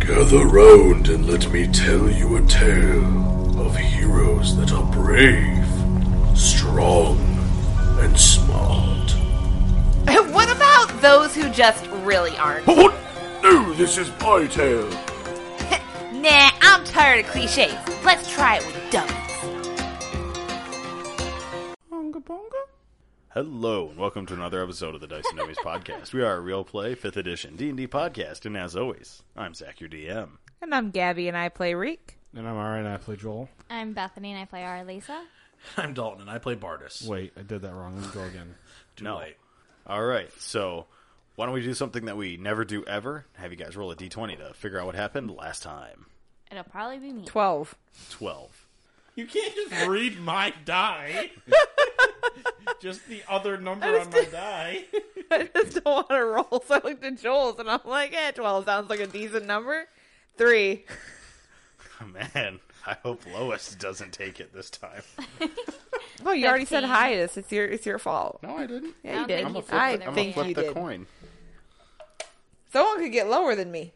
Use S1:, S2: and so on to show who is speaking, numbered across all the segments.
S1: Gather round and let me tell you a tale of heroes that are brave, strong, and smart.
S2: what about those who just really aren't?
S1: What? No, this is my tale.
S2: Nah, I'm tired of cliches. Let's try it with dummies.
S3: Hello and welcome to another episode of the Dice and Dummies podcast. We are a real play fifth edition D and D podcast, and as always, I'm Zach, your DM.
S4: And I'm Gabby, and I play Reek.
S5: And I'm alright, I play Joel.
S6: I'm Bethany and I play our Lisa.
S7: I'm Dalton, and I play Bardus.
S5: Wait, I did that wrong. Let me go again.
S7: Too
S3: No.
S7: late.
S3: All right, so why don't we do something that we never do ever? Have you guys roll a d20 to figure out what happened last time?
S6: It'll probably be me.
S4: Twelve.
S3: Twelve.
S5: You can't just read my die. just the other number on my die.
S4: I just don't want to roll, so I looked at Joel's, and I'm like, "Yeah, twelve sounds like a decent number." Three.
S3: Man, I hope Lois doesn't take it this time.
S4: Oh, you already said
S6: Fifteen.
S4: highest. It's your it's your fault.
S3: No, I didn't.
S4: Yeah, you
S6: don't
S4: did.
S6: think
S3: I'm gonna
S6: you
S3: flip,
S4: I
S3: the- I'm gonna
S4: think
S3: flip
S4: you
S3: the
S4: did.
S3: coin.
S4: Someone could get lower than me.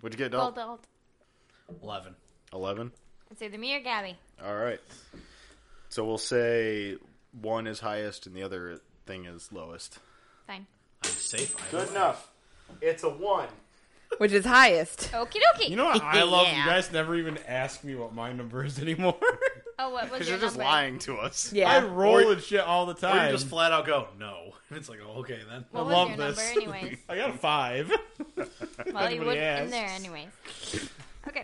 S3: What'd you get,
S6: Well,
S3: Dalton?
S6: Dalt.
S7: Eleven.
S3: Eleven.
S6: It's either me or Gabby.
S3: All right. So we'll say one is highest and the other thing is lowest.
S6: Fine.
S7: I'm safe. I
S3: Good
S7: hope.
S3: enough. It's a one.
S4: Which is highest?
S6: Okie dokie.
S5: You know what I love?
S6: Yeah.
S5: You guys never even ask me what my number is anymore.
S6: Oh, what was
S3: Because
S6: your
S3: you're just
S6: number?
S3: lying to us.
S5: I
S4: Yeah.
S5: roll and shit all the
S7: Or
S5: time.
S7: you just flat out go no. And it's like, oh, okay then.
S6: What
S5: I
S6: was
S5: love
S6: your
S5: this.
S6: number, anyways?
S5: I got a five.
S6: well, you
S5: Nobody
S6: would not in
S5: asks.
S6: there, anyways. Okay.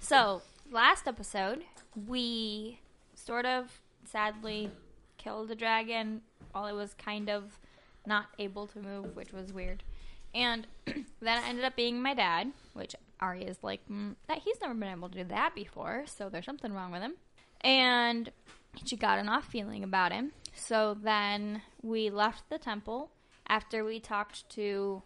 S6: so last episode, we sort of sadly killed a dragon while it was kind of not able to move, which was weird. And then it ended up being my dad, which Ari is like, mm, that he's never been able to do that before, so there's something wrong with him. And she got an off feeling about him. So then we left the temple after we talked to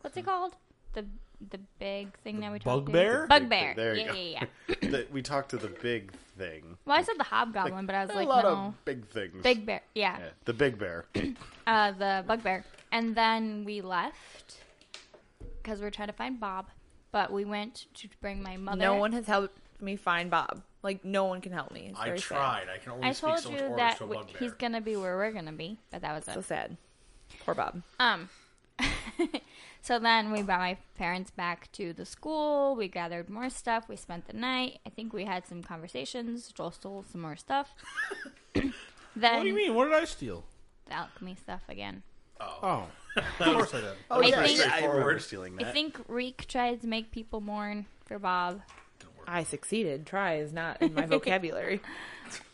S6: what's it called? The the big thing that we talked
S5: bugbear?
S6: to. Bugbear.
S3: There you
S6: yeah,
S3: go.
S6: yeah, yeah.
S3: The- we talked to the big thing.
S6: Well, I said the hobgoblin, but I was
S3: a
S6: like,
S3: lot
S6: no,
S3: of big things.
S6: big bear. Yeah,
S3: Yeah, the big bear.
S6: Uh, the bugbear. And then we left because we were trying to find Bob, but we went to bring my mother.
S4: No one has helped me find Bob. Like no one can help me. It's
S7: I
S4: very sad.
S7: tried. I can only
S6: I
S7: speak
S6: told
S7: so much
S6: you
S7: orders
S6: that
S7: to a
S6: w-
S7: bugbear.
S6: he's gonna be where we're gonna be, but that was
S4: So
S6: it.
S4: sad. Poor Bob.
S6: Um. so then we brought my parents back to the school. We gathered more stuff. We spent the night. I think we had some conversations. Joel stole some more stuff. then
S5: What do you mean? What did I steal?
S6: the alchemy stuff again.
S5: Oh. of course I did.
S3: Oh,
S6: I think-
S3: straightforward. stealing
S6: I
S3: that.
S6: think Reek tried to make people mourn for Bob,
S4: I succeeded. Try is not in my vocabulary.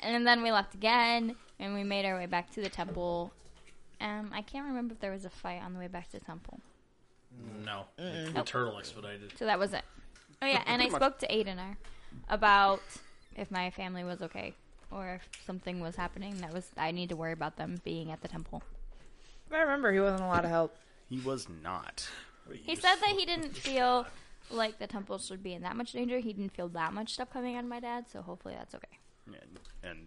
S6: and then we left again, and we made our way back to the temple. Um, I can't remember if there was a fight on the way back to the temple.
S7: No. The turtle expedited.
S6: So that was it. Oh yeah, and I spoke to Aidenar about if my family was okay or if something was happening that was I need to worry about them being at the temple.
S4: I remember he wasn't a lot of help.
S3: He was not.
S6: He said that he didn't feel like the temple should be in that much danger. He didn't feel that much stuff coming out of my dad, so hopefully that's okay.
S3: And, and,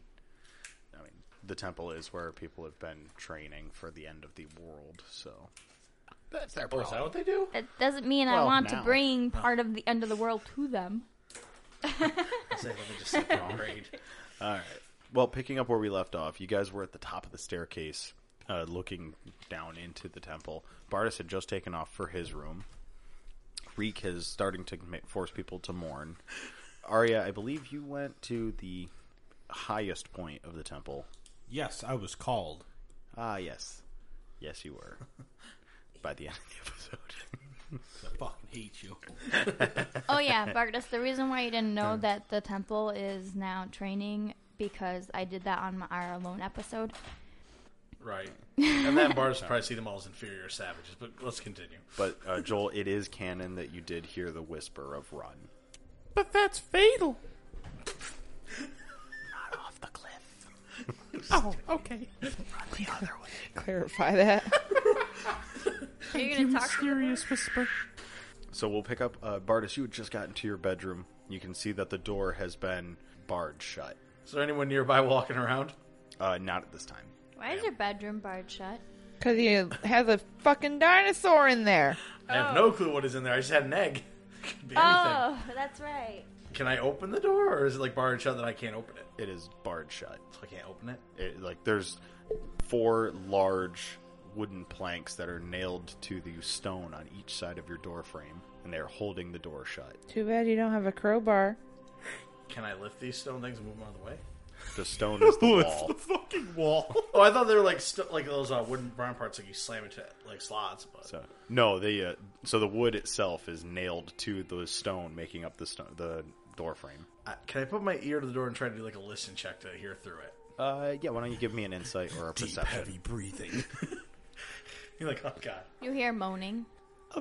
S3: I mean, the temple is where people have been training for the end of the world, so. That's their
S7: Oh, is that
S3: problem.
S7: what they do?
S6: That doesn't mean I
S3: Well,
S6: want
S3: now.
S6: to bring part of the end of the world to them.
S7: I say, let me just set the grade.
S3: Well, picking up where we left off, you guys were at the top of the staircase, uh, looking down into the temple. Bardis had just taken off for his room. Reek is starting to ma- force people to mourn. Arya, I believe you went to the highest point of the temple.
S5: Yes, I was called.
S3: Ah, yes, yes, you were. By the end of the episode,
S5: I fucking hate you.
S6: Oh yeah, Bardus. The reason why you didn't know that the temple is now training because I did that on my, our alone episode.
S7: Right. And then Bardus probably see them all as inferior savages, but let's continue.
S3: but uh, Joel, it is canon that you did hear the whisper of "run"
S5: But that's fatal.
S3: off the cliff.
S5: Oh, okay.
S4: Clarify that.
S6: Are you gonna talk to
S5: Serious whisper.
S3: So we'll pick up uh, Bardis. You had just gotten to your bedroom. You can see that the door has been barred shut.
S7: Is there anyone nearby walking around?
S3: Uh, not at this time.
S6: Why is your bedroom barred shut?
S4: Because he has a fucking dinosaur in there.
S7: I have no clue what is in there. I just had an egg. Could be anything.
S6: Oh, that's right.
S7: Can I open the door, or is it like barred shut that I can't open it?
S3: It is barred shut.
S7: So I can't open it.
S3: It, like there's four large wooden planks that are nailed to the stone on each side of your door frame, and they're holding the door shut.
S4: Too bad you don't have a crowbar.
S7: Can I lift these stone things and move them out of the way?
S3: The stone is the wall.
S5: fucking wall.
S7: Oh, I thought they were like st- like those uh, wooden brown parts like you slam into like slots, but
S3: So no, the uh, so the wood itself is nailed to the stone, making up the stone, the door frame.
S7: I, can I put my ear to the door and try to do like a listen check to hear through it?
S3: Uh, yeah. Why don't you give me an insight or a perception?
S7: breathing. You're like, oh god,
S6: You hear moaning.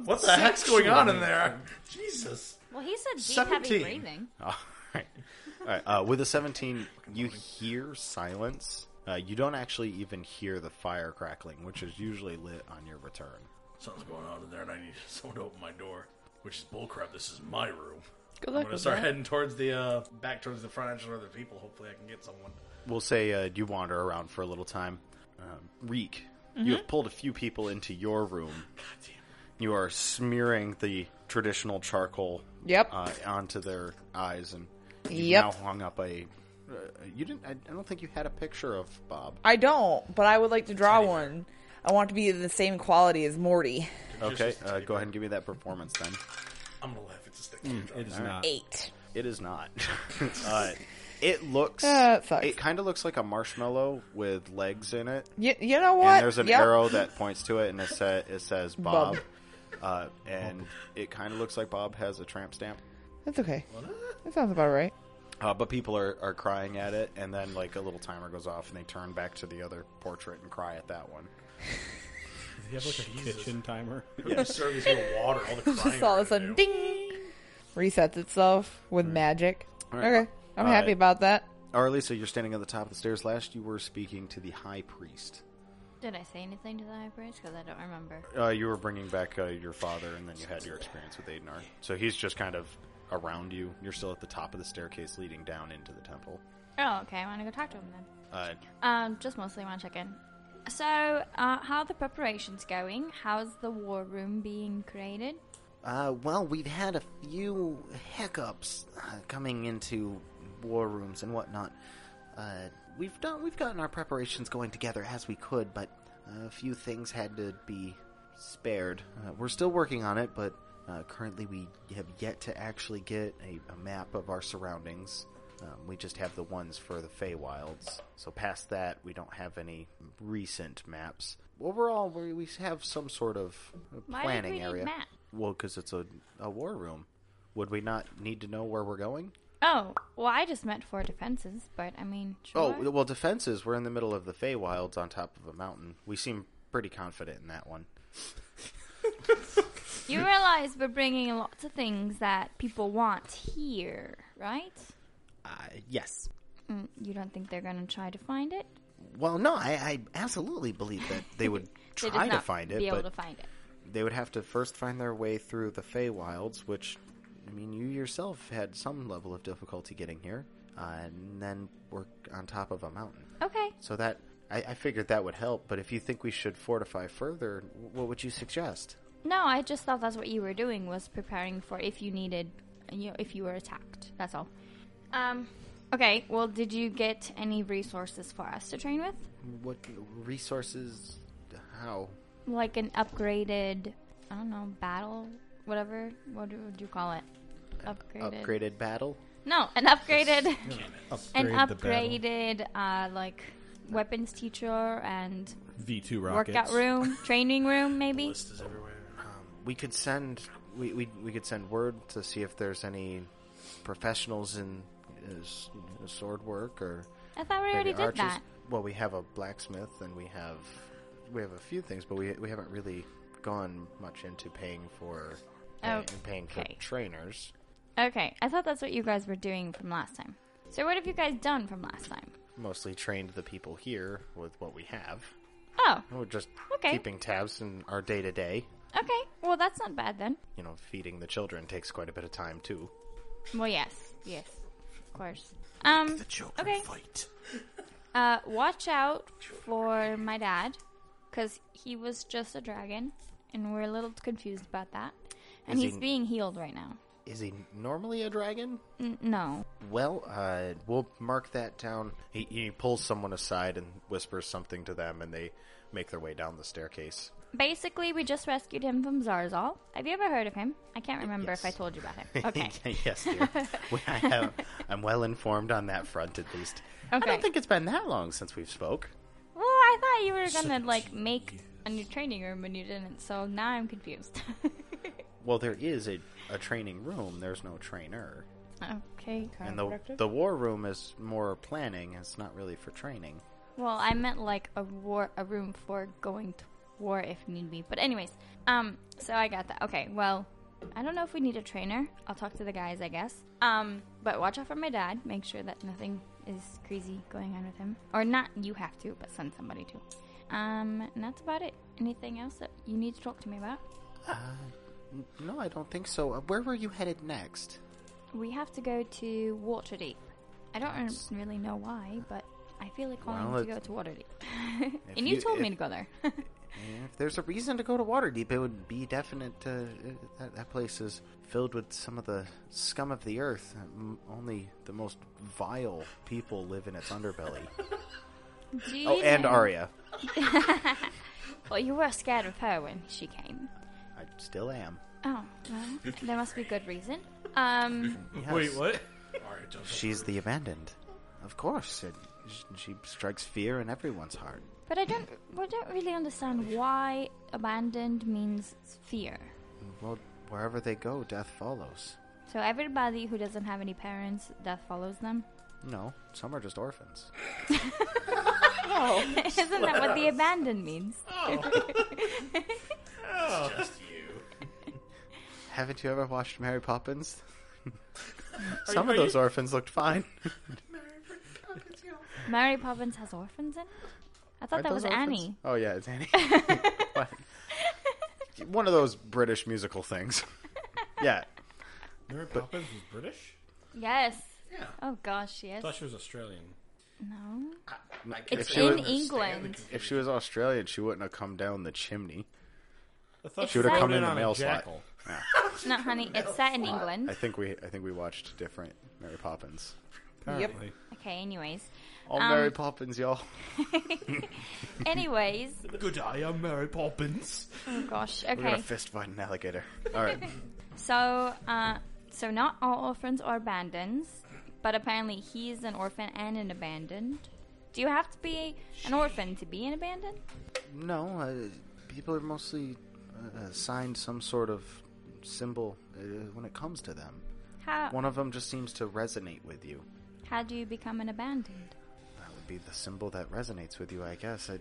S7: what the heck's going on in there? Jesus.
S6: Well, he said deep,
S7: 17.
S6: heavy breathing.
S8: Oh.
S3: All right. All right. Uh, with a 17, you hear silence. Uh, you don't actually even hear the fire crackling, which is usually lit on your return.
S7: Something's going on in there, and I need someone to open my door. Which is bullcrap. This is my room.
S4: Good
S7: I'm
S4: luck
S7: gonna
S4: with
S7: start
S4: that.
S7: heading towards the uh, back towards the front entrance where the people. Hopefully, I can get someone.
S3: We'll say uh, you wander around for a little time. Um, Reek,
S4: Mm-hmm.
S3: you have pulled a few people into your room. You are smearing the traditional charcoal
S4: Yep.
S3: uh, onto their eyes, and you
S4: Yep.
S3: now hung up a. Uh, you didn't. I, I don't think you had a picture of Bob.
S4: I don't, but I would like to draw one. I want it to be the same quality as Morty.
S3: Okay, uh, go ahead and give me that performance then.
S7: I'm gonna laugh. It's a stick.
S5: Mm, It is
S3: Uh.
S5: not.
S4: Eight.
S3: It is not. uh, it looks.
S4: Uh, it sucks.
S3: It kind of looks like a marshmallow with legs in it,
S4: You, you know what?
S3: and there's an
S4: Yep.
S3: arrow that points to it, and it, sa- it says Bob,
S4: Bob.
S3: Uh, and it kind of looks like Bob has a tramp stamp.
S4: That's okay. That sounds about right.
S3: Uh, but people are, are crying at it, and then like a little timer goes off, and they turn back to the other portrait and cry at that one.
S5: You have like a kitchen timer.
S7: Yeah, serve these little water. All the crying.
S4: Just all of a
S7: we're
S4: sudden,
S7: gonna do.
S4: ding! Resets itself with magic.
S3: right.
S4: Okay, I'm
S3: Hmm. All
S4: happy
S3: right.
S4: about that.
S3: Or so you're standing on the top of the stairs. Last, you were speaking to the high priest.
S6: Did I say anything to the high priest? Because I don't remember.
S3: Uh, you were bringing back uh, your father, and then you had your experience with Adenar. So he's just kind of around you. You're still at the top of the staircase leading down into the temple.
S6: Oh, okay. I want to go talk to him then.
S3: Uh,
S6: Um, just mostly want to check in. So, uh, how are the preparations going? How's the war room being created?
S8: Uh, well, we've had a few hiccups uh, coming into war rooms and whatnot. Uh, we've done, we've gotten our preparations going together as we could, but uh, a few things had to be spared. Uh, we're still working on it, but uh, currently we have yet to actually get a, a map of our surroundings. Um, we just have the ones for the Feywilds. So past that, we don't have any recent maps. Overall, we, we have some sort of uh,
S6: Why
S8: planning
S6: did we
S8: area.
S6: need map?
S3: well, because it's a, a war room. Would we not need to know where we're going?
S6: Oh, well, I just meant for defenses, but I mean, sure.
S3: Oh, well, defenses. We're in the middle of the Feywilds on top of a mountain. We seem pretty confident in that one.
S6: you realize we're bringing lots of things that people want here, right?
S8: Uh, yes.
S6: Mm, You don't think they're gonna try to find it?
S8: Well, no, I, I absolutely believe that they would
S6: They just
S8: try to
S6: not
S8: find
S6: Be
S8: it,
S6: able
S8: but
S6: to find it.
S8: they would have to first find their way through the Feywilds, which, I mean, you yourself had some level of difficulty getting here, uh, and then we're on top of a mountain.
S6: Okay.
S8: So that, I, I figured that would help, but if you think we should fortify further, what would you suggest?
S6: No, I just thought that's what you were doing was preparing for if you needed, you know, if you were attacked. That's all. Um. Okay. Well, did you get any resources for us to train with?
S8: What resources? How?
S6: Like an upgraded, I don't know, battle, whatever. What do- would you call it? Upgraded.
S8: Upgraded battle?
S6: No, an upgraded, an
S5: the battle.
S6: upgraded, uh, like weapons teacher and
S5: V2 rockets.
S6: workout room, training room, maybe.
S7: List is everywhere.
S8: we could send we, we, we could send word to see if there's any professionals in uh, s- sword work or
S6: I thought we already
S8: maybe
S6: did
S8: archers.
S6: that.
S8: Well, we have a blacksmith and we have we have a few things, but we we haven't really gone much into paying for pay- paying for
S6: Oh, Okay.
S8: trainers.
S6: Okay, I thought that's what you guys were doing from last time. So what have you guys done from last time?
S8: Mostly trained the people here with what we have.
S6: Oh,
S8: We're just
S6: Okay.
S8: keeping tabs in our day to day.
S6: okay. Well, that's not bad then.
S8: You know, feeding the children takes quite a bit of time too.
S6: Well, yes, yes, of course. Um, okay.
S7: Fight.
S6: Uh, watch out for my dad, cause he was just a dragon, and we're a little confused about that. And
S8: Is
S6: he's
S8: he-
S6: being healed right now.
S3: Is he normally a dragon?
S6: N- no.
S3: Well, uh, we'll mark that down. He, he pulls someone aside and whispers something to them, and they make their way down the staircase.
S6: Basically, we just rescued him from Zarzal. Have you ever heard of him? I can't remember if I
S3: Yes.
S6: told you about him. Okay.
S3: yes, dear. We- I have, I'm well informed on that front, at least. I
S6: Okay.
S3: don't think it's been that long since we've spoke.
S6: well, I thought you were gonna like make a new training room and you didn't, so now I'm confused.
S3: Well, there is a, a training room. There's no trainer,
S6: okay.
S3: and the the war room is more planning. It's not really for training.
S6: Well, I meant like a war, a room for going to war if need be. But anyways, um, so I got that. Okay, well, I don't know if we need a trainer. I'll talk to the guys, I guess. Um, but watch out for my dad. Make sure that nothing is crazy going on with him, or not. You have to, but send somebody to. Um, and that's about it. Anything else that you need to talk to me about?
S3: No, I don't think so. Uh, Where were you headed next?
S6: We have to go to Waterdeep. I don't really know why, but I feel like calling
S3: Well,
S6: to go
S3: it's-
S6: to Waterdeep.
S3: If
S6: and you,
S3: you-
S6: told me
S3: if- Oh,
S6: to go there.
S3: If there's a reason to go to Waterdeep, it would be definite. Uh, uh, that, that place is filled with some of the scum of the earth. Um, only the most vile people live in its underbelly.
S6: Do you
S3: oh, and
S6: know-
S3: Arya.
S6: Well, you were scared of her when she came.
S3: I still am.
S6: Oh, well, there must be good reason. Um,
S5: Wait,
S3: Yes.
S5: what?
S3: She's the abandoned. Of course. It, sh- she strikes fear in everyone's heart.
S6: but I don't, we don't really understand why abandoned means fear.
S3: Well, wherever they go, death follows.
S6: So everybody who doesn't have any parents, death follows them.
S3: No, some are just orphans.
S6: Isn't that what the abandoned means?
S3: Haven't you ever watched Mary Poppins? some
S5: you-
S3: of
S5: are
S3: those
S5: you-
S3: orphans looked fine.
S6: Mary Poppins has orphans in. It? I
S3: Aren't
S6: thought that
S3: those
S6: was
S3: orphans?
S6: Annie.
S3: Oh yeah, it's Annie. What? One of those British musical things. yeah.
S5: Mary Poppins was British?
S6: Yes.
S9: Yeah.
S6: Oh gosh, yes.
S5: I thought she was Australian.
S6: No.
S3: If
S6: It's
S3: she,
S6: in
S3: was,
S6: England.
S3: if she was Australian, she wouldn't have come down the chimney.
S5: I thought
S6: She would've
S5: rode
S6: come
S3: in
S5: on
S3: the mail
S5: a
S3: slot.
S5: jackal.
S6: No, honey. It's set in
S3: I
S6: England.
S3: think we I think we watched different Mary Poppins.
S5: Apparently.
S6: Okay. Anyways.
S3: All
S6: Um,
S3: Mary Poppins, y'all.
S6: Anyways.
S5: Good eye, I'm Mary Poppins.
S6: Oh gosh.
S3: We're gonna
S6: Okay.
S3: fist fight an alligator. All right.
S6: So, uh, so not all orphans are abandons, but apparently he's an orphan and an abandoned. Do you have to be an orphan to be an abandoned?
S3: No, uh, people are mostly uh, assigned some sort of symbol uh, when it comes to them.
S6: How
S3: One of them just seems to resonate with you.
S6: how do you become an abandoned?
S3: That would be the symbol that resonates with you, I guess. I,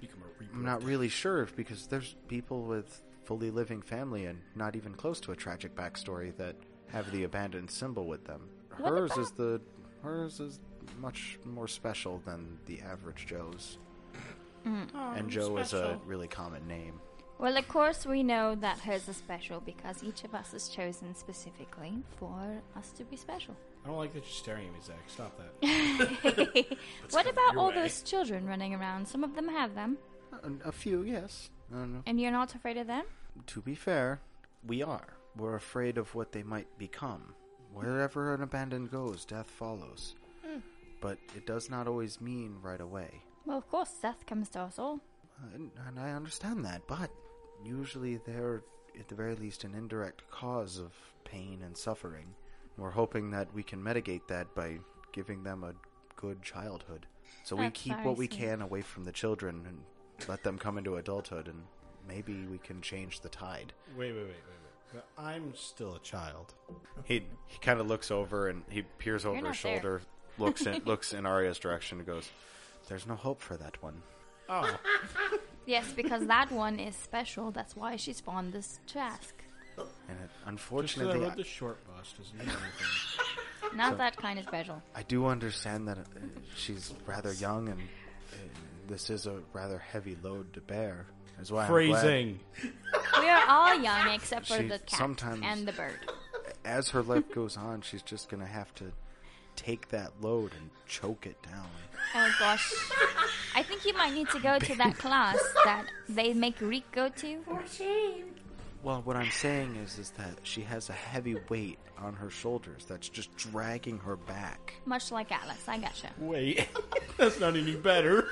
S3: I'm not really sure if- because there's people with fully living family and not even close to a tragic backstory that have the abandoned symbol with them.
S6: What
S3: hers
S6: about-
S3: is the hers is much more special than the average Joe's.
S6: Mm.
S3: and Joe is a really common name.
S6: Well, of course we know that hers is special because each of us is chosen specifically for us to be special.
S5: I don't like that you're staring at me, Zach. Stop that.
S6: what about all those children running around? Some of them have them,
S3: A- A few, yes. And
S6: and you're not afraid of them?
S3: to be fair, we are. We're afraid of what they might become. Wherever an abandoned goes, death follows. But it does not always mean right away.
S6: Well, of course, death comes to us all.
S3: And, and I understand that, but usually they're, at the very least, an indirect cause of pain and suffering. We're hoping that we can mitigate that by giving them a good childhood. So we
S6: That's
S3: keep
S6: very
S3: what we
S6: sweet.
S3: can away from the children and let them come into adulthood, and maybe we can change the tide.
S5: Wait, wait, wait, wait, wait. But I'm still a child.
S10: He he kind of looks over and he peers over
S6: not
S10: his shoulder, looks in looks in Arya's direction and goes,
S3: There's no hope for that one.
S5: Oh,
S6: Yes, because that one is special. That's why she spawned this Trask.
S3: And it,
S5: just 'cause I
S3: unfortunately,
S5: rode the
S3: I,
S5: short bus doesn't mean anything.
S6: Not that kind of special.
S3: I do understand that uh, she's rather young, and uh, this is a rather heavy load to bear. That's why I'm
S5: Phrasing.
S6: We are all young except for
S3: She-
S6: the cat
S3: sometimes-
S6: and the bird.
S3: glad as her life goes on, she's just gonna have to take that load and choke it down.
S6: Oh gosh. I think you might need to go to that class that they make Reek go to.
S3: Well, what I'm saying is, is that she has a heavy weight on her shoulders that's just dragging her back.
S6: Much like Atlas, I gotcha.
S5: Wait, that's not any better.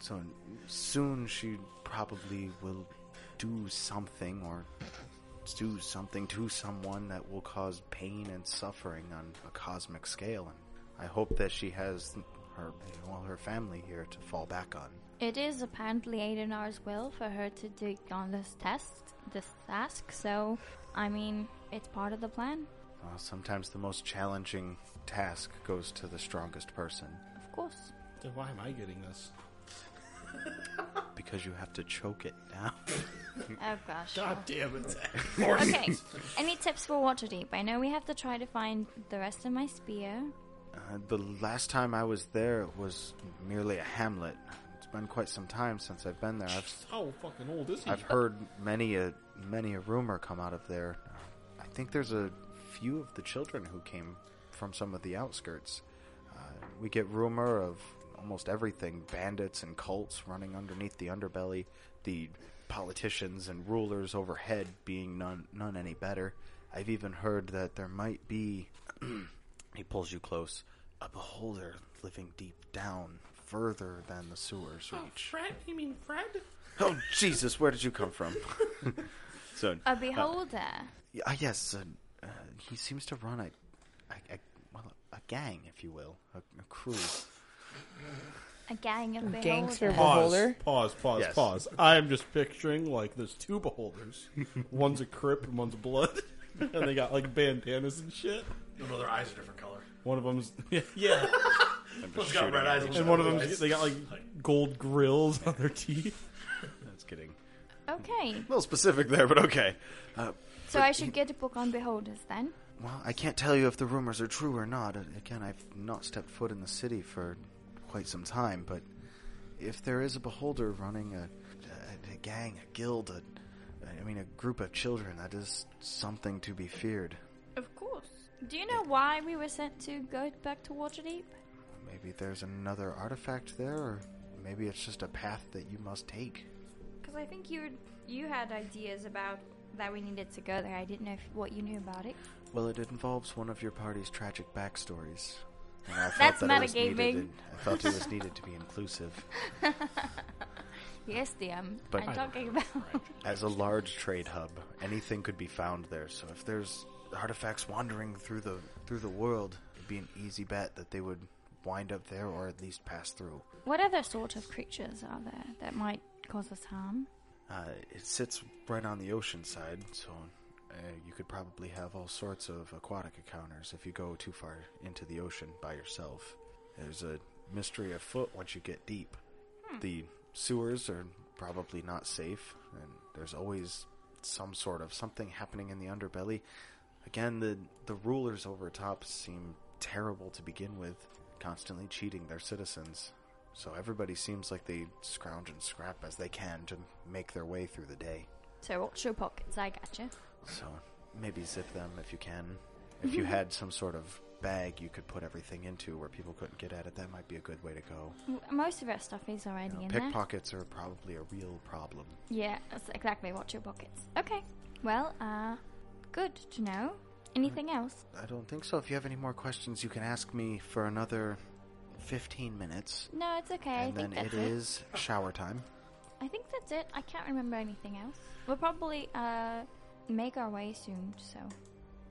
S3: So soon she probably will do something or do something to someone that will cause pain and suffering on a cosmic scale. And I hope that she has her, well, her family here to fall back on.
S6: It is apparently Adenar's will for her to take on this test, this task, so, I mean, it's part of the plan,
S3: Uh, sometimes the most challenging task goes to the strongest person
S6: of course.
S5: Then why am I getting this?
S3: because you have to choke it down.
S6: Oh gosh.
S11: God damn it.
S6: Okay, any tips for Waterdeep? I know we have to try to find the rest of my spear.
S3: Uh, the last time I was there it was merely a hamlet. It's been quite some time since I've been there. I've
S5: How fucking old is he?
S3: I've heard many a many a rumor come out of there. I think there's a few of the children who came from some of the outskirts. Uh, we get rumor of almost everything: bandits and cults running underneath the underbelly, the politicians and rulers overhead being none none any better. I've even heard that there might be. he pulls you close. A beholder living deep down, further than the sewers reach.
S5: Fred? You mean Fred?
S3: Oh Jesus, where did you come from? so
S6: A beholder.
S3: uh, yes, uh, uh, he seems to run a, a, a well, a gang, if you will, a, a crew.
S6: a gang of beholders.
S4: Gangster
S5: Pause.
S4: beholder.
S5: Pause. Pause.
S3: Yes.
S5: Pause. I am just picturing like there's two beholders. one's a crip and one's blood, and they got like bandanas and shit.
S11: No, no, their eyes are different color.
S5: One of them's yeah,
S11: One's got red eyes.
S5: and one of them's they got like gold grills on their teeth.
S12: That's kidding.
S6: Okay,
S3: A little specific there, but okay.
S6: so I should get a book on beholders then.
S3: Well, I can't tell you if the rumors are true or not. Uh, Again, I've not stepped foot in the city for quite some time, but if there is a beholder running a, a, a gang, a guild, a, I mean, a group of children, that is something to be feared.
S6: Of course. Do you know why we were sent to go back to Waterdeep?
S3: Maybe there's another artifact there, or maybe it's just a path that you must take.
S6: Because I think you you had ideas about that we needed to go there. I didn't know if, what you knew about it.
S3: Well, it involves one of your party's tragic backstories. And I felt
S6: That's
S3: that it was
S6: metagaming.
S3: needed and I felt it was needed to be inclusive.
S6: Yes, DM.
S3: But-
S6: I'm talking about.
S3: As a large trade hub, anything could be found there. So if there's artifacts wandering through the through the world, it'd be an easy bet that they would wind up there or at least pass through.
S6: what other sort of creatures are there that might cause us harm?
S3: Uh, it sits right on the ocean side, so uh, you could probably have all sorts of aquatic encounters if you go too far into the ocean by yourself. There's a mystery afoot once you get deep. The sewers are probably not safe, and there's always some sort of something happening in the underbelly. Again, the the rulers over top seem terrible to begin with, constantly cheating their citizens. So everybody seems like they scrounge and scrap as they can to make their way through the day.
S6: So watch your pockets. I gotcha.
S3: So maybe zip them if you can. If you had some sort of bag you could put everything into where people couldn't get at it, that might be a good way to go.
S6: M- Most of our stuff is already in there.
S3: Pickpockets are probably a real problem.
S6: Yeah, that's exactly. Watch your pockets. Okay. Well, uh, good to know. Anything else?
S3: I don't think so. If you have any more questions, you can ask me for another 15 minutes.
S6: No, it's okay. I
S3: and
S6: think
S3: then
S6: that's
S3: it is shower time.
S6: I think that's it. I can't remember anything else. We'll probably uh make our way soon, so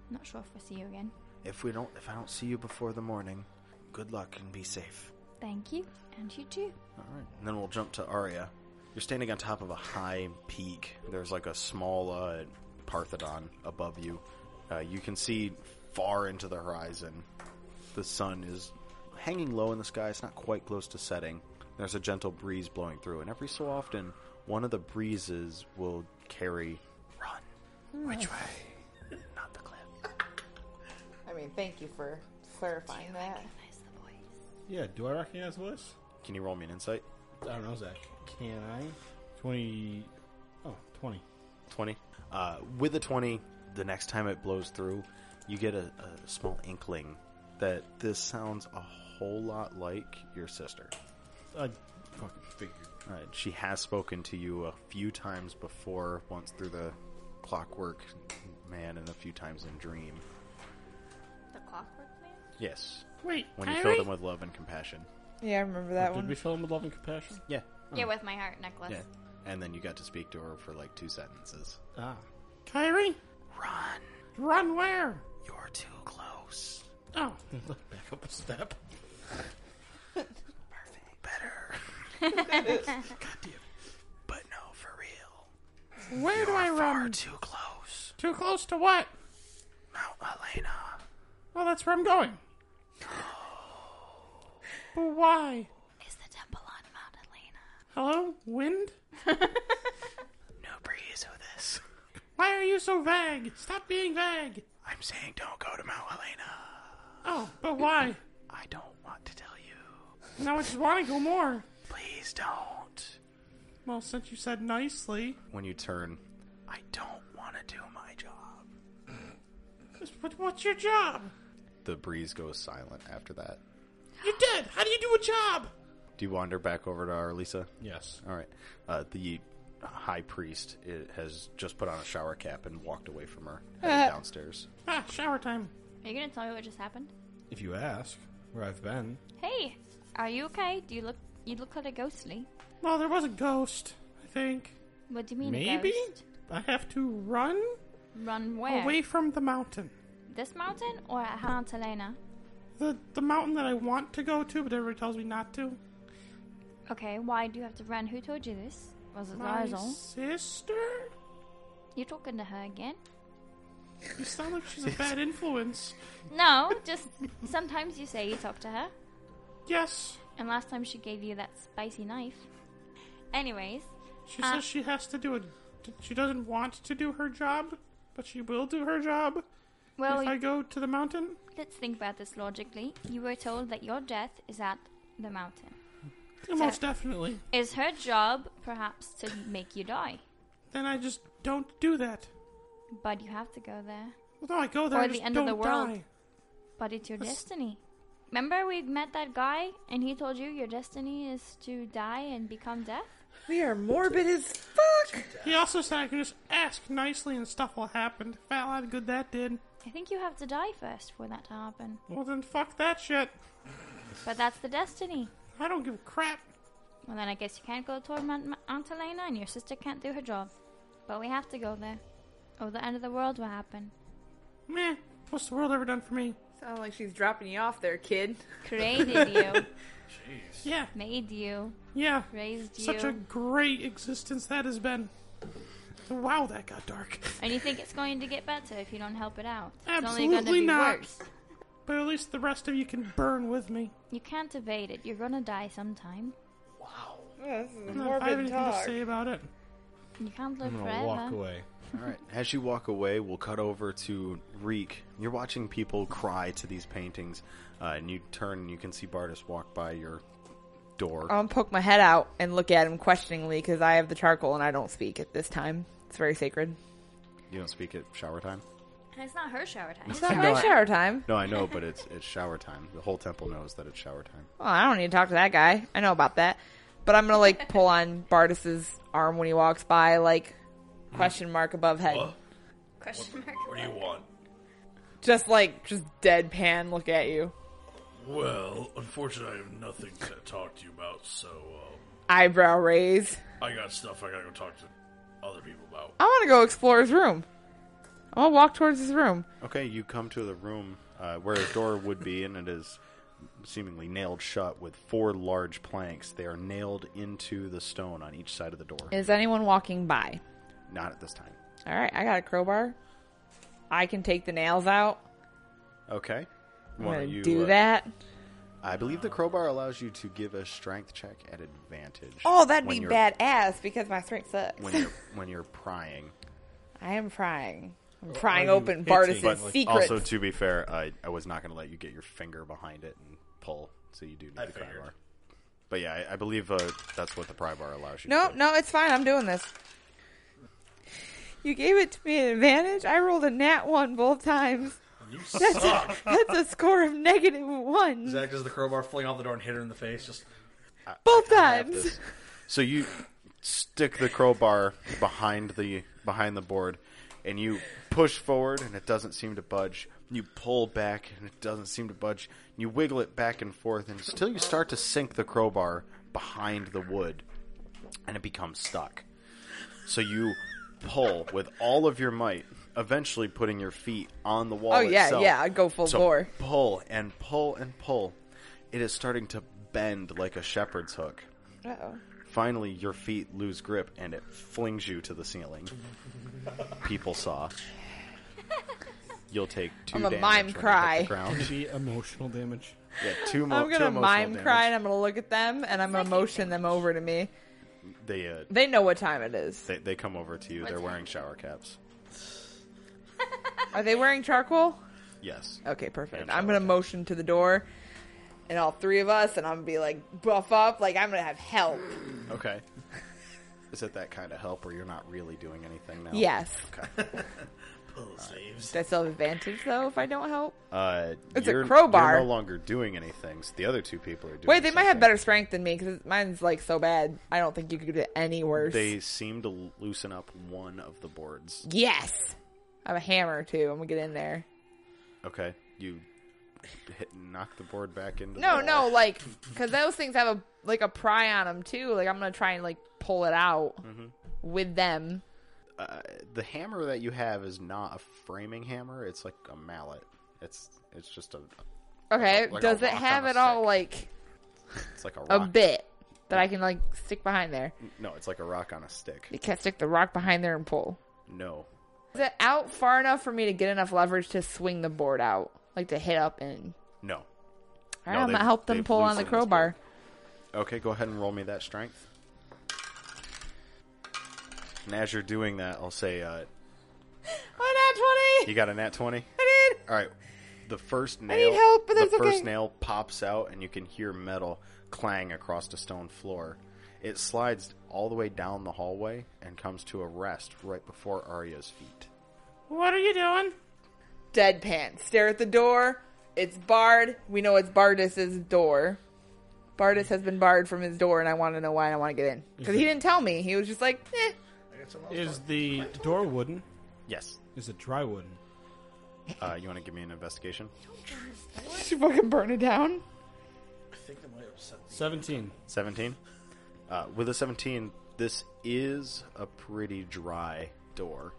S6: not sure if we'll see you again.
S3: If we don't if I don't see you before the morning, good luck and be safe.
S6: Thank you, and you too.
S3: All right. And then we'll jump to Arya. You're standing on top of a high peak. There's like a small uh, Parthodon above you. Uh, you can see far into the horizon. The sun is hanging low in the sky. It's not quite close to setting. There's a gentle breeze blowing through, and every so often, one of the breezes will carry run. Which way? Not the cliff.
S4: I mean, thank you for clarifying that.
S6: Nice the voice.
S5: Yeah. Do I recognize this?
S3: Can you roll me an insight?
S5: I don't know, Zach. Can I? Twenty. Oh, 20.
S3: 20. Uh, with a 20, the next time it blows through, you get a, a small inkling that this sounds a whole lot like your sister.
S5: I fucking figured.
S3: Uh, she has spoken to you a few times before, once through the clockwork man, and a few times in dream.
S6: The clockwork man?
S3: Yes,
S5: Wait,
S3: when you fill them with love and compassion.
S4: Yeah, I remember that
S5: did
S4: one.
S5: we fill him with love and compassion?
S3: Yeah,
S6: Yeah, with my heart necklace.
S3: yeah. And then you got to speak to her for like two sentences.
S5: Ah, Kyrie,
S8: Run.
S5: run where?
S8: You're too close.
S5: Oh, back up a step.
S8: Better. Goddamn. But no, for real.
S5: Where do I
S8: Far
S5: run?
S8: too close.
S5: Too close to what?
S8: Mount Helena.
S5: Well, that's where I'm going. but why?
S6: Is the temple on Mount
S5: Hello,
S6: Helena?
S5: wind?
S8: No breeze with this.
S5: Why are you so vague? Stop being vague.
S8: I'm saying don't go to Mount Helena.
S5: Oh, but why?
S8: I don't want to tell you.
S5: Now I just want to go more.
S8: Please don't.
S5: Well, since you said nicely,
S3: When you turn,
S8: I don't want to do my job.
S5: but what's your job?
S3: the breeze goes silent after that.
S5: You're dead. How do you do a job?
S3: Do you wander back over to our Lisa?
S5: Yes.
S3: All right. Uh, the high priest i has just put on a shower cap and walked away from her headed downstairs.
S5: Ah, shower time.
S6: Are you gonna tell me what just happened?
S5: If you ask where I've been.
S6: Hey, are you okay? Do you look you look like a ghostly?
S5: Well, there was a ghost, I think.
S6: What do you mean? a
S5: Maybe?
S6: ghost?
S5: I have to run
S6: Run where?
S5: away from the mountain.
S6: This mountain or at Mount Helena?
S5: The the mountain that I want to go to, but everybody tells me not to.
S6: Okay, why do you have to run? Who told you this? Was it
S5: My
S6: Larzol?
S5: sister?
S6: You talking to her again?
S5: You sound like she's a bad influence.
S6: No, just sometimes you say you talk to her.
S5: Yes.
S6: And last time she gave you that spicy knife. Anyways,
S5: She
S6: Uh.
S5: says she has to do it. She doesn't want to do her job, but she will do her job
S6: well,
S5: if I go to the mountain.
S6: let's think about this logically. You were told that your death is at the mountain.
S5: Most definitely.
S6: Is her job perhaps to make you die?
S5: Then I just don't do that.
S6: But you have to go there.
S5: Well, no, I go there.
S6: Or
S5: I
S6: the
S5: just
S6: end
S5: don't
S6: of the world.
S5: die.
S6: But it's your
S5: That's-
S6: destiny. Remember, we met that guy and he told you your destiny is to die and become death?
S4: We are morbid as fuck.
S5: He also said I can just ask nicely and stuff will happen. Fat lot of good that did.
S6: I think you have to die first for that to happen.
S5: Well, then fuck that shit.
S6: But that's the destiny.
S5: I don't give a crap.
S6: Well, then I guess you can't go toward Mount, Ma- Aunt Helena and your sister can't do her job. But we have to go there. Or the end of the world will happen.
S5: Meh. What's the world ever done for me?
S4: Sound like she's dropping you off there, kid.
S6: Created you,
S5: Yeah,
S6: made you,
S5: yeah.
S6: raised you.
S5: Such a great existence that has been. Wow, that got dark.
S6: And you think it's going to get better if you don't help it out. it's only going to
S5: Absolutely
S6: be
S5: not.
S6: worse.
S5: But at least the rest of you can burn with me.
S6: You can't evade it. You're going to die sometime.
S4: Oh, this is
S5: I don't know if I have
S4: morbid
S5: anything to
S4: talk.
S5: say about it.
S6: You can't live forever.
S7: away.
S3: All right. As you walk away, we'll cut over to Reek. You're watching people cry to these paintings, uh, and you turn and you can see Bartis walk by your door.
S4: I'm gonna um, poke my head out and look at him questioningly because I have the charcoal and I don't speak at this time. It's very sacred.
S3: you don't speak at shower time.
S6: And it's not her shower time.
S4: It's not my shower time.
S3: No, I know, but it's it's shower time. The whole temple knows that it's shower time.
S4: Well, I don't need to talk to that guy. I know about that. But I'm gonna like pull on Bartis's arm when he walks by, like
S3: Hmm.
S4: question mark above head.
S6: Question mark.
S7: What do you want?
S4: Just like just deadpan look at you.
S7: Well, unfortunately, I have nothing to talk to you about, so um,
S4: Eyebrow raise.
S7: I got stuff I gotta go talk to other people about.
S4: I wanna go explore his room. I'm gonna walk towards his room.
S3: Okay, you come to the room uh, where a door would be, and it is seemingly nailed shut with four large planks. They are nailed into the stone on each side of the door.
S4: Is anyone walking by?
S3: Not at this time.
S4: Alright, I got a crowbar. I can take the nails out.
S3: Okay.
S4: I'm
S3: Why
S4: gonna
S3: don't you
S4: do
S3: uh,
S4: that.
S3: I believe the crowbar allows you to give a strength check at advantage.
S4: Oh, that'd
S3: when
S4: be
S3: you're-
S4: badass because my strength sucks.
S3: when you're when you're prying.
S4: I am prying. I'm prying
S5: are you
S4: open
S5: itching?
S4: Bartis's
S5: But
S4: secrets.
S3: Also, to be fair, I, I was not going to let you get your finger behind it and pull, so you do need
S7: I
S3: the
S7: figured.
S3: crowbar. But yeah, I, I believe uh, that's what the pry bar allows you.
S4: No,
S3: to.
S4: no, it's fine. I'm doing this. You gave it to me an advantage. I rolled a nat one both times.
S7: You suck.
S4: That's a score of negative one
S7: Zach does the crowbar fling off the door and hit her in the face. Just
S4: both
S3: I have
S4: times.
S3: this. So you stick the crowbar behind the behind the board, and you push forward, and it doesn't seem to budge. You pull back, and it doesn't seem to budge. You wiggle it back and forth, and until you start to sink the crowbar behind the wood, and it becomes stuck. So you pull with all of your might, eventually putting your feet on the wall.
S4: Oh, yeah,
S3: itself.
S4: yeah, I'd go full
S3: so
S4: bore.
S3: Pull and pull and pull. It is starting to bend like a shepherd's hook.
S4: Uh-oh.
S3: Finally, your feet lose grip and it flings you to the ceiling. People saw. You'll take 2
S4: I'm a
S3: damage
S4: mime
S3: when you hit the
S4: cry.
S3: ground.
S5: Be emotional damage.
S3: Yeah, two mo-
S4: I'm
S3: two
S4: gonna
S3: emotional
S4: mime
S3: damage.
S4: cry and I'm gonna look at them and I'm gonna motion them over to me.
S3: They, uh,
S4: They know what time it is.
S3: they they come over to you. They're
S6: What's
S3: wearing shower caps.
S4: Are they wearing charcoal?
S3: Yes.
S4: Okay, perfect.
S3: Yeah,
S4: I'm gonna
S3: charcoal.
S4: motion to the door, and all three of us, and I'm gonna be like, buff up, like I'm gonna have help.
S3: Okay. Is it that kind of help where you're not really doing anything now?
S4: Yes.
S7: Pull the sleeves.
S4: Do I still have advantage though if I don't help?
S3: Uh,
S4: It's a
S3: you're-
S4: crowbar.
S3: You're no longer doing anything. So the other two people are doing.
S4: Wait, they might have
S3: something.
S4: better strength than me because mine's like so bad. I don't think you could get any worse.
S3: They seem to loosen up one of the boards.
S4: Yes. I have a hammer too. I'm gonna get in there.
S3: Okay, you hit, knock the board back into.
S4: No,
S3: the
S4: no,
S3: wall.
S4: like because those things have a like a pry on them too. Like I'm gonna try and like pull it out
S3: Mm-hmm.
S4: with them.
S3: Uh, The hammer that you have is not a framing hammer. It's like a mallet. It's it's just a
S4: Okay,
S3: Like a
S4: does it
S3: rock on
S4: have
S3: a
S4: it all
S3: stick.
S4: like
S3: it's like a
S4: a
S3: rock.
S4: bit that I can like stick behind there?
S3: No, it's like a rock on a stick.
S4: You can't stick the rock behind there and pull.
S3: No,
S4: Is it out far enough for me to get enough leverage to swing the board out, like to hit up and?
S3: no. No,
S4: All right, I'm
S3: they've-
S4: gonna help them
S3: they've
S4: pull on the
S3: loosened this board.
S4: crowbar.
S3: Okay, go ahead and roll me that strength. And as you're doing that, I'll say uh,
S4: Oh, nat
S3: you
S4: twenty.
S3: got a nat twenty.
S4: I did.
S3: All right. The first nail.
S4: need help, but that's
S3: the first
S4: okay.
S3: nail pops out, and you can hear metal clang across a stone floor. It slides all the way down the hallway and comes to a rest right before Arya's feet.
S11: What are you doing?
S4: Deadpan. Stare at the door. It's barred. We know it's Bardis's door. Bardis has been barred from his door, and I want to know why. and I want to get in because he didn't tell me. He was just like, eh.
S5: Is the door wooden?
S3: Yes.
S5: Is it dry wooden?
S3: Uh, you want to give me an investigation?
S4: "Did you fucking burn it down?"
S7: I think that might upset the
S5: 17.
S3: 17? Uh, with a 17, this is a pretty dry door.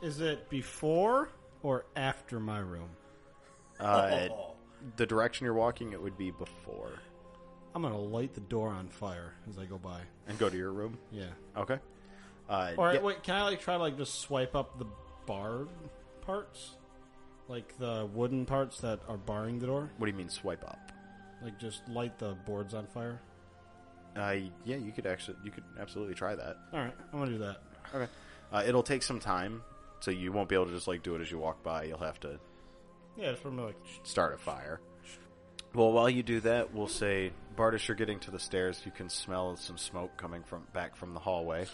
S5: Is it before or after my room?
S3: Uh, The direction you're walking, it would be before.
S5: I'm gonna light the door on fire as I go by.
S3: And go to your room?
S5: Yeah.
S3: Okay. Uh,
S5: Or
S3: yeah.
S5: wait, can I like try to like just swipe up the bar parts, like the wooden parts that are barring the door?
S3: What do you mean swipe up?
S5: Like just light the boards on fire.
S3: Uh, yeah, you could actually, you could absolutely try that.
S5: All right, I'm gonna do that.
S3: Okay. Uh, it'll take some time, so you won't be able to just like do it as you walk by. You'll have to
S5: Yeah, it's from like sh-
S3: start a fire. Well, while you do that, we'll say, Bardish, you're getting to the stairs. You can smell some smoke coming from back from the hallway.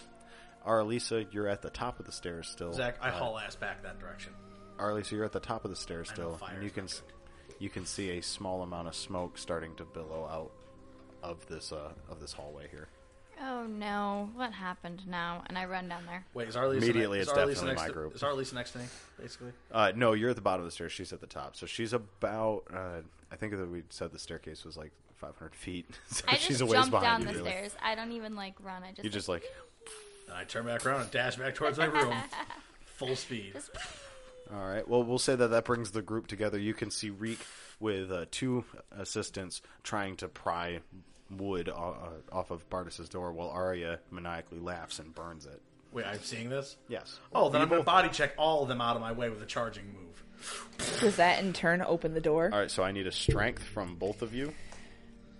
S3: Arlisa, you're at the top of the stairs still.
S7: Zach, I haul ass back that direction.
S3: Arlisa, you're at the top of the stairs
S7: I know
S3: still,
S7: fire's
S3: and you
S7: not
S3: can s- you can see a small amount of smoke starting to billow out of this uh, of this hallway here.
S6: Oh no, what happened now? And I run down there.
S7: Wait, is Arlisa
S3: Immediately,
S7: next,
S3: it's
S7: is Arlisa
S3: definitely
S7: next
S3: my
S7: to,
S3: group.
S7: Is Arlisa next to me, basically?
S3: Uh, no, you're at the bottom of the stairs. She's at the top. So she's about, uh, I think that we said the staircase was like 500 feet. So
S6: I
S3: she's
S6: just
S3: a ways
S6: jump
S3: behind
S6: down
S3: you,
S6: the
S3: really.
S6: stairs. I don't even like run. I just
S3: You just like,
S7: And I turn back around and dash back towards my room, full speed.
S6: Just-
S3: all right. Well, we'll say that that brings the group together. You can see Reek with uh, two assistants trying to pry wood o- uh, off of Bartis's door while Arya maniacally laughs and burns it.
S7: Wait, I'm seeing this.
S3: Yes.
S7: Oh, then I'm gonna body check all of them out of my way with a charging move.
S4: Does that in turn open the door?
S3: All right. So I need a strength from both of you.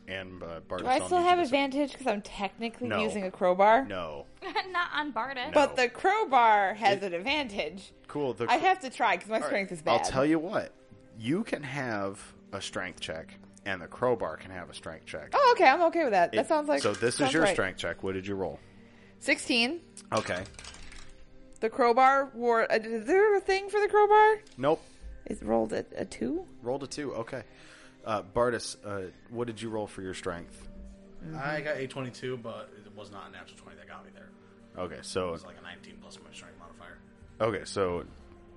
S3: And uh, Bartis,
S4: Do I
S3: I'll
S4: still
S3: need you
S4: have
S3: to-
S4: advantage because I'm technically
S3: No.
S4: using a crowbar?
S3: No.
S6: not on Barda.
S4: But the crowbar has an advantage.
S3: Cool. The,
S4: I have to try because my strength is bad.
S3: I'll tell you what. You can have a strength check, and the crowbar can have a strength check.
S4: Oh, okay. I'm okay with that. That sounds like
S3: so. This is
S4: sounds
S3: your
S4: right.
S3: strength check. What did you roll?
S4: Sixteen.
S3: Okay.
S4: The crowbar wore. Uh, is there a thing for the crowbar?
S3: Nope.
S4: It rolled a, a two.
S3: Rolled a two. Okay. Uh, Bartis, uh, what did you roll for your strength?
S7: I got a twenty-two, but it was not a natural twenty that got me there.
S3: Okay, so
S7: It was like a nineteen plus my strength modifier.
S3: okay, so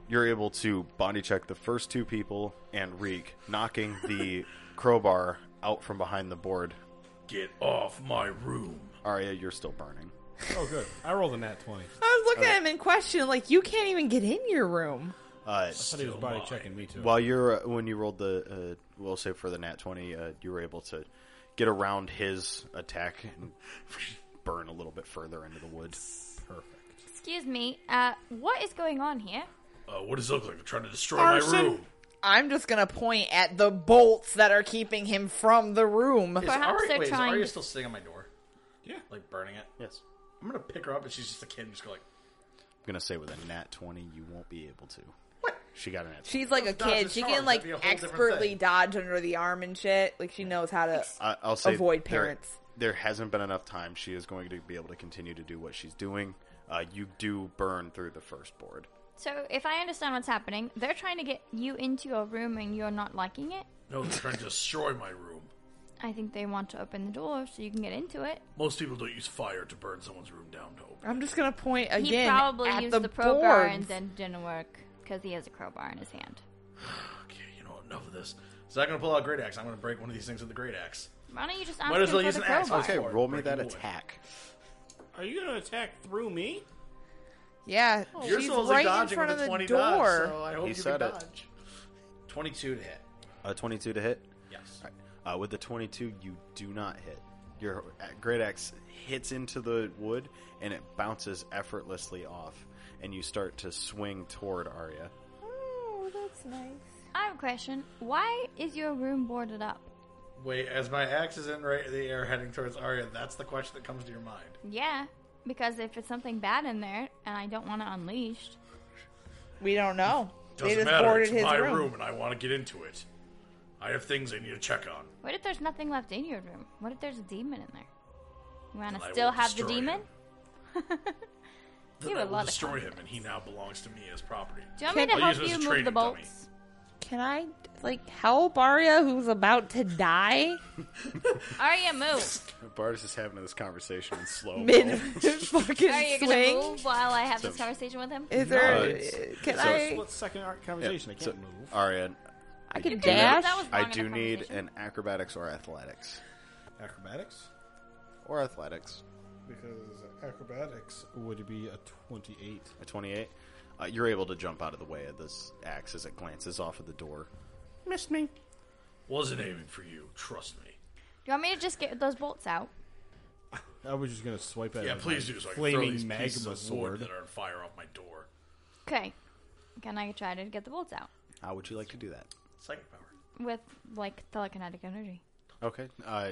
S3: you're able to body check the first two people and Reek, knocking the crowbar out from behind the board.
S7: Get off my room.
S3: Arya, you're still burning.
S5: Oh, good. I rolled a nat 20.
S4: I was looking at him in question, like you can't even get in your room.
S3: Uh,
S5: But he was body checking me too.
S3: while you're uh, when you rolled the uh, we'll say for the nat twenty, uh, you were able to get around his attack and burn a little bit further into the wood.
S5: Perfect.
S6: Excuse me. Uh, what is going on here?
S7: Uh, what does it look like? They're trying to destroy my
S4: Arson.
S7: room.
S4: I'm just gonna point at the bolts that are keeping him from the room.
S7: Is
S6: Perhaps
S7: Arya,
S6: they're
S7: wait, is
S6: trying
S7: Arya
S6: to-
S7: still sitting on my door? Yeah, like burning it.
S3: Yes,
S7: I'm gonna pick her up, and she's just a kid, and just go like,
S3: I'm gonna say with a nat twenty, you won't be able to.
S7: "What?
S3: She got a nat. 20.
S4: She's like a
S7: Dodge
S4: kid.
S7: the
S4: She
S7: charge,
S4: can
S7: that'd
S4: like
S7: be a whole different
S4: expertly
S7: thing.
S4: dodge under the arm and shit. Like she knows how to.
S3: I, I'll say
S4: Avoid
S3: there-
S4: parents.
S3: There, hasn't been enough time. She is going to be able to continue to do what she's doing. Uh, you do burn through the first board.
S6: So, if I understand what's happening, they're trying to get you into a room and you're not liking it.
S7: No, they're trying to destroy my room.
S6: I think they want to open the door so you can get into it.
S7: Most people don't use fire to burn someone's room down to open.
S4: I'm just gonna point again
S6: He probably
S4: at
S6: used
S4: the,
S6: the, crowbar
S4: boards.
S6: and then didn't work because he has a crowbar in his hand.
S7: Okay, you know what? Enough of this. It's not gonna pull out a great axe. I'm gonna break one of these things with a great axe.
S6: Why don't you just ask
S7: Might
S6: him
S7: as well
S6: for
S7: use
S6: the
S7: an axe.
S6: crowbar?
S3: Okay,
S7: Or
S3: roll me
S7: breaking
S3: that
S7: wood.
S3: attack.
S5: Are you gonna attack through me?
S4: Yeah,
S7: You're
S4: she's
S7: supposed to
S4: right in
S7: dodging
S4: front of
S7: with a
S4: the
S7: 20
S4: door.
S7: dodge, so I hope
S3: He
S7: you
S3: said
S7: can
S3: it.
S7: dodge. 22 to hit.
S3: A twenty-two to hit.
S7: Yes.
S3: Uh, with the 22, you do not hit. Your great axe hits into the wood and it bounces effortlessly off, and you start to swing toward Arya.
S4: Oh, that's nice.
S6: I have a question. Why is your room boarded up?
S7: Wait, as my axe is in right in the air heading towards Arya, that's the question that comes to your mind.
S6: Yeah, because if it's something bad in there and I don't want it unleashed,
S4: We don't know.
S7: Doesn't
S4: they just
S7: matter.
S4: boarded
S7: It's
S4: his
S7: my
S4: room.
S7: room. and I want to get into it. I have things I need to check on.
S6: what if there's nothing left in your room? What if there's a demon in there? You want
S7: Then I
S6: to
S7: will
S6: still have the
S7: destroy
S6: demon?
S7: Then
S6: You have
S7: I
S6: a
S7: will
S6: lot of
S7: destroy him,
S6: confidence.
S7: and he now belongs to me as property.
S6: Do you want me to
S7: I'll
S6: help
S7: use it as
S6: you
S7: a
S6: move
S7: training
S6: the
S7: dummy.
S6: bolts?
S4: Can I like help Arya, who's about to die
S6: Arya, move.
S3: Bardis is having this conversation in slow.
S4: mid
S3: mo.
S6: Are
S4: fucking
S6: you gonna
S4: swing?
S6: move while I have this conversation with him?
S4: Is there? uh,
S3: it's-
S4: can
S3: so
S4: I?
S5: Split second ar- conversation. I
S3: So,
S5: can't move.
S3: Arya,
S4: I can
S6: That
S4: dash.
S6: was long
S3: I
S6: enough
S3: do need
S6: conversation.
S3: an acrobatics or athletics.
S5: Acrobatics?
S3: Or athletics.
S5: Because acrobatics would be a 28.
S3: A 28. Uh, you're able to jump out of the way of this axe as it glances off of the door.
S11: Missed me.
S7: Wasn't aiming for you. Trust me.
S6: Do you want me to just get those bolts out?
S5: I was just gonna swipe at it
S7: Yeah,
S5: with
S7: please
S5: my
S7: do. So I can throw
S5: flaming
S7: these pieces
S5: magma
S7: of
S5: sword.
S7: wood that are on fire off my door.
S6: Okay. Can I try to get the bolts out
S3: How would you like to do that?
S7: Psychic power.
S6: with like telekinetic energy?
S3: Okay. Uh,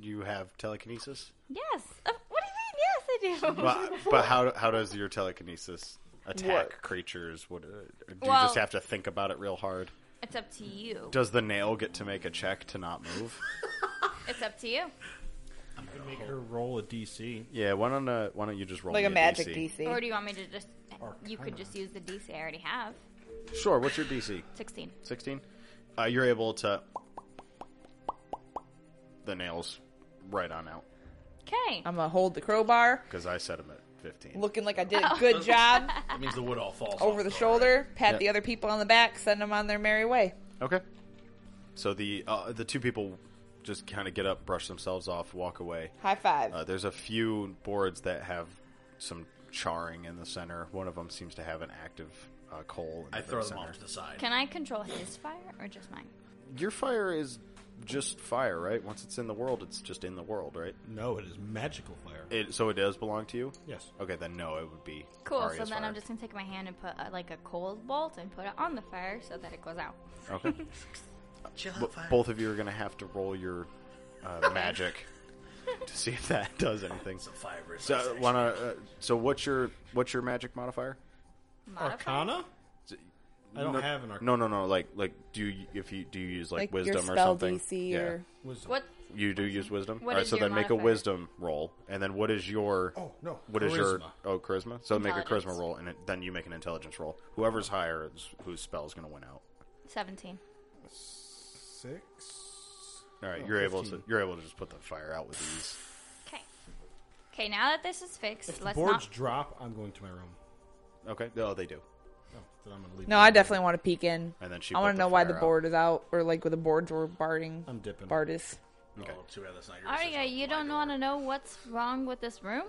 S3: you have telekinesis?
S6: Yes. Uh, what do you mean? Yes, I do.
S3: Well, but how how does your telekinesis attack
S4: Work.
S3: creatures? What uh, do you
S6: Well-
S3: just have to think about it real hard?
S6: it's up to you.
S3: Does the nail get to make a check to not move?
S6: It's up to you.
S5: Make her roll a DC.
S3: yeah, why don't uh, why don't you just roll
S4: Like
S3: me
S4: a magic DC.
S6: Or do you want me to just? You could just use the DC I already have.
S3: Sure. What's your DC?
S6: Sixteen.
S3: Sixteen. Uh, you're able to the nails right on out
S6: Okay.
S4: I'm gonna hold the crowbar,
S3: because I set them at fifteen.
S4: looking like I did
S6: Oh.
S4: a good job
S7: That means the wood all falls
S4: over
S7: off
S4: the
S7: door.
S4: shoulder. Pat
S3: Yeah.
S4: the other people on the back, send them on their merry way.
S3: Okay. So the uh, the two people just kind of get up, brush themselves off, walk away.
S4: High five.
S3: Uh, there's a few boards that have some charring in the center. One of them seems to have an active uh, coal. In the
S7: I throw
S3: very
S7: them
S3: center.
S7: off to the side.
S6: Can I control his fire or just mine?
S3: Your fire is just fire, right? Once it's in the world, it's just in the world, right?
S5: No, it is magical fire.
S3: It, so it does belong to you.
S5: yes.
S3: Okay, then no, it would be
S6: Cool.
S3: Arya's
S6: so then
S3: fire.
S6: I'm just gonna take my hand and put uh like a cold bolt and put it on the fire so that it goes out.
S3: okay.
S7: Chill out,
S3: But
S7: fire.
S3: both of you are gonna have to roll your uh, magic to see if that does anything.
S7: It's a fire versus
S3: So,
S7: action.
S3: wanna, uh, so what's your what's your magic modifier?
S6: Modifier?
S5: Arcana? I don't
S3: no,
S5: have an arcana.
S3: No, no, no. Like, like, do you, if you do you use like,
S4: like
S3: wisdom
S4: your
S3: or
S4: spell
S3: something?
S4: DC
S3: yeah.
S4: or
S5: Wisdom.
S6: What?
S3: You do use wisdom.
S6: What
S3: All right,
S6: is
S3: so
S6: your
S3: then make a
S6: modifier?
S3: wisdom roll, and then what is your?
S5: Oh, no,
S3: What is your?
S5: charisma.
S3: Oh, charisma. So make a charisma
S6: Intelligence.
S3: roll, and it, then you make an intelligence roll. Whoever's higher is whose spell's going to win out.
S6: Seventeen.
S5: Six?
S3: All
S7: Oh,
S3: right, you're able to you're able to just put the fire out with ease.
S6: Okay. Okay, now that this is fixed,
S5: If the
S6: let's
S5: boards
S6: not.
S5: drop, I'm going to my room.
S3: Okay. No, they do.
S5: Oh, then I'm gonna leave.
S4: No, I definitely want to peek in.
S3: And then she
S4: I want
S3: put
S4: to
S3: the
S4: know why
S3: fire
S4: the
S3: out.
S4: board is out, or like where the boards were barding.
S5: I'm dipping.
S4: Bardis.
S3: Okay.
S7: Oh, too bad that's not your decision.
S6: Arya, you don't want to know what's wrong with this room?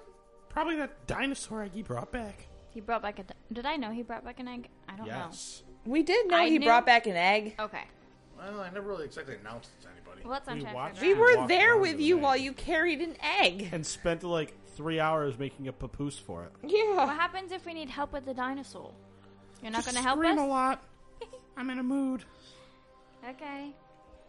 S5: Probably that dinosaur egg he brought back.
S6: He brought back a. d- Did I know he brought back an egg? I don't
S5: Yes.
S4: We did know
S6: I
S4: he
S6: knew-
S4: brought back an egg.
S6: know. Okay.
S7: Well, I never really exactly announced it to anybody.
S6: Well, that's
S5: We
S6: unfair.
S5: watched
S4: We
S5: We
S4: were
S5: walked
S4: there
S5: around
S4: with
S5: with
S4: you
S5: an
S4: while
S5: egg.
S4: you carried an egg.
S5: And spent like three hours making a papoose for it.
S6: What
S4: Yeah.
S6: happens if we need help with the dinosaur? You're not going to help
S5: Scream a
S6: us?
S5: lot. I'm in a mood.
S6: Okay.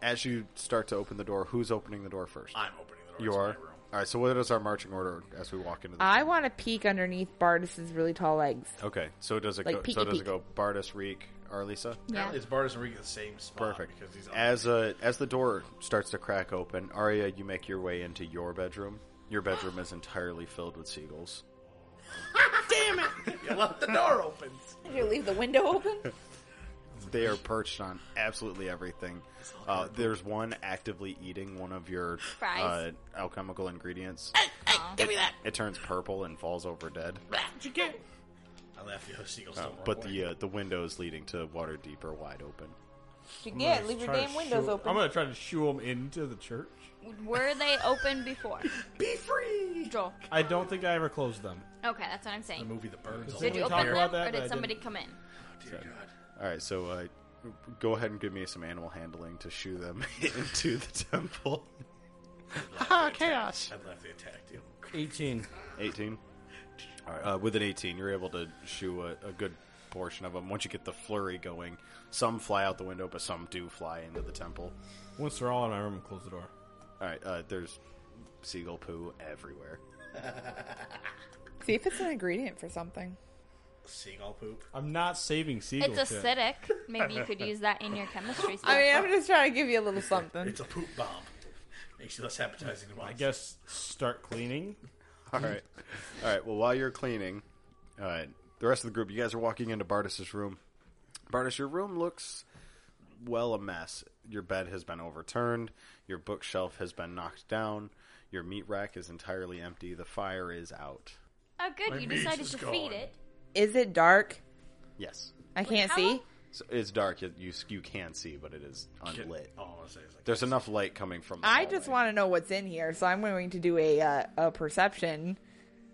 S3: As you start to open the door, who's opening the door first?
S7: I'm opening the door.
S3: you
S7: to
S3: are.
S7: My room.
S3: All right. So what is our marching order as we walk into the?
S4: I want to peek underneath Bardis's really tall legs.
S3: okay. So does it
S4: Like
S3: go?
S4: peeky
S3: so does
S4: peek.
S3: it go? Bardas, Reek, Arlisa.
S6: Yeah.
S7: Apparently, it's Bardas and Reek in the same spot.
S3: Perfect.
S7: Because he's
S3: As uh, as the door starts to crack open, Arya, you make your way into your bedroom. Your bedroom is entirely filled with seagulls.
S7: you left the door open.
S4: Did you leave the window open?
S3: They are perched on absolutely everything. Uh, there's one actively eating one of your
S6: Fries.
S3: Uh, alchemical ingredients.
S6: Aw.
S3: It turns purple and falls over dead.
S7: I left the seagulls.
S3: Uh,
S7: don't
S3: but
S7: work.
S3: the uh, the windows leading to water deep are wide open.
S4: You
S5: I'm
S4: get
S5: gonna
S4: leave your
S5: try to
S4: damn windows
S5: shoo- I'm
S4: open.
S5: gonna try to shoo him into the church.
S6: Were they open before? Be free! Joel.
S5: I don't think I ever closed them.
S6: Okay, that's what I'm
S7: the
S6: saying.
S7: movie The Birds.
S5: Did
S7: Oh,
S6: Did
S5: we
S6: you
S5: talk
S6: open
S5: about
S6: them,
S5: that?
S6: or
S5: I
S6: did somebody
S5: didn't.
S6: come in?
S7: dear God.
S3: All right, so uh, go ahead and give me some animal handling to shoo them into the temple.
S8: Ha! Chaos.
S7: I'd left the attack deal.
S5: 18.
S3: 18. All right, uh, with an 18, you're able to shoo a, a good portion of them. Once you get the flurry going, some fly out the window, but some do fly into the temple.
S5: Once they're all in my room, close the door.
S3: All right, uh, there's seagull poo everywhere.
S4: See if it's an ingredient for something.
S7: Seagull poop.
S5: I'm not saving seagull
S6: It's
S5: shit.
S6: acidic. Maybe you could use that in your chemistry stuff.
S4: I mean, I'm just trying to give you a little something.
S7: It's a poop bomb. Makes you less appetizing to watch.
S5: I guess start cleaning.
S3: All right, all right. Well, while you're cleaning, uh, the rest of the group, you guys are walking into Bartis's room. Bartis, your room looks well a mess. Your bed has been overturned. Your bookshelf has been knocked down. Your meat rack is entirely empty. The fire is out.
S6: oh, good. You
S7: meat
S6: decided
S7: is
S6: to
S7: gone.
S6: feed it.
S4: Is it dark?
S3: Yes.
S4: I can't
S6: how
S4: see.
S6: long-
S3: So it's dark. You, you you can see, but it is unlit.
S7: All I want to say is like,
S3: There's enough light coming from. The
S4: I just
S3: hallway.
S4: want to know what's in here, so I'm going to do a uh, a perception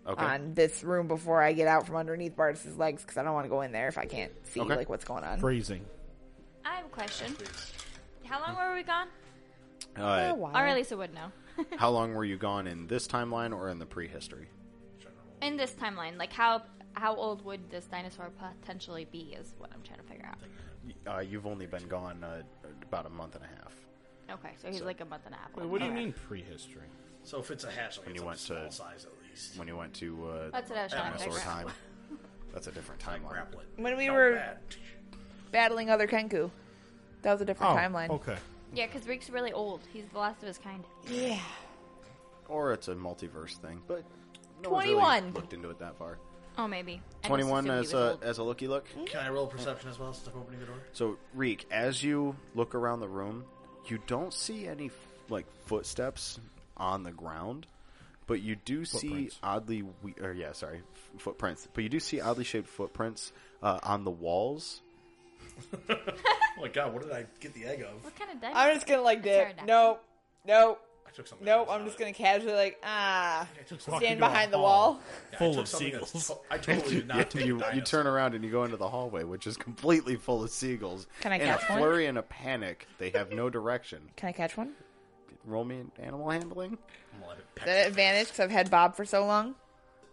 S3: Okay.
S4: on this room before I get out from underneath Bartis's legs because I don't want to go in there if I can't see
S3: Okay.
S4: like what's going on.
S5: Freezing.
S6: I have a question. How long were we gone?
S3: Uh,
S4: Oh, wow.
S6: Or at least I would know.
S3: how long were you gone in this timeline or in the prehistory?
S6: in this timeline, like how how old would this dinosaur potentially be? Is what I'm trying to figure out.
S3: Uh, you've only been gone uh, about a month and a half.
S6: Okay, so he's like a month and a half.
S5: Wait,
S6: old.
S5: what do you
S6: Okay.
S5: mean prehistory?
S7: so if it's a hatchling,
S3: When you
S7: it's you
S3: went
S7: small
S3: to-
S7: size at least.
S3: When you went to uh,
S6: That's what I was trying to
S3: dinosaur
S6: figure out.
S3: time. That's a different
S7: Like
S3: timeline.
S7: grappling.
S4: When we
S7: Not
S4: were-
S7: bad.
S4: Battling other Kenku. That was a
S7: Oh,
S4: different timeline.
S5: okay.
S6: Yeah, because Reek's really old. He's the last of his kind.
S4: Yeah.
S3: Or it's a multiverse thing, but no one's
S4: 21.
S3: really looked into it that far.
S6: Oh, maybe. I just
S3: Twenty-one
S6: assumed he
S3: as
S6: was
S3: a
S6: old.
S3: as a looky look.
S7: Can I roll perception as well since I'm opening the door?
S3: So, Reek, as you look around the room, you don't see any like footsteps on the ground, but you do see
S5: Footprints.
S3: oddly, we- or yeah, sorry, f- footprints. But you do see oddly shaped footprints uh, on the walls.
S7: Oh my god, what did I get the egg of?
S6: What kind of dinosaur?
S4: I'm just gonna like dip.
S6: pterodactyl.
S4: Nope. Nope.
S7: I took something.
S4: Nope.
S7: that was
S4: I'm
S7: not
S4: just
S7: it.
S4: gonna casually like ah
S5: Walk
S4: stand
S5: into a
S4: behind the
S5: hall
S4: wall.
S7: Yeah, I
S5: Full
S7: took
S5: of
S7: something that's
S5: seagulls.
S7: to- I totally did not take
S3: you, you
S7: dinosaur.
S3: turn around and you go into the hallway, which is completely full of seagulls.
S4: Can I
S3: in
S4: catch
S3: a
S4: one?
S3: flurry and a panic, they have no direction.
S4: Can I catch one?
S3: Roll me an animal handling.
S7: I'm gonna let it peck
S4: Is that advantage because I've had Bob for so long.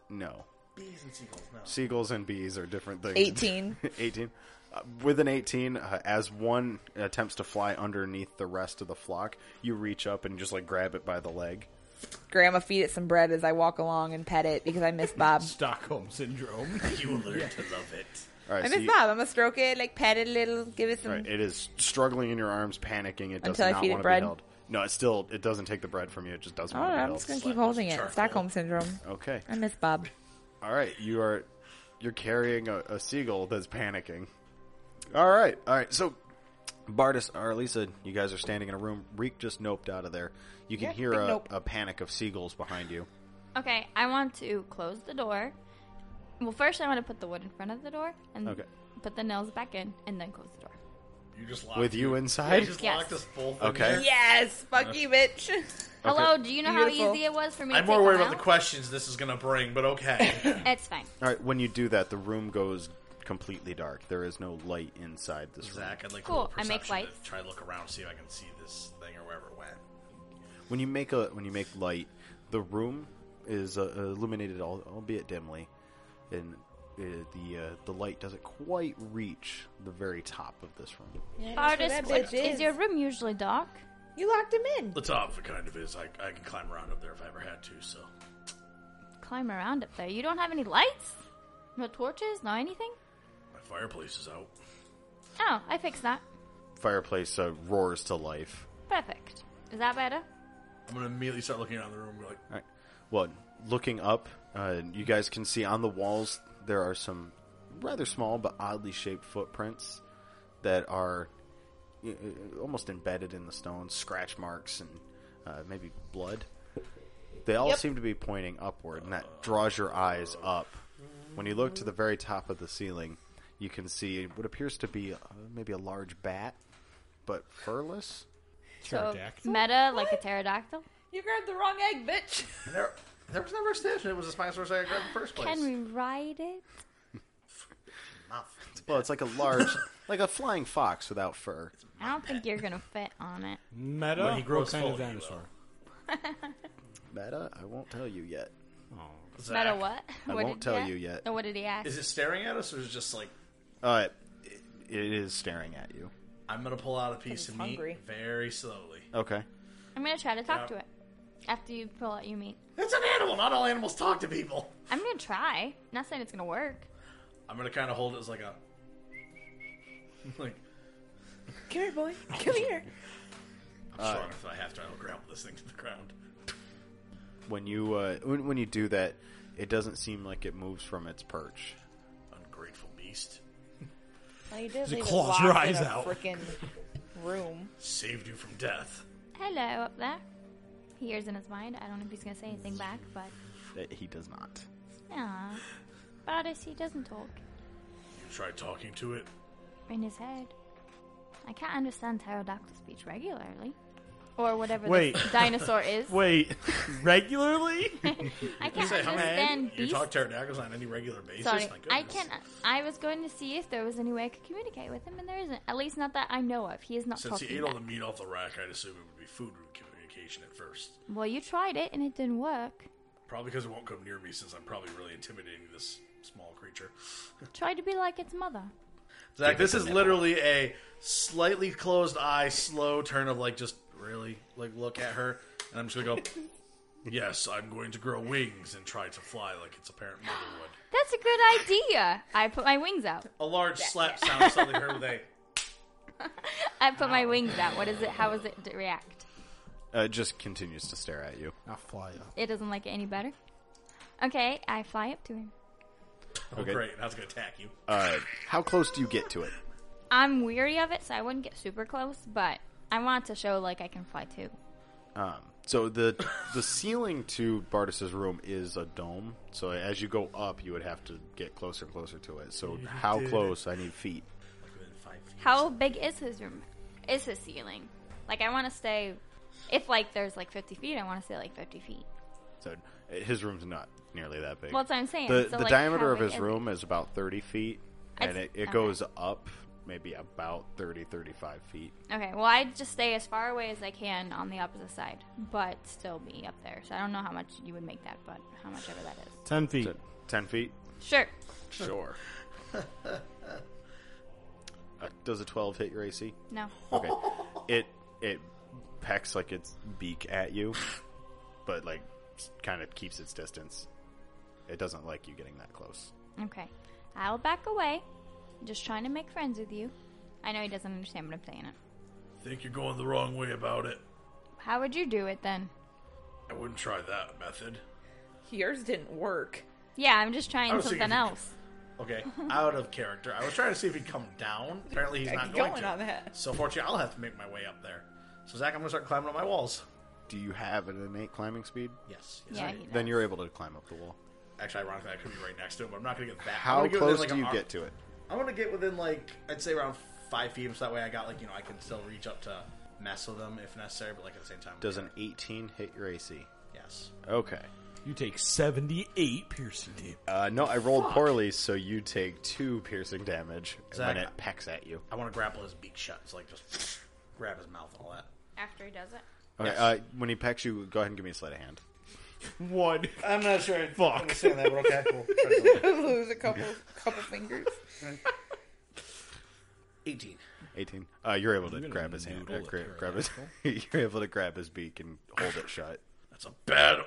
S3: No,
S7: Bees and seagulls. No.
S3: seagulls and bees are different things.
S4: 18.
S3: 18. Uh, with an 18, uh, as one attempts to fly underneath the rest of the flock, you reach up and just like grab it by the leg.
S4: Grandma feed it some bread as I walk along and pet it because I miss Bob.
S5: Stockholm syndrome.
S7: You will learn to love it.
S3: All right,
S4: I
S3: so
S4: miss
S3: you-
S4: Bob. I'm gonna stroke it, like pat it a little, give it some.
S3: all right, it is struggling in your arms, panicking. It does
S4: Until I
S3: not
S4: feed it
S3: want to be
S4: bread.
S3: held. No, it still it doesn't take the bread from you. It just doesn't
S4: I
S3: want
S4: don't
S3: to be
S4: know, I'm
S3: held.
S4: just gonna keep holding it. Stockholm syndrome.
S3: Okay.
S4: I miss Bob.
S3: All right, you are you're carrying a, a seagull that's panicking. All right, all right. So Bardis or Lisa, you guys are standing in a room. Reek just noped out of there. You can
S4: Yeah,
S3: hear
S4: big
S3: a,
S4: nope.
S3: a panic of seagulls behind you.
S6: Okay, I want to close the door. Well, first I want to put the wood in front of the door and
S3: Okay.
S6: put the nails back in, and then close the door.
S11: You just locked
S3: With you
S11: me.
S3: inside?
S11: You just
S6: Yes.
S11: locked us both.
S3: Okay.
S11: In there.
S4: Yes, fuck you, bitch.
S6: Hello, do you know how
S4: Beautiful.
S6: easy it was for me?
S11: I'm
S6: to take
S11: more worried
S6: them
S11: about the
S6: out?
S11: questions this is going to bring, but okay.
S6: It's fine.
S3: All right, when you do that, the room goes completely dark. There is no light inside this
S11: Zach, I'd like
S6: Cool,
S11: to roll
S6: I make
S11: perception to
S6: lights.
S11: try to look around, see if I can see this thing or wherever it went.
S3: room. When you make a when you make light, the room is uh, illuminated, al- albeit dimly, and uh, the uh, the light doesn't quite reach the very top of this room.
S6: Artist,
S4: that
S6: what-
S4: bitch
S6: is
S4: is.
S6: your room usually dark?
S4: You locked him in.
S11: The top it kind of is. I, I can climb around up there if I ever had to, so.
S6: Climb around up there. You don't have any lights? No torches? No anything?
S11: My fireplace is out.
S6: Oh, I fixed that.
S3: Fireplace uh, roars to life.
S6: Perfect. Is that better?
S11: I'm going to immediately start looking around the room like,
S3: All right. Well, looking up, uh, you guys can see on the walls there are some rather small but oddly shaped footprints that are uh, uh, almost embedded in the stone, scratch marks and uh, maybe blood. They all seem to be pointing upward, and that draws your eyes up. When you look to the very top of the ceiling, you can see what appears to be uh, maybe a large bat, but furless.
S6: So meta like a pterodactyl?
S4: You grabbed the wrong egg, bitch.
S11: there, there was never a statue. It was a Spinosaurus I grabbed in the first place.
S6: Can we ride it?
S3: Well, it's like a large, like a flying fox without fur.
S6: I don't think you're gonna fit on it.
S5: Meta.
S11: When he grows
S5: what kind
S11: full,
S5: of
S11: he
S5: dinosaur?
S3: Meta, I won't tell you yet.
S11: Zach,
S6: Meta what?
S3: I
S6: What
S3: won't
S6: did
S3: tell
S6: he
S3: you
S6: ask?
S3: yet.
S6: No, what did he ask?
S11: Is it staring at us or is it just like,
S3: Uh, it, it is staring at you.
S11: I'm going to pull out a piece of
S4: it's
S11: meat
S4: hungry.
S11: very slowly?
S3: Okay.
S6: I'm gonna try to talk
S11: Yeah.
S6: to it after you pull out your meat.
S11: It's an animal. Not all animals talk to people.
S6: I'm gonna try. Not saying it's gonna work.
S11: I'm going to kind of hold it as like a. Like,
S4: Come here, boy. Come here.
S11: I'm sure if I have to, I'll grapple this thing to the ground.
S3: When you uh, when, when you do that, it doesn't seem like it moves from its perch.
S11: Ungrateful beast.
S4: Well, you did
S5: it
S4: leave
S5: claws
S4: locked
S5: your
S4: in
S5: eyes
S4: a
S5: out?
S4: Freaking room.
S11: Saved you from death.
S6: Hello up there. He hears in his mind. I don't know if he's gonna say anything back, but
S3: It, he does not.
S6: yeah. Bodice, he doesn't talk
S11: You tried talking to it.
S6: in his head. I can't understand pterodactyl speech regularly. Or whatever
S5: Wait.
S6: this dinosaur is.
S5: Wait, regularly?
S6: I can't
S11: Say, "Hey,
S6: understand
S11: You
S6: beast.
S11: talk pterodactyls on any regular basis.
S6: Sorry,
S11: My
S6: I
S11: goodness.
S6: can. I was going to see if there was any way I could communicate with him, and there isn't. At least not that I know of. He is not
S11: Since
S6: talking.
S11: he ate all the
S6: back.
S11: meat off the rack, I'd assume it would be food communication at first.
S6: Well, you tried it and it didn't work.
S11: Probably because it won't come near me, since I'm probably really intimidating this small creature.
S6: Tried to be like its mother.
S11: Zach, this is literally a slightly closed eye, slow turn of like just really like look at her, and I'm just gonna go. yes, I'm going to grow wings and try to fly like its apparent mother would.
S6: That's a good idea. I put my wings out.
S11: A large slap sound suddenly heard with a.
S6: I put my wings out. What is it? How does it d- react?
S3: Uh, it just continues to stare at you.
S5: I fly up.
S6: It doesn't like it any better. Okay, I fly up to him.
S11: Oh,
S3: Okay.
S11: great! Now it's gonna attack you.
S3: Uh, how close do you get to it?
S6: I'm weary of it, so I wouldn't get super close, but I want to show like I can fly too.
S3: Um, so the the ceiling to Bardis's room is a dome. So as you go up, you would have to get closer and closer to it. So how close? I need feet.
S11: Like within five feet.
S6: How big is his room? Is his ceiling? Like I want to stay. If like there's like 50 feet, I want to stay like 50 feet.
S3: So eh, his room's not nearly that big.
S6: Well, that's what I'm saying.
S3: the
S6: So,
S3: the
S6: like,
S3: diameter
S6: how
S3: of
S6: big
S3: his
S6: is it?
S3: room is about 30 feet
S6: I
S3: and
S6: s-
S3: it, it
S6: okay.
S3: goes up maybe about 30 35 feet
S6: Okay, well, I just stay as far away as I can on the opposite side, but still be up there. So I don't know how much you would make that, but how much ever that is.
S5: Ten feet.
S3: So 10 feet
S6: Sure.
S3: sure uh, does a 12 hit your ac
S6: No.
S3: okay it it pecks like its beak at you but like kind of keeps its distance it doesn't like you getting that close
S6: Okay. I'll back away. Just trying to make friends with you. I know he doesn't understand what I'm saying. It.
S11: Think you're going the wrong way about it.
S6: How would you do it then?
S11: I wouldn't try that method.
S4: Yours didn't work.
S6: Yeah, I'm just
S11: I
S6: trying
S11: was
S6: something
S11: thinking-
S6: else.
S7: Okay, out of character. I was trying to see if he'd come down. Apparently, he's
S4: Okay,
S7: not
S4: keep
S7: going,
S4: going
S7: to.
S4: on that.
S7: So, fortunately, I'll have to make my way up there. So, Zach, I'm gonna start climbing up my walls.
S3: Do you have an innate climbing speed?
S7: Yes. yes.
S6: Yeah, you know.
S3: Then you're able to climb up the wall.
S7: Actually, ironically, I could be right next to it, but I'm not gonna get that.
S3: How close do you get to it?
S7: I'm gonna get within like I'd say around five feet, so that way I got like you know I can still reach up to mess with them if necessary, but like at the same time.
S3: Does an 18 hit your AC?
S7: yes.
S3: Okay.
S5: You take 78 piercing damage.
S3: Uh, no, I rolled poorly, so you take two piercing damage
S7: Zach,
S3: when it pecks at you.
S7: I want to grapple his beak shut, so like just grab his mouth and all that.
S6: After he does it.
S3: Okay, uh, when he pecks you, go ahead and give me a sleight of hand.
S5: One.
S7: I'm not sure.
S5: Fuck.
S7: Understand that, but okay, cool.
S4: Lose a couple couple fingers.
S7: Eighteen.
S3: 18. Uh, you're able to
S5: gonna
S3: grab his hand.
S5: noodle
S3: uh,
S5: a
S3: gra- grab his, you're able to grab his beak and hold it shut.
S7: That's a bad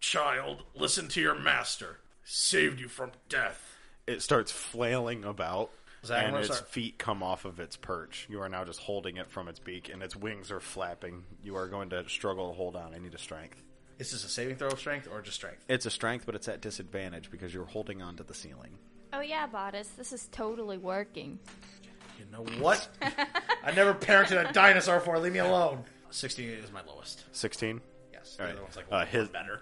S7: child. Listen to your master. Saved you from death.
S3: It starts flailing about,
S7: Zach, I'm
S3: and
S7: gonna
S3: its
S7: start-
S3: feet come off of its perch. You are now just holding it from its beak, and its wings are flapping. You are going to struggle to hold on. I need a strength.
S7: Is this a saving throw of strength or just strength?
S3: It's a strength, but it's at disadvantage because you're holding on to the ceiling.
S6: Oh yeah, Bodice, this is totally working.
S7: You know what? I never parented a dinosaur before. Leave me alone. Sixteen is my lowest.
S3: 16.
S7: Yes.
S3: All
S7: the
S3: right.
S7: other one's like
S3: Uh,
S7: one
S3: his-
S7: better.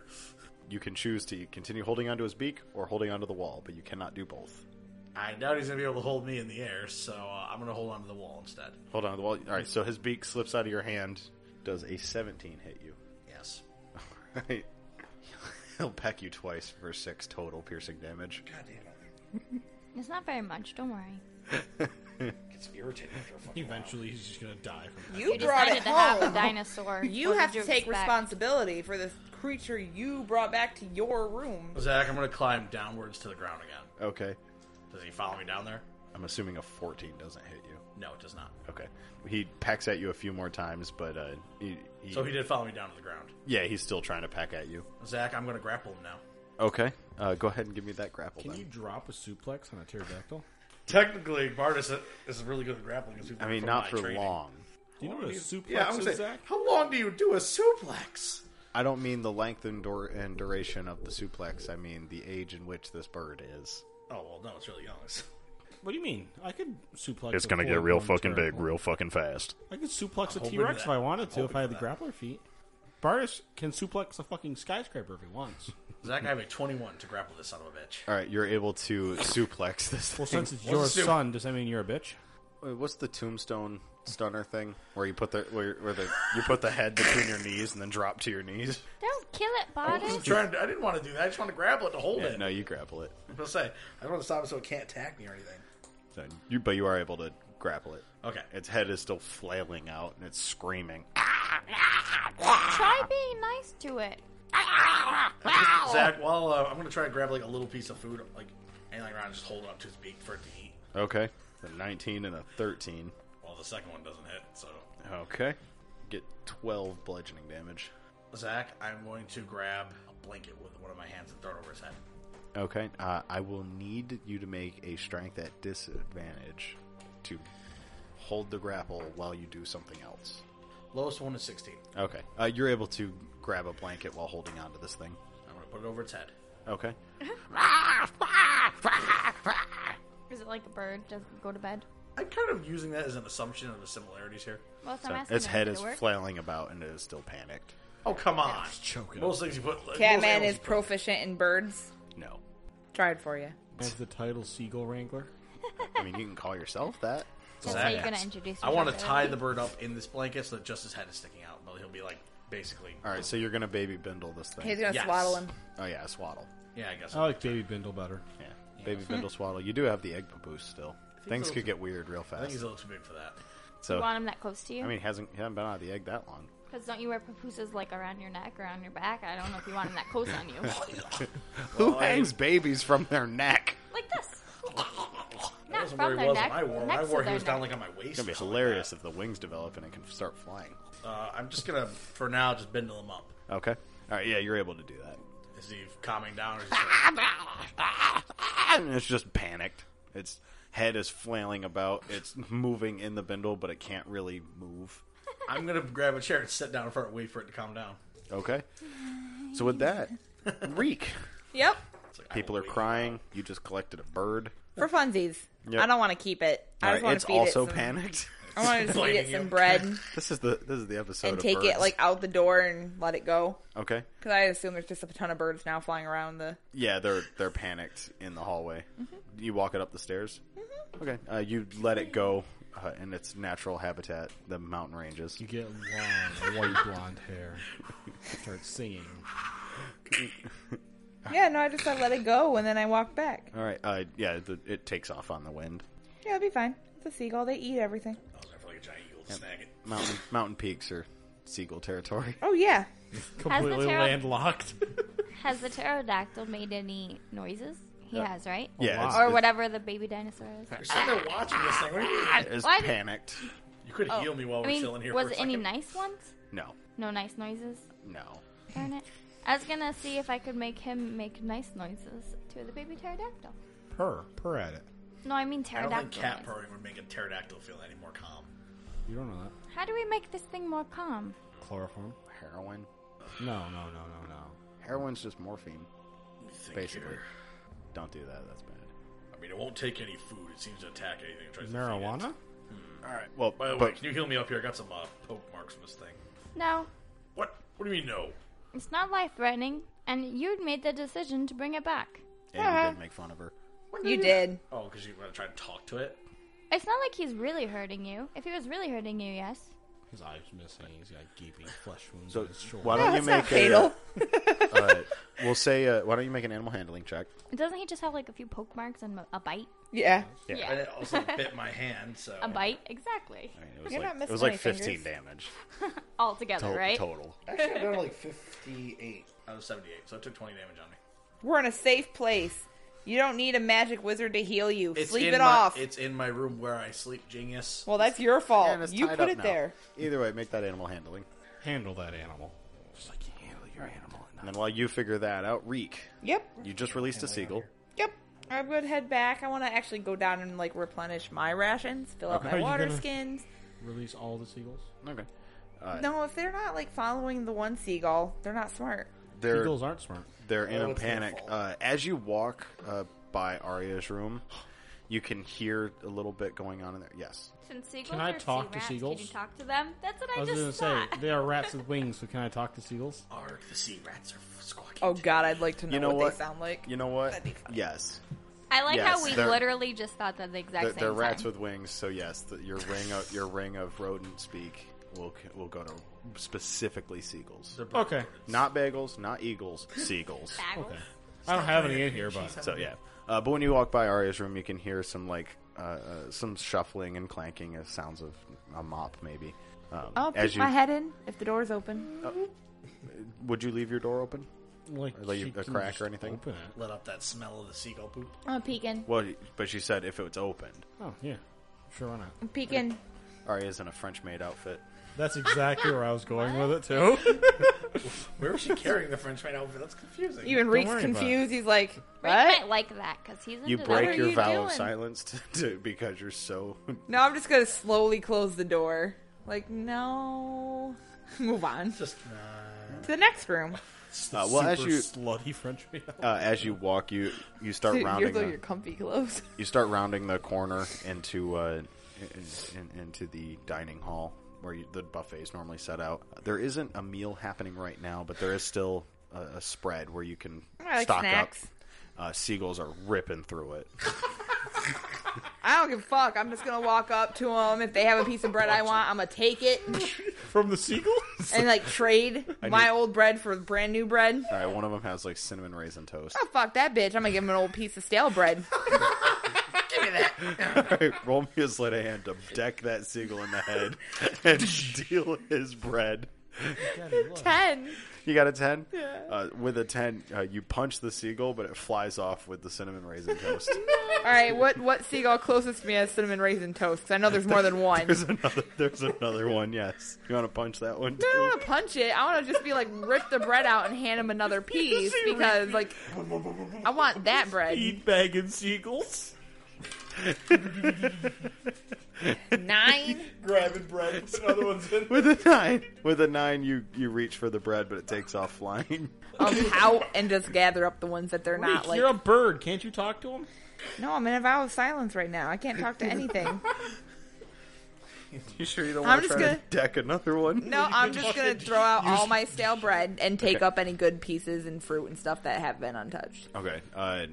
S3: You can choose to continue holding onto his beak or holding onto the wall, but you cannot do both.
S7: I doubt he's gonna be able to hold me in the air, so uh, I'm gonna hold onto the wall instead.
S3: Hold on to the wall. All right, so his beak slips out of your hand. Does a 17 hit you?
S7: Yes.
S3: All right. He'll peck you twice for six total piercing damage.
S7: God damn it!
S6: It's not very much, don't worry.
S7: It's irritating after a fucking
S5: Eventually, he's just going to die from
S4: You,
S6: You
S4: brought it
S6: decided to have a
S4: home.
S6: dinosaur.
S4: You
S6: What
S4: have
S6: did
S4: to take
S6: expect?
S4: responsibility for this creature you brought back to your room.
S7: while. Zach, I'm gonna climb downwards to the ground again.
S3: Okay.
S7: Does he follow me down there?
S3: I'm assuming a 14 doesn't hit you.
S7: No, it does not.
S3: Okay. He pecks at you a few more times, but uh, he, he,
S7: So he did follow me down to the ground.
S3: Yeah, he's still trying to peck at you.
S7: Zach, I'm gonna grapple him now.
S3: Okay. Uh, go ahead and give me that grapple
S5: Can
S3: then.
S5: you drop a suplex on a pterodactyl?
S7: Technically, Bardis is really good at grappling. Because
S3: I mean, not for long.
S5: Do you know what a suplex
S7: Yeah, I'm
S5: is,
S7: gonna say,
S5: Zach?
S7: how long do you do a suplex?
S3: I don't mean the length and, dur- and duration of the suplex. I mean the age in which this bird is.
S7: Oh well, no, it's really young.
S5: What do you mean? I could suplex.
S1: It's
S5: a
S1: gonna get
S5: full
S1: real
S5: grown
S1: fucking big,
S5: pterodactyl.
S1: real fucking fast.
S5: I could suplex a
S7: hoping
S5: T Rex
S7: for
S5: if I
S7: that.
S5: wanted to,
S7: I'm
S5: if I had the
S7: hoping
S5: grappler feet. Bartis can suplex a fucking skyscraper if he wants.
S7: Zach, I have a 21 to grapple this son of a bitch.
S3: All right, you're able to suplex this.
S5: Well,
S3: thing.
S5: since it's your
S7: soup?
S5: son, does that mean you're a bitch?
S3: Wait, what's the tombstone stunner thing where you put the where, where the you put the head between your knees and then drop to your knees?
S6: Don't kill it,
S7: I, wasn't
S6: Bodice.
S7: trying to, I didn't want to do that. I just want to grapple it to hold it.
S3: no, you grapple it.
S7: I'm gonna say I just want to stop it so it can't attack me or anything.
S3: So you, but you are able to grapple it.
S7: Okay.
S3: Its head is still flailing out and it's screaming.
S6: Try being nice to it.
S7: Zach, while uh, I'm gonna try to grab like a little piece of food, like anything around, and just hold it up to his beak for it to eat.
S3: Okay, the 19 and a 13.
S7: Well, the second one doesn't hit, so
S3: Okay, get 12 bludgeoning damage.
S7: Zach, I'm going to grab a blanket with one of my hands and throw it over his head.
S3: Okay, uh, I will need you to make a strength at disadvantage to hold the grapple while you do something else.
S7: Lowest one is 16.
S3: Okay, uh, you're able to grab a blanket while holding onto this thing.
S7: I'm gonna put it over its head.
S3: Okay.
S6: Is it like a bird? Does it go to bed?
S7: I'm kind of using that as an assumption of the similarities here.
S6: Well, it's
S3: So
S6: not asking
S3: its
S6: it
S3: head
S6: to
S3: is
S6: work.
S3: flailing about and it is still panicked.
S7: Oh come on!
S5: choking.
S7: Most things you put. Like,
S4: Catman
S7: most
S4: is proficient in birds.
S3: No.
S4: Tried for you.
S5: I have the title Seagull Wrangler.
S3: I mean, you can call yourself that.
S6: That's how you're gonna introduce.
S7: I want to
S6: yourself
S7: tie
S6: early.
S7: the bird up in this blanket so that just his head is sticking out, but he'll be like basically.
S3: All right, so you're going to baby bindle this thing.
S4: He's gonna
S7: Yes.
S4: swaddle him.
S3: Oh, yeah, swaddle.
S7: Yeah, I guess.
S5: I like Baby Bindle better.
S3: Yeah. Baby bindle, swaddle. You do have the egg papoose still. Things
S7: those-
S3: could get weird real
S7: I think he's
S3: fast.
S7: a little too big for that.
S6: You
S3: So,
S6: want
S3: I
S6: him that close to you?
S3: mean, he hasn't, he hasn't been out of the egg that long.
S6: Because don't you wear papooses like around your neck, around your back? I don't know if you want them that close on you.
S3: Who hangs babies from their neck?
S6: like this.
S7: That
S6: Not
S7: wasn't where
S6: from
S7: he
S6: their
S7: was
S6: neck.
S7: when I wore. When I
S6: next
S7: wore,
S6: to
S7: he
S6: their
S7: was down
S6: neck.
S7: like on my waist.
S3: It's going to
S7: or
S3: be
S7: something
S3: hilarious
S7: Like
S3: if the wings develop and it can start flying.
S7: that. uh, I'm just gonna, for now, just bindle him up.
S3: Okay. All right, yeah, you're able to do that.
S7: Is he calming down? Or is he just like,
S3: And it's just panicked. Its head is flailing about. It's moving in the bindle, but it can't really move.
S7: I'm gonna grab a chair and sit down in front and wait for it to calm down.
S3: Okay. So with that, Reek.
S4: Yep.
S7: It's like, I
S3: People
S7: will
S3: are
S7: wait.
S3: crying. You just collected a bird.
S4: for funsies.
S3: Yep.
S4: I don't want to keep it. I just
S3: Alright,
S4: want
S3: it's
S4: to feed
S3: also
S4: it some.
S3: panicked.
S4: I want to just feed it
S7: Blaming
S4: some
S7: you.
S4: bread
S3: this is the this is the episode
S4: and
S3: of
S4: take it
S3: birds.
S4: like out the door and let it go.
S3: okay.
S4: Because I assume there's just a ton of birds now flying around the.
S3: Yeah, they're they're panicked in the hallway. You walk it up the stairs. Okay, uh, you let it go uh, in its natural habitat, the mountain ranges.
S5: You get long, white blonde hair. Start singing.
S4: Yeah, no, I just I let it go and then I walk back.
S3: All right, uh, yeah, the, it takes off on the wind.
S4: Yeah, it'll be fine. It's a seagull. They eat everything.
S7: I was after like a giant eagle to snag it.
S3: Mountain mountain peaks are seagull territory.
S4: Oh yeah,
S5: Completely
S6: tarot-
S5: landlocked.
S6: Has the pterodactyl made any noises? He has, right?
S3: Yeah, it's,
S6: Or
S3: it's-
S6: whatever the baby dinosaur is.
S7: You're sitting there watching this thing. What are you doing?
S3: it's
S6: Why did-
S3: panicked.
S7: You could heal me while
S6: Oh, I
S7: we're
S6: mean,
S7: chilling here.
S6: was
S7: for a
S6: it any
S7: second.
S6: nice ones?
S3: No,
S6: No nice noises.
S3: no.
S6: Darn it. I was gonna see if I could make him make nice noises to the baby pterodactyl.
S5: Purr. Purr at it.
S6: No, I mean
S7: I
S6: pterodactyl.
S7: don't think cat
S6: noises.
S7: purring would make a pterodactyl feel any more calm.
S5: You don't know that.
S6: How do we make this thing more calm?
S5: Chloroform?
S3: Heroin.
S5: No, no, no, no, no.
S3: Heroin's just morphine,
S7: Let me think
S3: basically.
S7: here.
S3: Don't do that. That's bad.
S7: I mean, it won't take any food. It seems to attack anything it tries to feed
S5: Marijuana?
S7: it.
S3: All right. Well,
S7: By the way,
S3: but
S7: can you heal me up here? I got some uh, poke marks from this thing.
S6: No,
S7: What? What do you mean no?
S6: it's not life threatening, and you'd made the decision to bring it back.
S3: and you did make fun of her.
S4: you did.
S7: Oh, because you want to try and talk to it?
S6: It's not like he's really hurting you. If he was really hurting you, yes.
S5: His eye's missing. He's got gaping flesh wounds
S3: So
S5: on his shoulder.
S3: why don't you
S4: That's not
S3: make a?
S4: fatal.
S3: Uh, uh, we'll say uh, why don't you make an animal handling check?
S6: Doesn't he just have like a few poke marks and a bite?
S4: Yeah,
S7: And it also bit my hand, so.
S6: A bite, exactly.
S3: I mean, it was
S4: You're
S3: like,
S4: not missing
S3: it was like
S4: any
S3: 15
S4: fingers.
S3: damage
S6: All together,
S3: to-
S6: right?
S3: total.
S7: Actually, I got like 58. I was 78, so it took 20 damage on me.
S4: we're in a safe place. You don't need a magic wizard to heal you. Sleep
S7: in
S4: it
S7: my,
S4: off.
S7: It's in my room where I sleep, genius.
S4: Well, that's your
S3: And
S4: fault.
S3: it's
S4: You
S3: tied
S4: put
S3: up
S4: it
S3: now.
S4: there.
S3: Either way, make that animal handling.
S5: Handle that animal. Just like you handle your animal.
S3: And then while you figure that out, Reek,
S4: Yep.
S3: you just released a seagull.
S4: Yep. I'm gonna head back. I want to actually go down and like replenish my rations, fill out
S5: Are
S4: my
S5: you
S4: water
S5: gonna-
S4: skins.
S5: Release all the seagulls.
S3: Okay.
S4: No, if they're not like following the one seagull, they're not smart.
S3: They're
S5: Seagulls aren't smart.
S3: they're in a
S7: it's their
S3: panic.
S7: fault.
S3: Uh, as you walk uh, by Arya's room, you can hear a little bit going on in there. Yes.
S6: Since seagulls
S5: Can I talk
S6: are sea
S5: to
S6: rats, Can
S5: seagulls?
S6: you talk to them? That's what I,
S5: I was
S6: just
S5: gonna say
S6: thought.
S5: they are rats with wings. So can I talk to seagulls?
S7: Arg, the sea rats are squawking.
S4: Oh God, I'd like to know,
S3: You know
S4: what,
S3: what?
S4: they sound like.
S3: You know what?
S4: That'd be fun.
S3: Yes.
S6: I like
S3: Yes,
S6: how we
S3: they're-
S6: literally just thought that the exact
S3: They're,
S6: same
S3: they're rats
S6: time.
S3: with wings, so yes, the, your ring of your ring of rodent speak will c- will go to specifically seagulls.
S5: Okay.
S3: Not bagels, not eagles, seagulls.
S6: Bagels.
S5: Okay. I don't have any in here, but
S3: So yeah, uh, but when you walk by Arya's room, you can hear some like uh, uh, some shuffling and clanking as sounds of a mop, maybe. Um,
S4: I'll
S3: as
S4: peek
S3: you
S4: my head in if the door's open.
S3: would you leave your door open?
S5: like,
S3: Like
S5: she
S3: a
S5: can
S3: crack
S5: just
S3: or anything?
S5: Open it.
S7: Let up that smell of the seagull poop.
S4: I'm peeking.
S3: Well, but she said if it was opened.
S5: Oh yeah, sure why not?
S4: I'm peeking.
S3: Arya's in a French maid outfit.
S5: That's exactly where I was going with it too.
S7: Where was she carrying the French right over? That's confusing.
S4: Even Reek's
S5: worry about
S4: confused. He's like,
S6: Rick
S4: "What?"
S6: might like that because he's into
S3: You
S6: that.
S3: break your
S4: you
S3: vow
S4: doing?
S3: of silence to, to, because you're so.
S4: No, I'm just gonna slowly close the door. Like, no. Move on
S7: just
S4: to the next room.
S3: Uh, well, as
S5: Super
S3: you
S5: slutty French man.
S3: uh, as you walk, you you start
S4: Dude,
S3: rounding
S4: you're
S3: the,
S4: your comfy clothes.
S3: you start rounding the corner into uh, in, in, into the dining hall where you, the buffet is normally set out. There isn't a meal happening right now, but there is still a, a spread where you can
S4: I like
S3: stock
S4: snacks.
S3: up. Uh, seagulls are ripping through it.
S4: I don't give a fuck. I'm just gonna walk up to them. If they have a piece of bread I want, I'm gonna take it
S5: From the seagulls?
S4: and like trade my
S3: need-
S4: old bread for brand new bread.
S3: All right, one of them has like cinnamon raisin toast.
S4: Oh, fuck that bitch. I'm gonna give him an old piece of stale bread.
S3: All right, roll me a sleight of hand to deck that seagull in the head and deal his bread.
S4: Ten.
S3: You got a ten. Yeah. Uh, with a ten, uh, you punch the seagull, but it flies off with the cinnamon raisin toast.
S4: All right, what what seagull closest to me has cinnamon raisin toast? 'Cause I know there's more than one.
S3: There's another. There's another one. Yes. You want to punch that one
S4: I don't
S3: too?
S4: want to punch it. I want to just be like, rip the bread out and hand him another piece because, like, I want that bread.
S5: Eat bag and seagulls.
S4: Nine.
S5: Grabbing bread. Another one's in.
S3: With a nine. With a nine, you you reach for the bread, but it takes off flying.
S4: Um, out and just gather up the ones that they're not like.
S5: You're a bird. Can't you talk to him?
S4: No, I'm in a vow of silence right now. I can't talk to anything.
S3: You sure you don't
S4: I'm
S3: want to
S4: just
S3: try to
S4: gonna-
S3: deck another one?
S4: No, I'm just gonna throw out all my stale bread and take up any good pieces and fruit and stuff that have been untouched.
S3: Okay. Uh,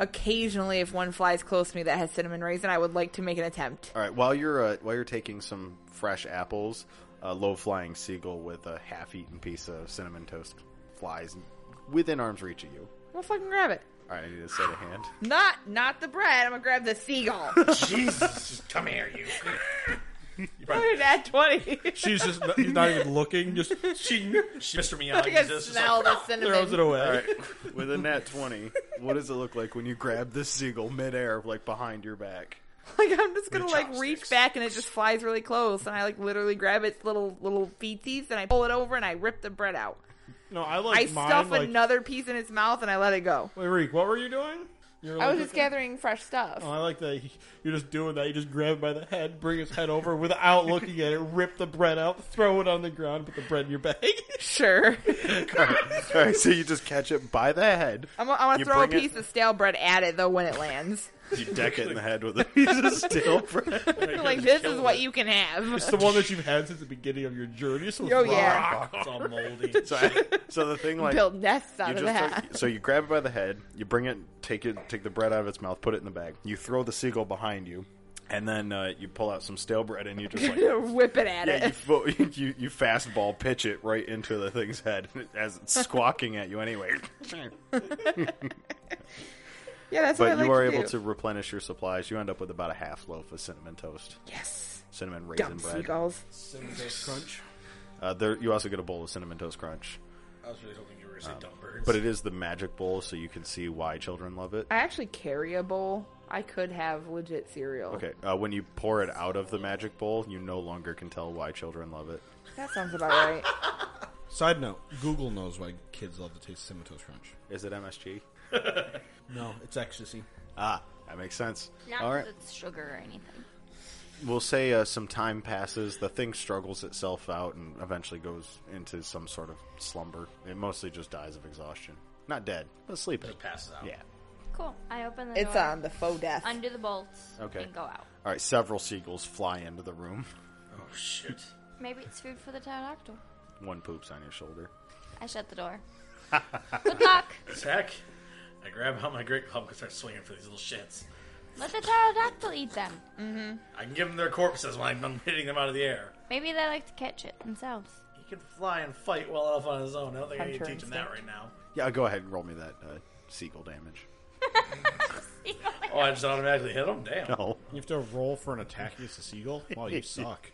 S4: Occasionally, if one flies close to me that has cinnamon raisin, I would like to make an attempt.
S3: all right. While you're uh, while you're taking some fresh apples, a low flying seagull with a half eaten piece of cinnamon toast flies within arm's reach of you.
S4: Well, fucking grab it.
S3: All right, I need a set of hand.
S4: Not, not the bread. I'm gonna grab the seagull.
S7: Jesus, just come here, you.
S4: At twenty,
S5: She's just not, he's not even looking. Just
S7: She, she Mr.
S4: I
S7: Miyagi
S4: can
S7: just is
S4: smell
S7: like,
S4: the
S5: throws it
S4: cinnamon.
S5: away.
S3: With a nat twenty, what does it look like when you grab this seagull midair, like behind your back?
S4: Like I'm just gonna
S7: With
S4: like reach
S7: chopsticks.
S4: back and it just flies really close, and I like literally grab its little little feeties and I pull it over and I rip the bread out.
S5: No, I like
S4: I
S5: mine.
S4: stuff
S5: like,
S4: another piece in its mouth and I let it go.
S5: Wait, Reek, what were you doing? You were
S4: I
S5: like
S4: was just
S5: looking-
S4: gathering fresh stuff.
S5: Oh, I like that. he- You're just doing that. You just grab it by the head, bring his head over without looking at it, rip the bread out, throw it on the ground, put the bread in your bag.
S4: Sure.
S3: All right, all right, so you just catch it by the head.
S4: I'm, I want
S3: You
S4: to throw a
S3: bring it-
S4: piece of stale bread at it though when it lands.
S3: You deck it in the head with a piece of stale bread.
S4: like this is what you can have.
S5: It's the one that you've had since the beginning of your journey. So it's
S4: Oh, yeah.
S5: rock.
S7: it's all moldy.
S3: So, I- so the thing like
S4: Build nests
S3: you
S4: out of
S3: just
S4: that.
S3: took- so you grab it by the head, you bring it, take it, take the bread out of its mouth, put it in the bag. You throw the seagull behind you, and then uh, you pull out some stale bread and you just like
S4: Whip it at
S3: yeah, you,
S4: it.
S3: fo- you you fastball pitch it right into the thing's head as it's squawking at you anyway.
S4: Yeah, that's what I
S3: But
S4: like
S3: you are
S4: to
S3: able
S4: do.
S3: to replenish your supplies. You end up with about a half loaf of cinnamon toast,
S4: Yes.
S3: cinnamon raisin
S4: Dumb
S3: bread.
S4: seagulls.
S5: crunch.
S3: Uh, there, you also get a bowl of cinnamon toast crunch,
S7: I was really hoping you were going to say dumb birds.
S3: but it is the magic bowl, so you can see why children love it.
S4: I actually carry a bowl. I could have legit cereal.
S3: Okay, uh, when you pour it out of the magic bowl, you no longer can tell why children love it.
S4: That sounds about right.
S5: Side note: Google knows why kids love to taste cinnamon toast crunch.
S3: Is it MSG?
S5: No, it's ecstasy.
S3: Ah, that makes sense.
S6: Not
S3: All
S6: that
S3: right,
S6: it's sugar or anything.
S3: we'll say uh, some time passes. The thing struggles itself out and eventually goes into some sort of slumber. It mostly just dies of exhaustion. Not dead, but sleeping.
S7: Just passes out.
S3: Yeah.
S6: Cool. I open the
S4: It's
S6: door,
S4: on the faux death.
S6: undo the bolts,
S3: Okay.
S6: and go out.
S3: All right, several seagulls fly into the room.
S7: Oh, shit.
S6: Maybe it's food for the pterodactyl.
S3: One poops on your shoulder.
S6: I shut the door. Good luck.
S7: Zach, I grab out my great club and start swinging for these little shits.
S6: Let the pterodactyl eat them.
S7: I can give them their corpses when I'm done hitting them out of the air.
S6: Maybe they like to catch it themselves.
S7: He can fly and fight well enough on his own. I don't think I need to
S4: Hunter
S7: teach him that right
S4: instinct.
S7: now.
S3: Yeah, go ahead and roll me that uh, seagull damage.
S7: Oh, I just automatically hit him? Damn.
S3: Oh,
S5: You have to roll for an attack against a seagull. Wow, you suck.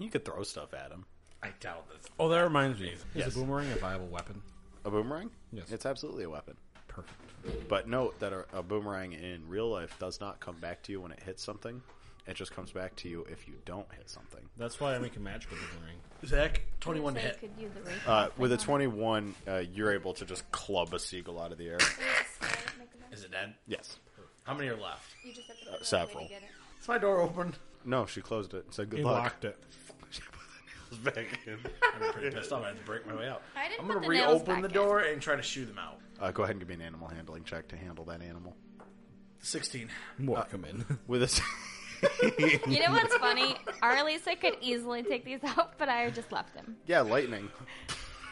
S3: you could throw stuff at him.
S7: I doubt this.
S5: Oh, that reminds me. Is
S3: Yes.
S5: a boomerang a viable weapon?
S3: A boomerang?
S5: Yes.
S3: It's absolutely a weapon.
S5: Perfect.
S3: But note that a, a boomerang in real life does not come back to you when it hits something. It just comes back to you if you don't hit something.
S5: That's why I make a magical boomerang.
S7: Zach, 21 to
S6: They
S7: hit.
S6: could do the
S3: Uh, with a 21, uh, you're able to just club a seagull out of the air.
S7: Is it dead?
S3: Yes.
S7: How many are left?
S3: Several.
S7: Is my door open?
S3: No, she closed it and said good
S5: He
S3: luck.
S5: locked it.
S7: I'm pretty pissed off. I have to break my way out.
S6: I didn't
S7: I'm
S6: put
S7: gonna
S6: the nails
S7: reopen
S6: back
S7: the
S6: in.
S7: door and try to shoo them out.
S3: Uh, go ahead and give me an animal handling check to handle that animal.
S7: 16.
S5: Walk him in.
S3: With a. s-
S6: You know what's funny? Our Lisa could easily take these out, but I just left them.
S3: yeah, lightning.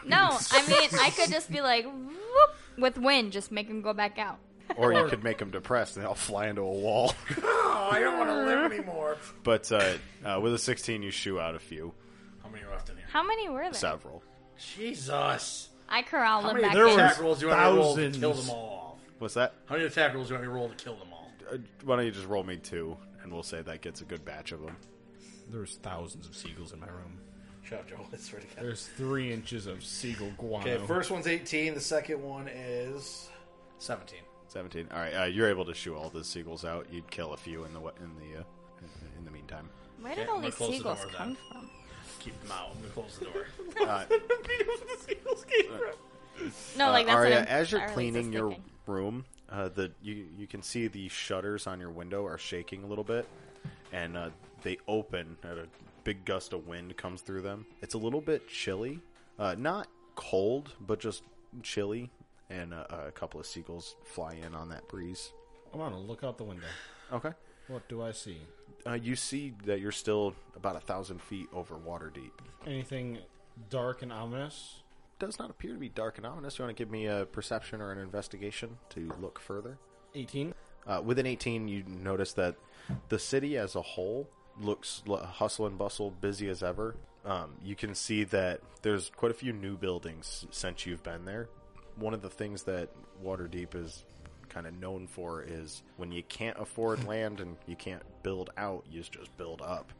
S6: No, I mean I could just be like whoop with wind, just make them go back out.
S3: Or you could make them depressed and they'll fly into a wall.
S7: Oh, I don't want to live anymore.
S3: But uh, uh, with a 16, you shoo out a few,
S7: How many are left in here?
S6: How many were there?
S3: several.
S7: Jesus.
S6: I corral
S7: How
S6: them
S7: many
S6: back
S5: there
S6: in.
S5: were-
S7: attack rolls do you want me to roll to
S5: thousands.
S7: kill them all off?
S3: What's that?
S7: How many attack rolls do you want me to roll to kill them all?
S3: Uh, why don't you just roll me two, and we'll say that gets a good batch of them.
S5: There's thousands of seagulls in my room.
S7: Shut up, Joel. I swear to God.
S5: There's three inches of seagull guano.
S7: Okay, first one's 18. The second one is 17.
S3: 17. All right, uh, you're able to shoo all the seagulls out. You'd kill a few in the wa- in the uh, in the meantime.
S6: Where did
S7: Yeah,
S6: all
S7: I'm gonna
S6: these
S7: close the
S6: seagulls
S7: door then.
S6: come from?
S7: Keep them out. I'm going to close the door.
S6: No, like
S3: uh,
S6: that's
S3: Arya,
S6: what I'm,
S3: as you're
S6: our Lisa's
S3: cleaning your
S6: thinking.
S3: room, uh, the you you can see the shutters on your window are shaking a little bit, and uh, they open. And a big gust of wind comes through them. It's a little bit chilly, uh, not cold, but just chilly. And uh, a couple of seagulls fly in on that breeze.
S5: I'm gonna look out the window.
S3: Okay.
S5: What do I see?
S3: Uh, you see that you're still about a thousand feet over water deep.
S5: Anything dark and ominous?
S3: Does not appear to be dark and ominous. You want to give me a perception or an investigation to look further?
S5: 18.
S3: Uh, within 18, you notice that the city as a whole looks l- hustle and bustle, busy as ever. Um, you can see that there's quite a few new buildings since you've been there. One of the things that Waterdeep is kind of known for is when you can't afford land and you can't build out, you just build up.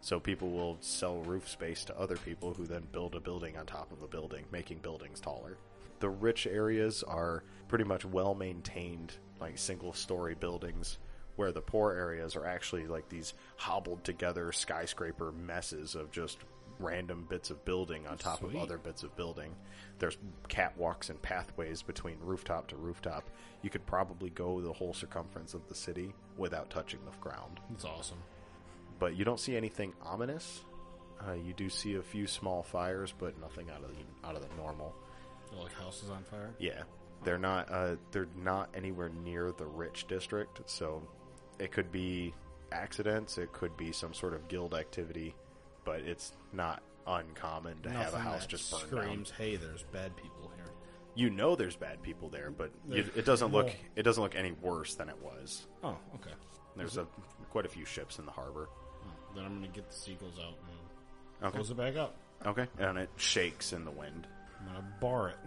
S3: So people will sell roof space to other people who then build a building on top of a building, making buildings taller the rich areas are pretty much well maintained, like single story buildings, where the poor areas are actually like these hobbled together skyscraper messes of just random bits of building on top of other bits of building. There's catwalks and pathways between rooftop to rooftop. You could probably go the whole circumference of the city without touching the ground
S5: That's awesome.
S3: but you don't see anything ominous. Uh, you do see a few small fires, but nothing out of the out of the normal.
S5: They're like houses on fire.
S3: Yeah, they're not uh, they're not anywhere near the rich district, so it could be accidents, it could be some sort of guild activity, but it's not uncommon to have a
S5: Nothing
S3: house
S5: that
S3: just burned down.
S5: screams, "Hey, there's bad people here."
S3: You know there's bad people there, but you, it doesn't look it doesn't look any worse than it was.
S5: Oh, okay.
S3: There's a
S5: Mm-hmm.
S3: quite a few ships in the harbor.
S5: Oh, then I'm gonna get the seagulls out and
S3: Okay,
S5: close it back up.
S3: okay, and it shakes in the wind.
S5: I'm gonna bar it.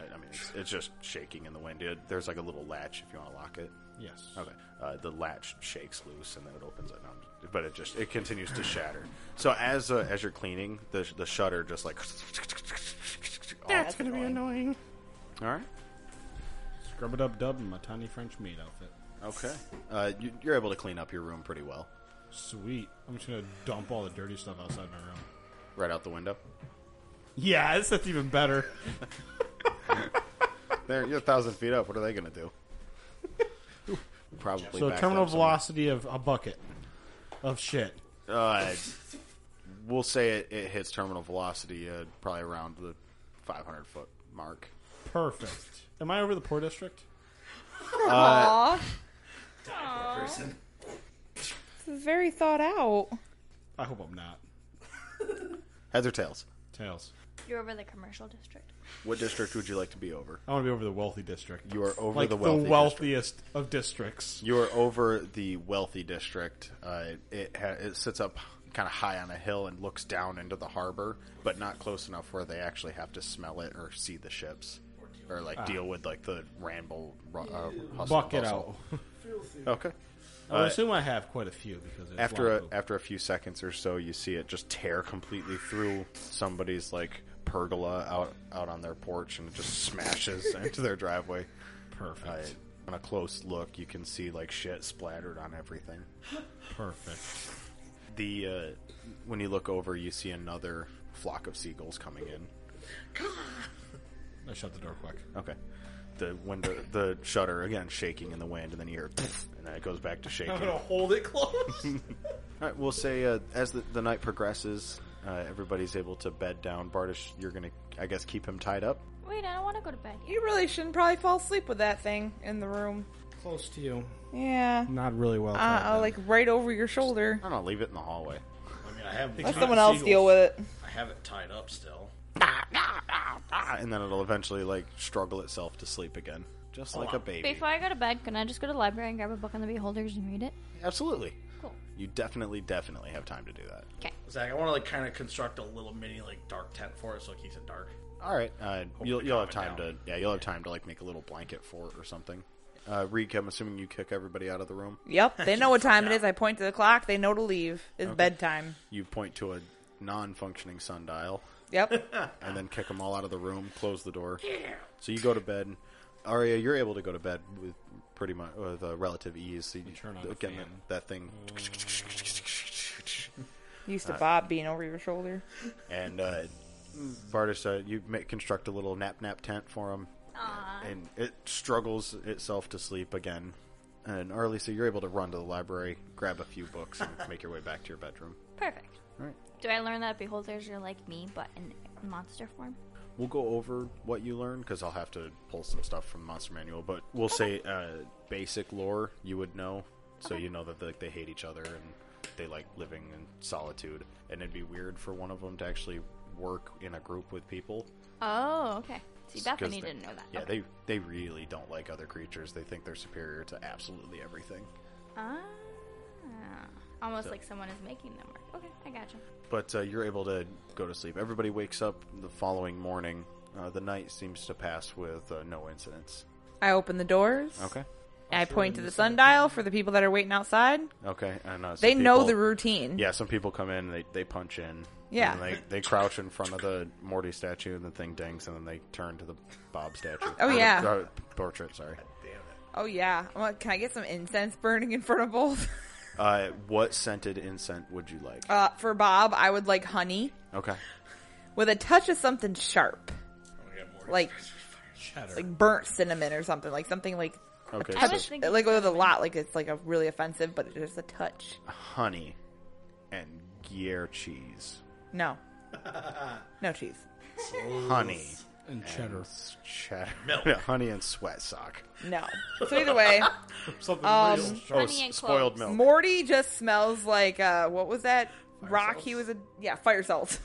S3: I I mean, it's, it's just shaking in the wind. It, there's like a little latch if you want to lock it.
S5: Yes.
S3: Okay. Uh, the latch shakes loose and then it opens it. No, I'm just- but it just it continues to shatter. So as uh, as you're cleaning, the the shutter just like. Oh,
S11: That's gonna be annoying.
S3: All right.
S5: Scrub it up, dub in my tiny French maid outfit.
S3: Okay. Uh, you, you're able to clean up your room pretty well.
S5: Sweet. I'm just gonna dump all the dirty stuff outside my room.
S3: Right out the window.
S5: Yes, that's even better.
S3: There, you're a thousand feet up. What are they gonna do? Probably.
S5: so
S3: back
S5: terminal
S3: them somewhere.
S5: velocity of a bucket of shit.
S3: Uh, we'll say it, it hits terminal velocity uh, probably around the 500 foot mark.
S5: Perfect. Am I over the poor district?
S4: Aw. This is very thought out.
S5: I hope I'm not.
S3: Heads or tails?
S5: Tails.
S6: You're over the commercial district.
S3: What district would you like to be over?
S5: I want to be over the wealthy district.
S3: You are over
S5: like
S3: the wealthy. district.
S5: wealthiest of districts.
S3: You are over the wealthy district. Uh, it ha- it sits up kind of high on a hill and looks down into the harbor, but not close enough where they actually have to smell it or see the ships, or like deal with like the ramble ru- uh, hustle
S5: Bucket
S3: and
S5: out.
S3: bustle. Okay.
S5: I would
S3: Uh,
S5: assume I have quite a few because it's
S3: after
S5: lot
S3: a,
S5: of poop.
S3: after a few seconds or so, you see it just tear completely through somebody's like pergola out out on their porch, and it just smashes into their driveway.
S5: perfect,
S3: Uh, on a close look, you can see like shit splattered on everything.
S5: perfect.
S3: The uh, when you look over, you see another flock of seagulls coming in.
S5: I shut the door quick.
S3: Okay, the window, the shutter again shaking in the wind, and then you hear, and then it goes back to shaking.
S5: hold it close.
S3: All right, we'll say uh, as the, the night progresses, uh, everybody's able to bed down. Bartish, you're gonna, I guess, keep him tied up.
S6: Wait, I don't want to go to bed yet.
S4: You really shouldn't probably fall asleep with that thing in the room.
S5: close to you.
S4: Yeah.
S5: Not really well.
S4: Uh,
S5: tied
S4: uh,
S5: then.
S4: like right over your shoulder.
S3: I don't know, leave it in the hallway.
S7: I mean, I have
S4: Let someone else deal with it.
S7: I have it tied up still.
S3: Ah, and then it'll eventually like struggle itself to sleep again, just like a baby.
S6: Before I go to bed, can I just go to the library and grab a book on the Beholders and read it?
S3: Absolutely,
S6: Cool.
S3: you definitely, definitely have time to do that.
S7: Zach, I want to like kind of construct a little mini like dark tent for it so it keeps it dark.
S3: All right, uh, you'll
S7: to
S3: you'll have
S7: calm
S3: time
S7: it
S3: to yeah, you'll have time to like make a little blanket for it or something. Uh, Reek, I'm assuming you kick everybody out of the room.
S4: Yep, they know what time it is. I point to the clock. They know to leave. It's bedtime.
S3: You point to a non-functioning sundial
S4: Yep.
S3: and then kick them all out of the room. Close the door. So you go to bed. Arya, you're able to go to bed with pretty much with a relative ease. So you
S5: turn on the
S3: again,
S5: fan. Oh.
S3: that, that thing,
S4: Used to Bob being over your shoulder.
S3: and uh, Bartis, uh, you make, construct a little nap nap tent for him, and it struggles itself to sleep again. And Arlie, so you're able to run to the library, grab a few books, and make your way back to your bedroom.
S6: Perfect.
S3: All right.
S6: Do I learn that Beholders are like me, but in monster form?
S3: We'll go over what you learned because I'll have to pull some stuff from Monster Manual, but we'll say uh, basic lore you would know, so you know that like they hate each other and they like living in solitude, and it'd be weird for one of them to actually work in a group with people.
S6: Oh, okay. See,
S3: 'cause
S6: Bethany
S3: they-
S6: didn't know that.
S3: Yeah,
S6: okay.
S3: they they really don't like other creatures. They think they're superior to absolutely everything.
S6: Ah, almost like someone is making them work. Okay, I gotcha.
S3: but uh, you're able to go to sleep. Everybody wakes up the following morning. Uh, the night seems to pass with uh, no incidents.
S4: I open the doors.
S3: Okay.
S4: I point to the sundial for the people that are waiting outside.
S3: Okay. And uh, some
S4: They know
S3: people-
S4: the routine.
S3: Yeah, some people come in. They they punch in.
S4: Yeah.
S3: and they they crouch in front of the Morty statue, and the thing dings, and then they turn to the Bob statue.
S4: Oh,
S3: Or the-
S4: yeah.
S3: uh, portrait. Sorry.
S4: Oh yeah. I'm like, can I get some incense burning in front of both?
S3: Uh, what scented incense would you like?
S4: Uh, for Bob, I would like honey
S3: Okay.
S4: with a touch of something sharp, like like burnt cinnamon or something, like something like
S3: Okay.
S6: I
S3: So
S6: was thinking
S4: like with a lot, like it's like a really offensive, but just a touch.
S3: honey and Gruyere cheese.
S4: No, no cheese.
S3: Honey
S5: And cheddar.
S3: s- cheddar. honey and sweat sock.
S4: No. So either way,
S5: Something real.
S3: Oh,
S6: Honey and
S3: s- spoiled
S6: cloves.
S3: milk.
S4: Morty just smells like uh, what was that rock? He was a yeah fire salt.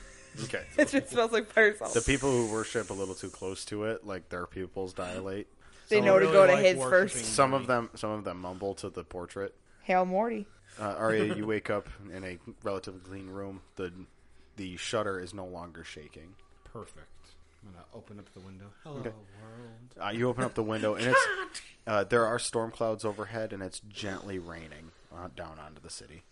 S3: Okay.
S4: it just smells like fire salt.
S3: The people who worship a little too close to it, like their pupils dilate.
S4: they
S5: Some
S4: know to
S5: really
S4: go to
S5: like
S4: his
S5: worshiping.
S4: first.
S3: Some of them, some of them mumble to the portrait.
S4: Hail Morty.
S3: Uh, Arya, you wake up in a relatively clean room. the The shutter is no longer shaking.
S5: Perfect. I'm gonna open up the window. Hello, world.
S3: Uh, you open up the window, and it's uh, there are storm clouds overhead, and it's gently raining uh, down onto the city.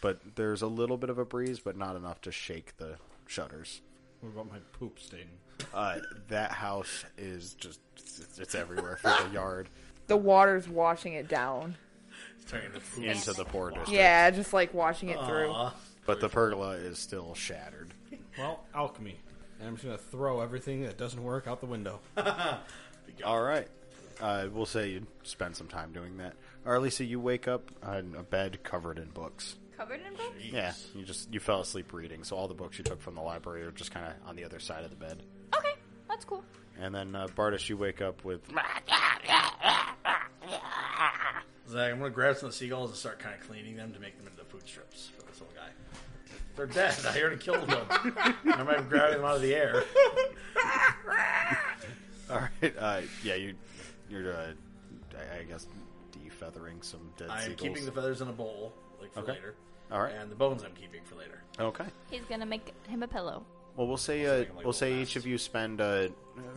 S3: But there's a little bit of a breeze, but not enough to shake the shutters.
S5: What about my poop stain?
S3: Uh, that house is just it's, it's everywhere through the yard
S4: The water's washing it down.
S7: Turning the food.
S3: into the poor district.
S4: Yeah, just like washing it through.
S3: But the pergola is still shattered.
S5: Well, alchemy. And I'm just gonna throw everything that doesn't work out the window.
S3: All right. Uh, we'll say you spend some time doing that. Or Lisa, you wake up on a bed covered in books.
S6: Covered in books?
S3: Yeah, you just you fell asleep reading, so all the books you took from the library are just kind of on the other side of the bed.
S6: Okay, that's cool.
S3: And then uh, Bartis, you wake up with
S7: Zach, I'm gonna grab some of the seagulls and start kind of cleaning them to make them into food strips for this little guy. They're dead. I already killed them. I might have grabbed them out of the air.
S3: all right. Uh, yeah, you you're uh, I- I guess defeathering some dead
S7: I'm
S3: seagulls.
S7: keeping the feathers in a bowl, like for
S3: Okay.
S7: later.
S3: All right.
S7: And the bones I'm keeping for later.
S3: okay.
S6: He's gonna make him a pillow.
S3: Well, we'll say uh,
S7: thinking, like,
S3: we'll
S7: the
S3: say
S7: last-
S3: each of you spend uh,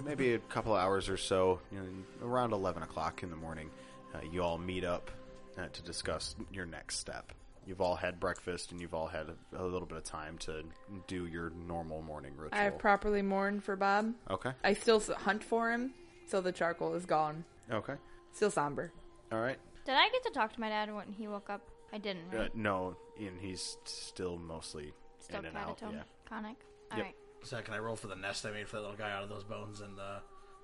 S3: maybe a couple of hours or so, you know, around eleven o'clock in the morning. Uh, you all meet up uh, to discuss your next step. You've all had breakfast and you've all had a, a little bit of time to do your normal morning ritual.
S4: I've properly mourned for Bob.
S3: okay,
S4: I still s- hunt for him, so the charcoal is gone.
S3: okay,
S4: Still somber.
S3: all right.
S6: Did I get to talk to my dad when he woke up? I didn't,
S3: Uh,
S6: right?
S3: no, and he's still mostly
S6: Still
S3: in and out. Yeah.
S6: catatonic. All
S3: Yep.
S6: right.
S7: Zach, can I roll for the nest I made for that little guy out of those bones and uh,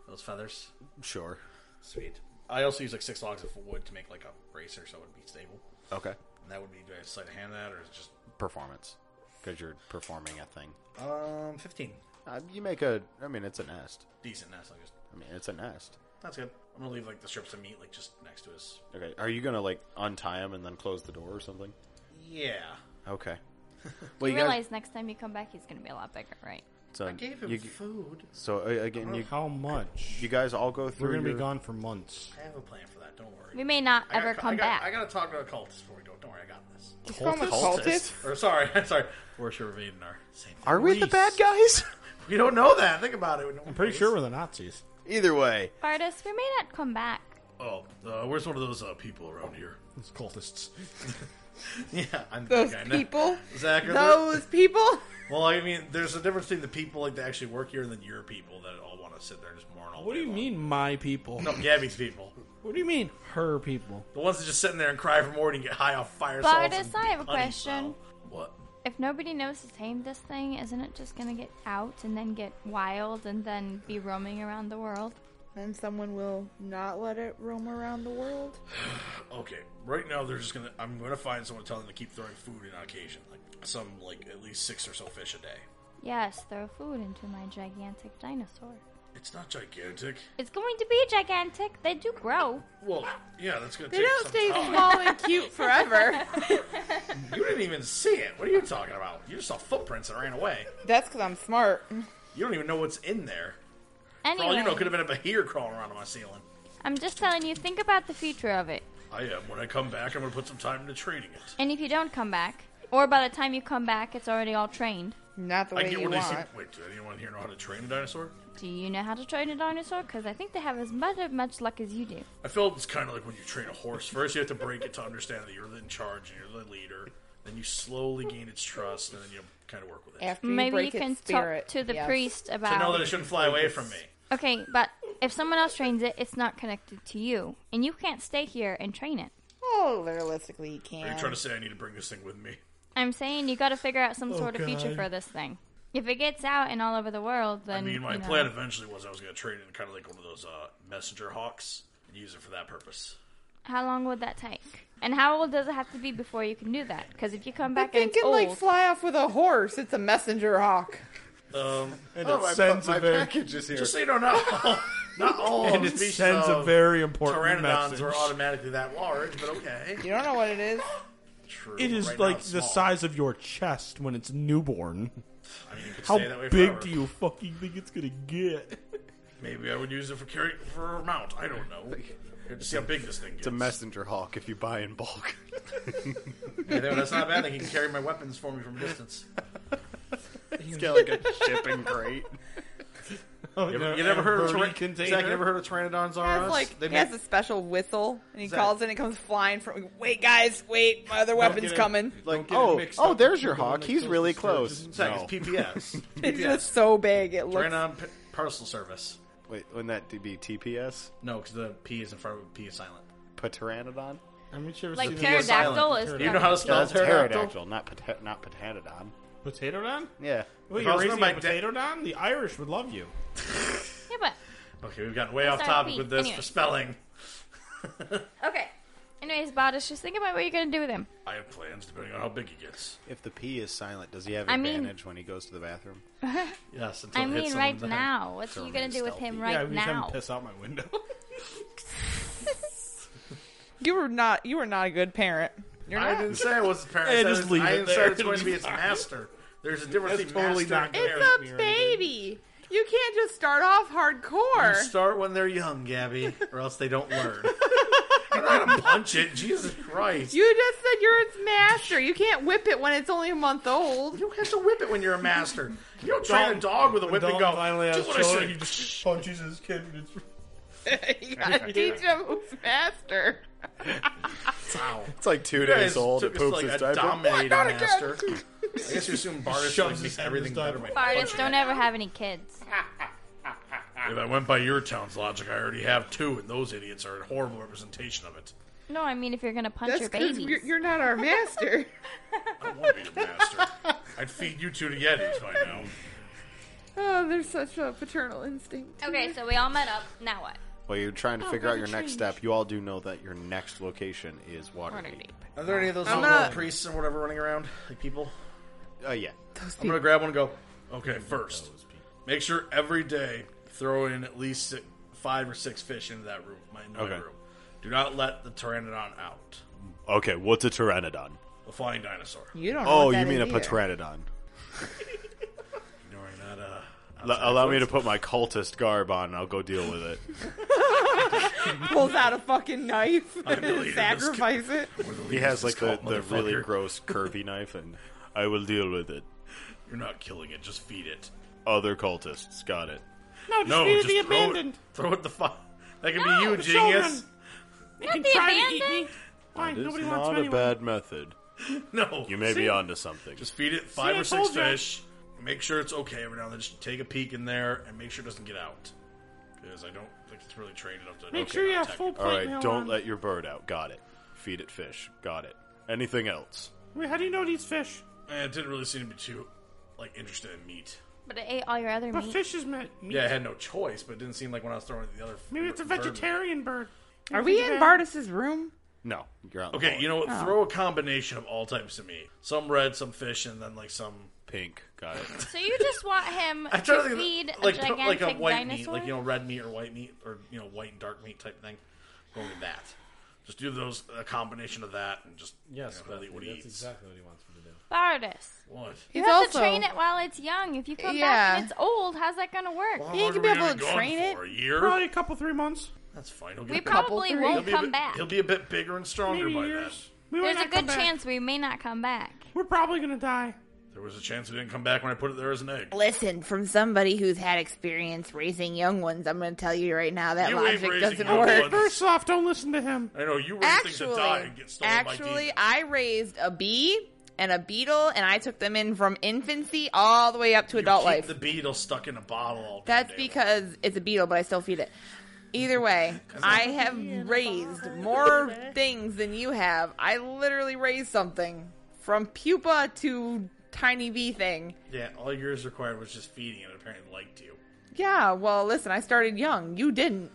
S7: those feathers?
S3: Sure.
S7: Sweet. I also use like six logs of wood to make like a bracer so it would be stable.
S3: Okay.
S7: And that would be do I have sleight of hand that or is it just
S3: Performance, because you're performing a thing.
S7: um fifteen.
S3: Uh, you make a. I mean, it's a nest.
S7: Decent nest, I just
S3: I mean, it's a nest.
S7: that's good. I'm gonna leave like the strips of meat like just next to his
S3: Okay. Are you gonna like untie him and then close the door or something?
S7: Yeah.
S3: Okay. Well,
S6: You realize next time you come back, he's gonna be a lot bigger, right?
S3: so
S7: I gave him
S3: you-
S7: food.
S3: so uh, again, you
S5: How much?
S3: you guys all go through.
S5: We're gonna be
S3: your-
S5: gone for months.
S7: I have a plan for that, don't worry.
S6: We may not
S7: I gotta
S6: ever
S7: co-
S6: come
S7: I gotta-
S6: back.
S7: I gotta talk to a cultist before we go. Don't worry, I got this.
S4: Just call him a cultist.
S7: Or sorry, I'm sorry. Worship of Eden are same thing.
S3: Are we the bad guys?
S7: We don't know that. Think about it. I'm
S5: Pretty sure we're the Nazis.
S3: Either way,
S6: Bartis, we may not come back.
S7: Oh, uh, where's one of those uh, people around here?
S5: Those cultists.
S7: Yeah, I'm
S4: Those
S7: that guy now.
S4: people.
S7: Zach, are there-
S4: Those people.
S7: Well, I mean, there's a difference between the people like that actually work here and then your people that all want to sit there and just mourn all.
S5: What do
S7: day
S5: you
S7: long.
S5: mean, my people?
S7: No, Gabby's people.
S5: What do you mean, her people?
S7: The ones that just sit in there and cry for Morty and get high off fire
S6: Bardas,
S7: salts. and
S6: I have a
S7: honey,
S6: question.
S7: bro. What?
S6: If nobody knows to tame this thing, isn't it just gonna get out and then get wild and then be roaming around the world?
S4: Then someone will not let it roam around the world.
S7: Okay, right now they're just gonna. I'm gonna find someone to tell them to keep throwing food in on occasion, like some like at least six or so fish a day.
S6: Yes, throw food into my gigantic dinosaur.
S7: It's not gigantic.
S6: It's going to be gigantic. They do grow.
S7: Well, yeah, that's gonna
S4: They
S7: take
S4: don't
S7: some
S4: stay
S7: time.
S4: small and cute forever.
S7: You didn't even see it. What are you talking about? You just saw footprints and ran away.
S4: That's because I'm smart.
S7: You don't even know what's in there. For
S6: Anyway,
S7: all Oh, you know, it could have been a behir crawling around on my ceiling.
S6: I'm just telling you, think about the future of it.
S7: I am. When I come back, I'm gonna put some time into training it.
S6: And if you don't come back, or by the time you come back, it's already all trained.
S4: Not the
S7: I
S4: way
S7: get
S4: you
S7: when they
S4: want.
S7: see. Wait, did anyone here know how to train a dinosaur?
S6: Do you know how to train a dinosaur? Because I think they have as much as much luck as you do.
S7: I feel it's kind of like when you train a horse. First, you have to break it to understand that you're in charge and you're the leader. Then you slowly gain its trust, and then you kind of work with it.
S4: After you
S6: Maybe
S4: break
S6: you can
S4: its spirit.
S6: talk to the
S4: Yes.
S6: priest
S7: To
S6: about.
S7: know that it shouldn't fly away from me.
S6: okay, but if someone else trains it, it's not connected to you, and you can't stay here and train it.
S4: Oh, realistically, you
S7: Are you
S4: can.
S7: trying to say I need to bring this thing with me?
S6: I'm saying you got to figure out some sort of future for this thing. If it gets out and all over the world, then
S7: I mean, my
S6: you know,
S7: plan eventually was I was going to train it kind of like one of those uh, messenger hawks and use it for that purpose.
S6: How long would that take? And how old does it have to be before you can do that? Because if you come
S4: I
S6: back and
S4: think
S6: it's
S4: it
S6: old,
S4: like fly off with a horse. It's a messenger hawk.
S7: Um,
S5: And
S1: Oh,
S5: it
S1: my,
S5: sends
S1: my
S5: a very
S1: package is here.
S7: just so you don't know, not all
S5: and
S7: of
S5: it
S7: the species
S5: sends a
S7: of
S5: very important
S7: pteranodons
S5: message.
S7: were automatically that large, but okay.
S4: You don't know what it is.
S7: True.
S5: It is
S7: Right now
S5: like
S7: it's
S5: the
S7: small.
S5: size of your chest when it's newborn.
S7: I mean, you could
S5: How
S7: stay that way
S5: big
S7: forever.
S5: do you fucking think it's gonna get?
S7: Maybe I would use it for carry for a mount. I don't know. Here, just see how big this thing gets.
S3: It's a messenger hawk if you buy in bulk.
S7: Yeah, no, that's not bad. They can carry my weapons for me from a distance.
S3: it's got like a shipping crate.
S5: Oh,
S7: You
S5: no,
S7: ever, you never heard of
S5: Bernie
S7: tyran- Zach, you ever heard of Pteranodons
S4: It
S7: R
S4: has
S7: Us?
S4: like
S7: They
S4: it
S7: make-
S4: has a special whistle, and he
S7: Zach.
S4: calls in. It comes flying from. Wait, guys, wait! My other weapon's
S5: get it.
S4: coming.
S5: Like,
S3: Oh, oh, there's your hawk. He's really close.
S7: Zach,
S3: No.
S7: it's PPS.
S4: It's
S7: PPS.
S4: just so big. It looks.
S7: Pteranodon P- Parcel Service.
S3: Wait, wouldn't that be TPS?
S7: No, because the P is in front of it, P is silent.
S3: Pteranodon?
S5: I'm not sure.
S6: like
S7: It's
S5: pterodon.
S6: pterodactyl
S7: silent.
S6: is.
S7: Do you know how to
S6: probably-
S7: spell pterodactyl?
S3: not pata- not pteranodon.
S5: Potato don?
S3: Yeah.
S5: Wait,
S7: If I
S5: you're
S7: was
S5: raising
S7: my
S5: a
S7: da-
S5: potato don? The Irish would love you.
S6: Yeah,
S7: Okay, we've gotten way off
S6: Sorry,
S7: topic
S6: P.
S7: with this for
S6: Anyway.
S7: spelling.
S6: but okay. Anyways, Bodish, just think about what you're gonna do with him.
S7: I have plans depending on how big it gets.
S3: If the P is silent, does he have
S6: I mean-
S3: advantage when he goes to the bathroom?
S7: Yes, until
S6: I
S7: it hits
S6: mean,
S7: someone
S6: right
S7: in the head.
S6: now, what are you gonna
S3: remain
S6: do with him
S3: stealthy.
S6: right
S5: yeah, we just have
S6: now?
S5: him piss out my window.
S4: You were not. You were not a good parent. You're
S7: I
S4: not.
S7: didn't say it was the parent. I,
S5: Yeah,
S7: said
S5: just
S7: it's-
S5: leave
S7: I
S5: it
S7: didn't
S5: there.
S7: say it's going to
S5: It'll
S7: be
S5: be
S7: its master. There's a difference
S5: That's
S7: between
S5: totally
S7: master
S5: not
S7: and
S5: gonna
S7: parent.
S5: me
S4: it's
S5: or
S4: a
S5: anything.
S4: baby. You can't just start off hardcore.
S7: You start when they're young, Gabby, or else they don't learn. I'm not gonna punch it. Jesus Christ! You,
S4: You just said you're its master. You can't whip it when it's only a month old.
S7: have to whip it when you're a master. You don't train a dog with a whip
S5: Dalton
S7: and go.
S5: finally has
S7: Do what I
S5: children,
S7: say."
S5: He just punches his kid. And it's...
S4: you gotta teach him who's master.
S7: Wow.
S3: It's like two
S7: You
S3: days
S7: guys
S3: old. It
S7: took us
S3: poops
S7: like
S3: his
S7: a
S3: diaper.
S4: Oh,
S7: dominating master. I guess you assume Bartis
S5: Shoves
S7: like,
S5: his
S7: makes
S5: hand in
S7: everything
S5: his
S7: better.
S5: diaper.
S7: by
S6: Bardis, don't ever have any kids.
S7: If I went by your town's logic, I already have two, and those idiots are a horrible representation of it.
S6: No, I mean if you're gonna punch
S4: That's
S6: your
S4: 'cause
S6: babies.
S4: You're, you're not our master.
S7: I don't want to be a master. I'd feed you two to Yetis by now.
S4: oh, there's such a paternal instinct.
S6: Okay, so we all met up. Now what?
S3: Well, you're trying to
S6: Oh,
S3: figure out your next step. You all do know that your next location is Waterdeep.
S7: Are there any of those
S4: I'm
S7: little
S4: not-
S7: priests or whatever running around, like people?
S3: Oh yeah.
S7: I'm gonna grab one and go. Okay, first, make sure every day throw in at least si five or six fish into that room, my, into my
S3: Okay.
S7: room. Do not let the pteranodon out,
S3: Okay, what's a pteranodon?
S7: the flying dinosaur.
S4: You don't. Know
S3: Oh,
S4: what
S3: you
S4: that
S3: mean a
S4: is either.
S3: pteranodon?
S7: Ignoring that, uh,
S3: L- allow me to put my cultist garb on, and I'll go deal with it.
S4: Pulls out a fucking knife
S7: deleting
S4: and
S7: this
S4: sacrifice it.
S3: He has like the,
S7: cult,
S3: the really
S7: motherfucker.
S3: gross curvy knife, and I will deal with it.
S7: you're not killing it. Just feed it.
S3: Other cultists got it.
S11: No, just
S7: No,
S11: need
S7: just
S11: to be
S7: throw
S11: abandoned.
S7: it. Throw it the fu That
S6: No,
S7: could be you,
S6: the
S7: genius.
S11: They can
S6: be
S11: try to eat
S6: abandoned.
S11: me. Why?
S3: It's
S11: Nobody wants
S3: not
S11: them
S3: a
S11: anyway.
S3: bad method.
S7: No,
S3: You may be onto something.
S7: just feed it five
S11: I
S7: or six
S11: told ya.
S7: fish. Make sure it's okay every now and then. Just take a peek in there and make sure it doesn't get out. Because I don't think it's really trained enough to.
S11: Make
S7: okay,
S11: sure you have
S7: not technical.
S11: full plate
S3: All right,
S11: meal
S3: don't
S11: on.
S3: let your bird out. Got it. Feed it fish. Got it. Anything else?
S11: Wait, how do you know these fish?
S7: Eh, it didn't really seem to be too like interested in meat.
S6: But it ate all your other
S11: But
S6: meat.
S11: fish is meat. meat.
S7: Yeah, I had no choice, but it didn't seem like when I was throwing it the other.
S11: Maybe it's a
S7: bird-
S11: vegetarian bird.
S4: Are we in Bardis's room?
S3: No, you're out. in the
S7: Okay,
S3: hallway.
S7: you know what? Throw a combination of all types of meat. Some red, some fish, and then like some.
S3: pink. Got it.
S6: So you just want him
S7: I try
S6: to
S7: to think
S6: feed
S7: of, like
S6: a
S7: put,
S6: gigantic
S7: like a white
S6: dinosaur?
S7: meat, like you know red meat or white meat or you know white and dark meat type thing. Go with that. Just do those a combination of that and just
S5: Yes,
S7: you know,
S5: Bethany,
S7: what he
S5: that's
S7: eats.
S5: exactly what he wants me to do.
S6: Bardus.
S7: What?
S6: You
S4: He's
S6: have
S4: also-
S6: to train it while it's young. If you come back
S4: Yeah.
S6: and it's old, how's that going to work?
S4: Yeah,
S7: How
S4: you
S7: long
S4: could
S7: are
S4: be
S7: we
S4: able
S7: gonna
S4: to
S7: be gone
S4: train it.
S7: for a year.
S11: Probably a couple, three months.
S7: That's fine. He'll
S6: We
S7: get bigger.
S6: probably
S4: three.
S7: He'll
S6: won't
S7: be, a
S6: come
S7: bit,
S6: back.
S7: he'll be a bit bigger and stronger
S11: Maybe
S7: by
S11: years. We might
S6: There's
S11: not
S6: a good
S11: come back.
S6: chance we may not come back.
S11: We're probably gonna die.
S7: then. There was a chance it didn't come back when I put it there as an egg.
S4: Listen, from somebody who's had experience raising young ones, I'm going to tell you right now that
S7: You ain't
S4: logic
S7: raising
S4: doesn't
S7: young
S4: work.
S7: ones.
S11: First off, don't listen to him.
S7: I know you raise things that die
S4: Actually,
S7: and get stolen by
S4: actually,
S7: demons.
S4: I raised a bee and a beetle, and I took them in from infancy all the way up to
S7: You
S4: adult
S7: keep
S4: life.
S7: The beetle stuck in a bottle all
S4: That's
S7: day.
S4: because it's a beetle, but I still feed it. Either way, I have raised more things than you have. I literally raised something from pupa to tiny bee thing.
S7: Yeah, all yours required was just feeding it. Apparently, liked you.
S4: Yeah, well, listen, I started young. You didn't.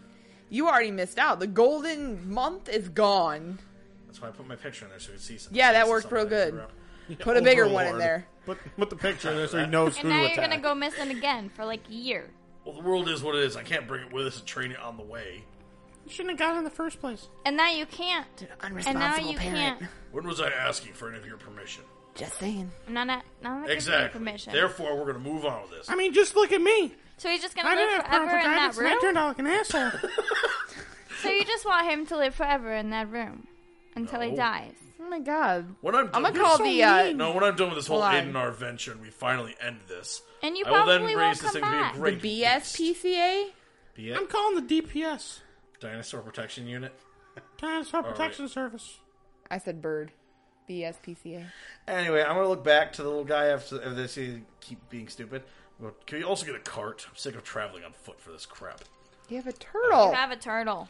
S4: You already missed out. The golden month is gone.
S7: That's why I put my picture in there so you could see something.
S4: Yeah, that
S7: see
S4: worked real
S7: something I
S4: good.
S7: grew up.
S4: Put a bigger one in
S5: Overlord.
S4: there.
S5: Put, put the picture in there so he knows
S6: And
S5: who
S6: now
S5: to
S6: you're
S5: attack.
S6: going to go missing again for like a year.
S7: Well, the world is what it is. I can't bring it with us and train it on the way.
S11: You shouldn't have gotten in the first place.
S6: And now you can't. And now
S4: Unresponsible
S6: you
S4: parent.
S6: can't.
S7: When was I asking for any of your permission?
S4: Just saying.
S6: I'm not, not, not
S7: Exactly.
S6: permission.
S7: Therefore, we're going to move on with this.
S11: I mean, just look at me.
S6: so he's just going
S11: I
S6: to
S11: didn't
S6: live
S11: have
S6: forever in that
S11: bronchitis, and I
S6: room?
S11: turned out like an asshole.
S6: So you just want him to live forever in that room until he
S7: No.
S6: dies.
S4: Oh my god.
S7: when I'm
S4: I'm
S7: done
S4: gonna
S7: with
S4: call
S11: so
S4: the uh,
S11: mean.
S7: no, when I'm done with this whole
S4: Line.
S7: Aiden adventure and we finally end this,
S6: And you
S7: I will
S6: probably
S7: then
S6: won't
S7: raise this
S6: come
S7: thing to
S6: back. The
S7: be a great beast.
S4: BSPCA.
S7: Yeah,
S11: I'm calling the DPS,
S7: dinosaur protection unit.
S11: Dinosaur
S7: right.
S11: Protection Service.
S4: I said bird. BSPCA.
S7: Anyway, I'm gonna look back to the little guy after if they say keep being stupid. Well, Can you also get a cart? I'm sick of traveling on foot for this crap.
S4: You have a turtle.
S6: You have a turtle.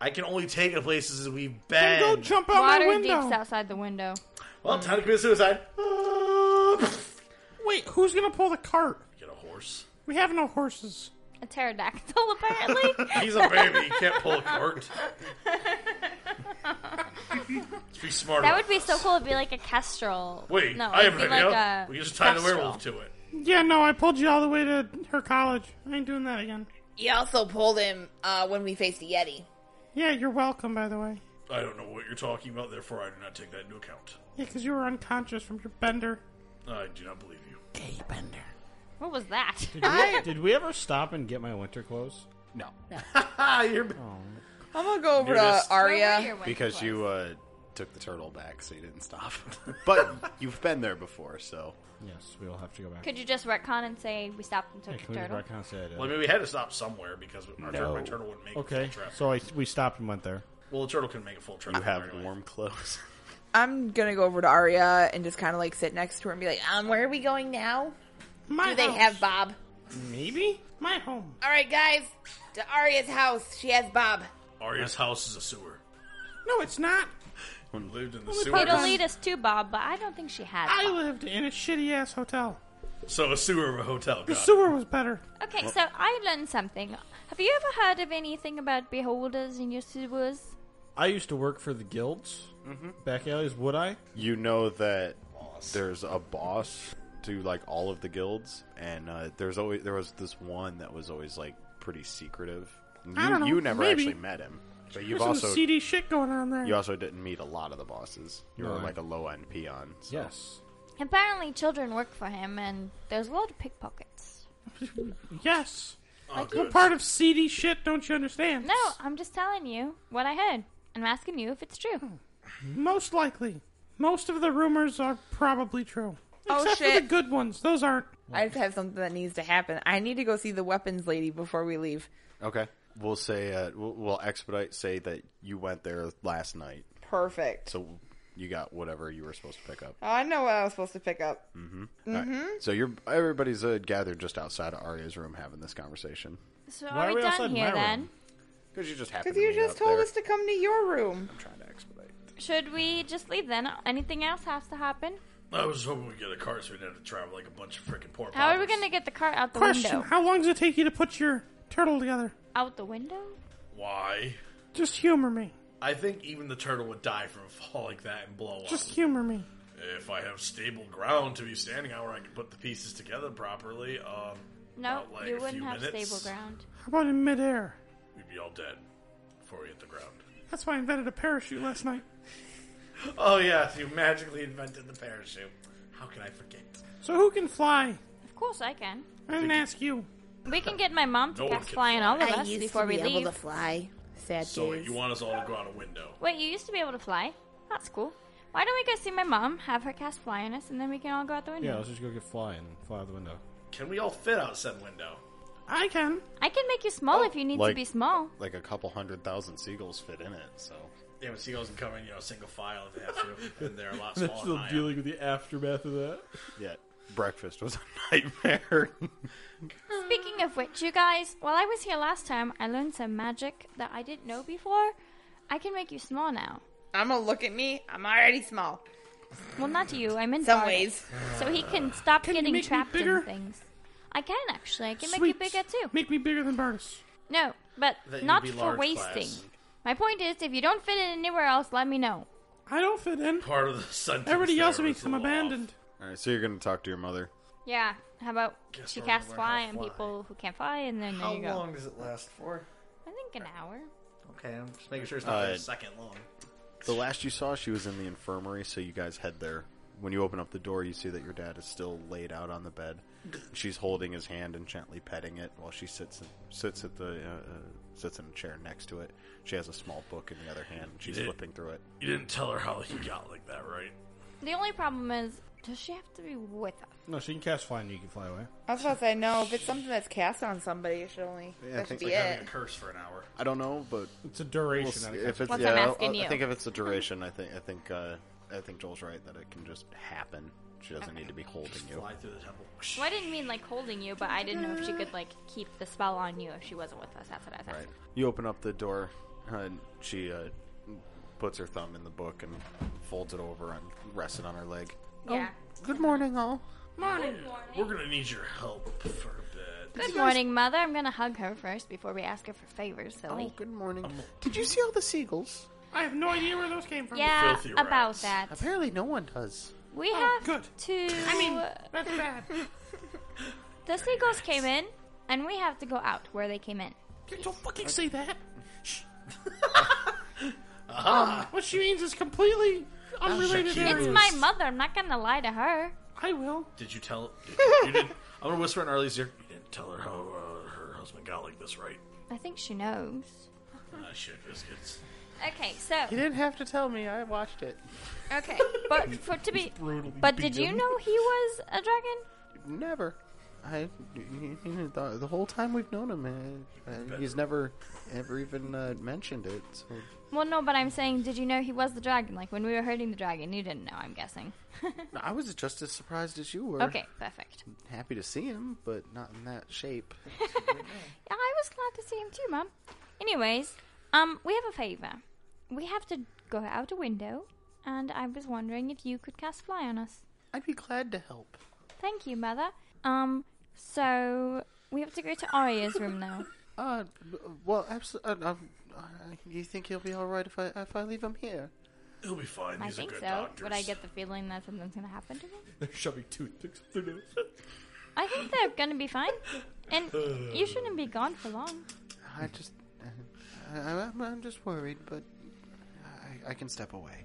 S7: I can only take it places as we've
S11: Then
S7: been.
S11: go jump out my
S6: Water
S11: window.
S6: deeps outside the window.
S7: well, time to commit suicide. Ah.
S11: Wait, who's gonna pull the cart?
S7: Get a horse.
S11: We have no horses.
S6: A pterodactyl, apparently.
S7: He's a baby. He can't pull a cart. Let's be smart.
S6: That
S7: about
S6: would be
S7: this.
S6: so cool. It'd be like a kestrel.
S7: Wait,
S6: no,
S7: I
S6: it'd
S7: have
S6: be
S7: an
S6: like
S7: idea.
S6: a.
S7: we can just tie the
S6: kestrel.
S7: werewolf to it.
S11: Yeah, no, I pulled you all the way to her college. I ain't doing that again.
S4: You also pulled him uh, when we faced the Yeti.
S11: Yeah, you're welcome, by the way.
S7: I don't know what you're talking about. Therefore, I do not take that into account.
S11: Yeah, because you were unconscious from your bender.
S7: I do not believe you.
S6: What was that?
S5: Did we ever stop and get my winter clothes?
S3: No,
S7: Ah, you're
S4: I'm gonna go over
S7: Nudist.
S4: to Arya.
S3: because you uh, took the turtle back, so you didn't stop. but you've been there before, so
S5: Yes, we will have to
S7: uh,
S5: go back.
S6: Could you just retcon and say we stopped and
S5: yeah,
S6: took
S5: can
S6: the
S5: we just
S6: turtle?
S5: retcon and say I did?
S7: Well, I mean, we had to stop somewhere because our turtle, my turtle wouldn't make a
S5: Okay,
S7: full trip.
S5: so I, we stopped and went there.
S7: well, the turtle couldn't make a full trip.
S3: you have
S7: anyway.
S3: warm clothes.
S4: I'm gonna go over to Arya and just kind of like sit next to her and be like, um, where are we going now?
S11: My
S2: Oh.
S4: Do they
S11: house.
S4: have Bob?
S11: maybe my home?
S4: All right, guys, to Arya's house. She has Bob.
S7: Arya's house is a sewer.
S11: No, it's not.
S7: We lived in the
S6: It'll
S7: sewer.
S6: lead us to Bob, but I don't think she has.
S11: I
S6: Bob.
S11: lived in a shitty ass hotel.
S7: So a sewer of a hotel.
S11: The
S7: got it.
S11: sewer was better.
S6: Okay, so I learned something. Have you ever heard of anything about beholders in your sewers?
S5: I used to work for the guilds,
S7: Mm-hmm.
S5: back alleys. Would I?
S3: you know that there's a boss to like all of the guilds, and uh, there's always there was this one that was always like pretty secretive. And You
S11: I don't know,
S3: you never
S11: maybe.
S3: actually met him, but you've
S11: There's some
S3: also
S11: CD shit going on there.
S3: you also didn't meet a lot of the bosses. You were
S5: No, I-
S3: like a low end peon. So.
S5: Yes.
S6: Apparently, children work for him, and there's a lot of pickpockets.
S11: Yes.
S7: Oh,
S11: What
S7: good.
S11: part of CD shit don't you understand?
S6: No, I'm just telling you what I heard, and I'm asking you if it's true.
S11: Most likely. Most of the rumors are probably true.
S4: Oh,
S11: Except for
S4: shit.
S11: the good ones. Those aren't.
S4: I just have something that needs to happen. I need to go see the weapons lady before we leave.
S3: Okay. We'll say uh, we'll, we'll expedite. Say that you went there last night,
S4: Perfect.
S3: so you got whatever you were supposed to pick up.
S4: oh, I know what I was supposed to pick up.
S3: All right. So you're everybody's uh, gathered just outside of Arya's room having this conversation
S6: So
S5: Why
S6: are
S5: are
S6: we
S5: we
S6: done
S5: outside my
S6: here
S5: room?
S6: then?
S3: because you just happened
S4: Because
S3: to
S4: you
S3: meet
S4: just
S3: up
S4: told
S3: there.
S4: us to come to your room.
S3: I'm trying to expedite.
S6: Should we just leave then? Anything else has to happen?
S7: I was hoping we'd get a cart so we didn't have to travel like a bunch of freaking poor.
S6: How are we
S7: paupers.
S6: going to get the cart out the
S11: Question
S6: window?
S11: How long does it take you to put your turtle together?
S6: Out the window?
S7: Why?
S11: Just humor me.
S7: I think even the turtle would die from a fall like that and blow
S11: Just
S7: up.
S11: humor me.
S7: If I have stable ground to be standing on where I can put the pieces together properly, um,
S6: No,
S7: about, like,
S6: you
S7: a
S6: wouldn't
S7: few
S6: have
S7: minutes,
S6: stable ground.
S11: How about in midair?
S7: We'd be all dead before we hit the ground.
S11: That's why I invented a parachute last night.
S7: Oh yes, you magically invented the parachute. How can I forget?
S11: So who can fly?
S6: Of course I can.
S11: I didn't ask you.
S6: We can get my mom to
S7: No one
S6: catch
S7: can
S6: flying all of
S4: I
S6: us
S4: used
S6: before
S4: to be
S6: we
S4: able
S6: leave.
S4: to fly. Sad
S7: So
S4: days.
S7: you want us all to go out a window?
S6: Wait, you used to be able to fly? That's cool. Why don't we go see my mom, have her cast fly on us, and then we can all go out the
S5: Yeah,
S6: window?
S5: let's just go get fly and fly out the window.
S7: Can we all fit out said window?
S11: I can.
S6: I can make you small
S11: Oh,
S6: if you need
S3: Like-
S6: to be small.
S3: Like a couple hundred thousand seagulls fit in it, so.
S7: Yeah, but seagulls can come in, you know, single file if they have to, and they're a lot
S5: They're
S7: smaller.
S5: still
S7: Than I am.
S5: dealing with the aftermath of that.
S3: Yeah, breakfast was a nightmare.
S6: Speaking of which, you guys, while I was here last time, I learned some magic that I didn't know before. I can make you small now.
S4: I'm gonna look at me. I'm already small.
S6: Well, not to you. I meant
S4: Some
S6: Bardic.
S4: ways.
S6: So he can stop
S11: Can you
S6: getting
S11: make me
S6: trapped in
S11: bigger?
S6: things. I can actually. I can
S11: Sweet.
S6: make you bigger too.
S11: Make me bigger than Bartis.
S6: No, but
S7: That you'd
S6: not
S7: be
S6: for
S7: large
S6: wasting.
S7: class.
S6: My point is, if you don't fit in anywhere else, let me know.
S11: I don't fit in.
S7: Part of the sentence.
S11: Everybody
S7: there
S11: yells at me
S7: was
S11: because
S7: a
S11: I'm
S7: little
S11: abandoned.
S3: All right, so you're going to talk to your mother.
S6: Yeah. How about
S7: Guess
S6: she
S7: we're
S6: casts
S7: gonna learn how
S6: fly
S7: to
S6: on
S7: fly.
S6: people who can't fly, and then
S7: off.
S6: there you go.
S7: does it last for?
S6: I think an hour.
S7: Okay, I'm just making sure it's not
S3: Uh,
S7: a second long.
S3: The last you saw, she was in the infirmary, so you guys head there. When you open up the door, you see that your dad is still laid out on the bed. She's holding his hand and gently petting it while she sits sits at the uh, uh, sits in a chair next to it. She has a small book in the other hand and she's
S7: Yeah.
S3: flipping through it.
S7: You didn't tell her how he got like that, right?
S6: The only problem is, does she have to be with us?
S5: No, she can cast fly and you can fly away.
S4: I was about to say no. If it's something that's cast on somebody, it should only
S3: Yeah, I
S4: that should
S3: think
S4: be
S3: like
S7: Having a
S4: it.
S7: curse for an hour.
S3: I don't know, but
S5: It's a
S3: we'll
S5: duration.
S3: see.
S5: not a
S3: if
S5: cast.
S3: it's
S6: What's
S3: yeah,
S6: I'm
S3: I'll-
S6: asking
S3: I,
S6: you.
S3: think if it's the duration, I think I think uh, I think Joel's right that it can just happen. She doesn't need to be holding
S7: Just
S3: you.
S7: fly through the temple.
S6: Well, I didn't mean like holding you, but I didn't know if she could like keep the spell on you if she wasn't with us. That's what I was
S3: Right.
S6: asking.
S3: You open up the door, and she uh, puts her thumb in the book and folds it over and rests it on her leg.
S6: Yeah.
S7: Oh,
S11: Good morning, all.
S6: Morning.
S7: We're gonna need your help for a bit.
S6: Good morning, mother. I'm gonna hug her first before we ask her for favors, silly.
S8: Oh,
S7: Oh,
S8: Good morning. Did you see all the seagulls?
S11: I have no idea where those came from.
S6: yeah,
S7: filthy
S6: about
S7: rats. Oh,
S6: that.
S8: Apparently, no one does.
S6: We have
S11: good.
S6: to. I mean,
S11: That's bad.
S6: the seagulls came in, and we have to go out where they came in.
S11: Don't fucking say that. Shh.
S5: Ah.
S11: Um, What she means is completely unrelated
S6: It's
S11: areas.
S6: my mother. I'm not gonna lie to her.
S11: I will.
S7: Did you tell? You didn't. I'm gonna whisper in Arlie's ear. You didn't tell her how uh, her husband got like this, right?
S6: I think she knows.
S7: Ah, shit, biscuits.
S6: Okay, so
S8: You didn't have to tell me. I watched it.
S6: okay, but for to be, but did you know he was a dragon?
S8: Never. I you know, the, the whole time we've known him, uh, uh, he's never ever even uh, mentioned it. So.
S6: Well, no, but I'm saying, did you know he was the dragon? Like when we were hurting the dragon, you didn't know. I'm guessing.
S8: I was just as surprised as you were.
S6: okay, perfect.
S8: Happy to see him, but not in that shape.
S6: Yeah, I was glad to see him too, Mum. Anyways, um, we have a favor. We have to go out a window, and I was wondering if you could cast fly on us.
S8: I'd be glad to help.
S6: Thank you, Mother. Um, so we have to go to Arya's room now.
S8: Uh, well, absolutely. Uh, um, uh, you think he'll be all right if I if I leave him here?
S7: He'll be fine.
S6: I
S7: These are
S6: think
S7: good
S6: so,
S7: doctors.
S6: but I get the feeling that something's gonna happen to him.
S5: They're shoving toothpicks up their nose.
S6: I think they're gonna be fine, and you shouldn't be gone for long.
S8: I just, I, I, I'm, I'm just worried, but I, I can step away.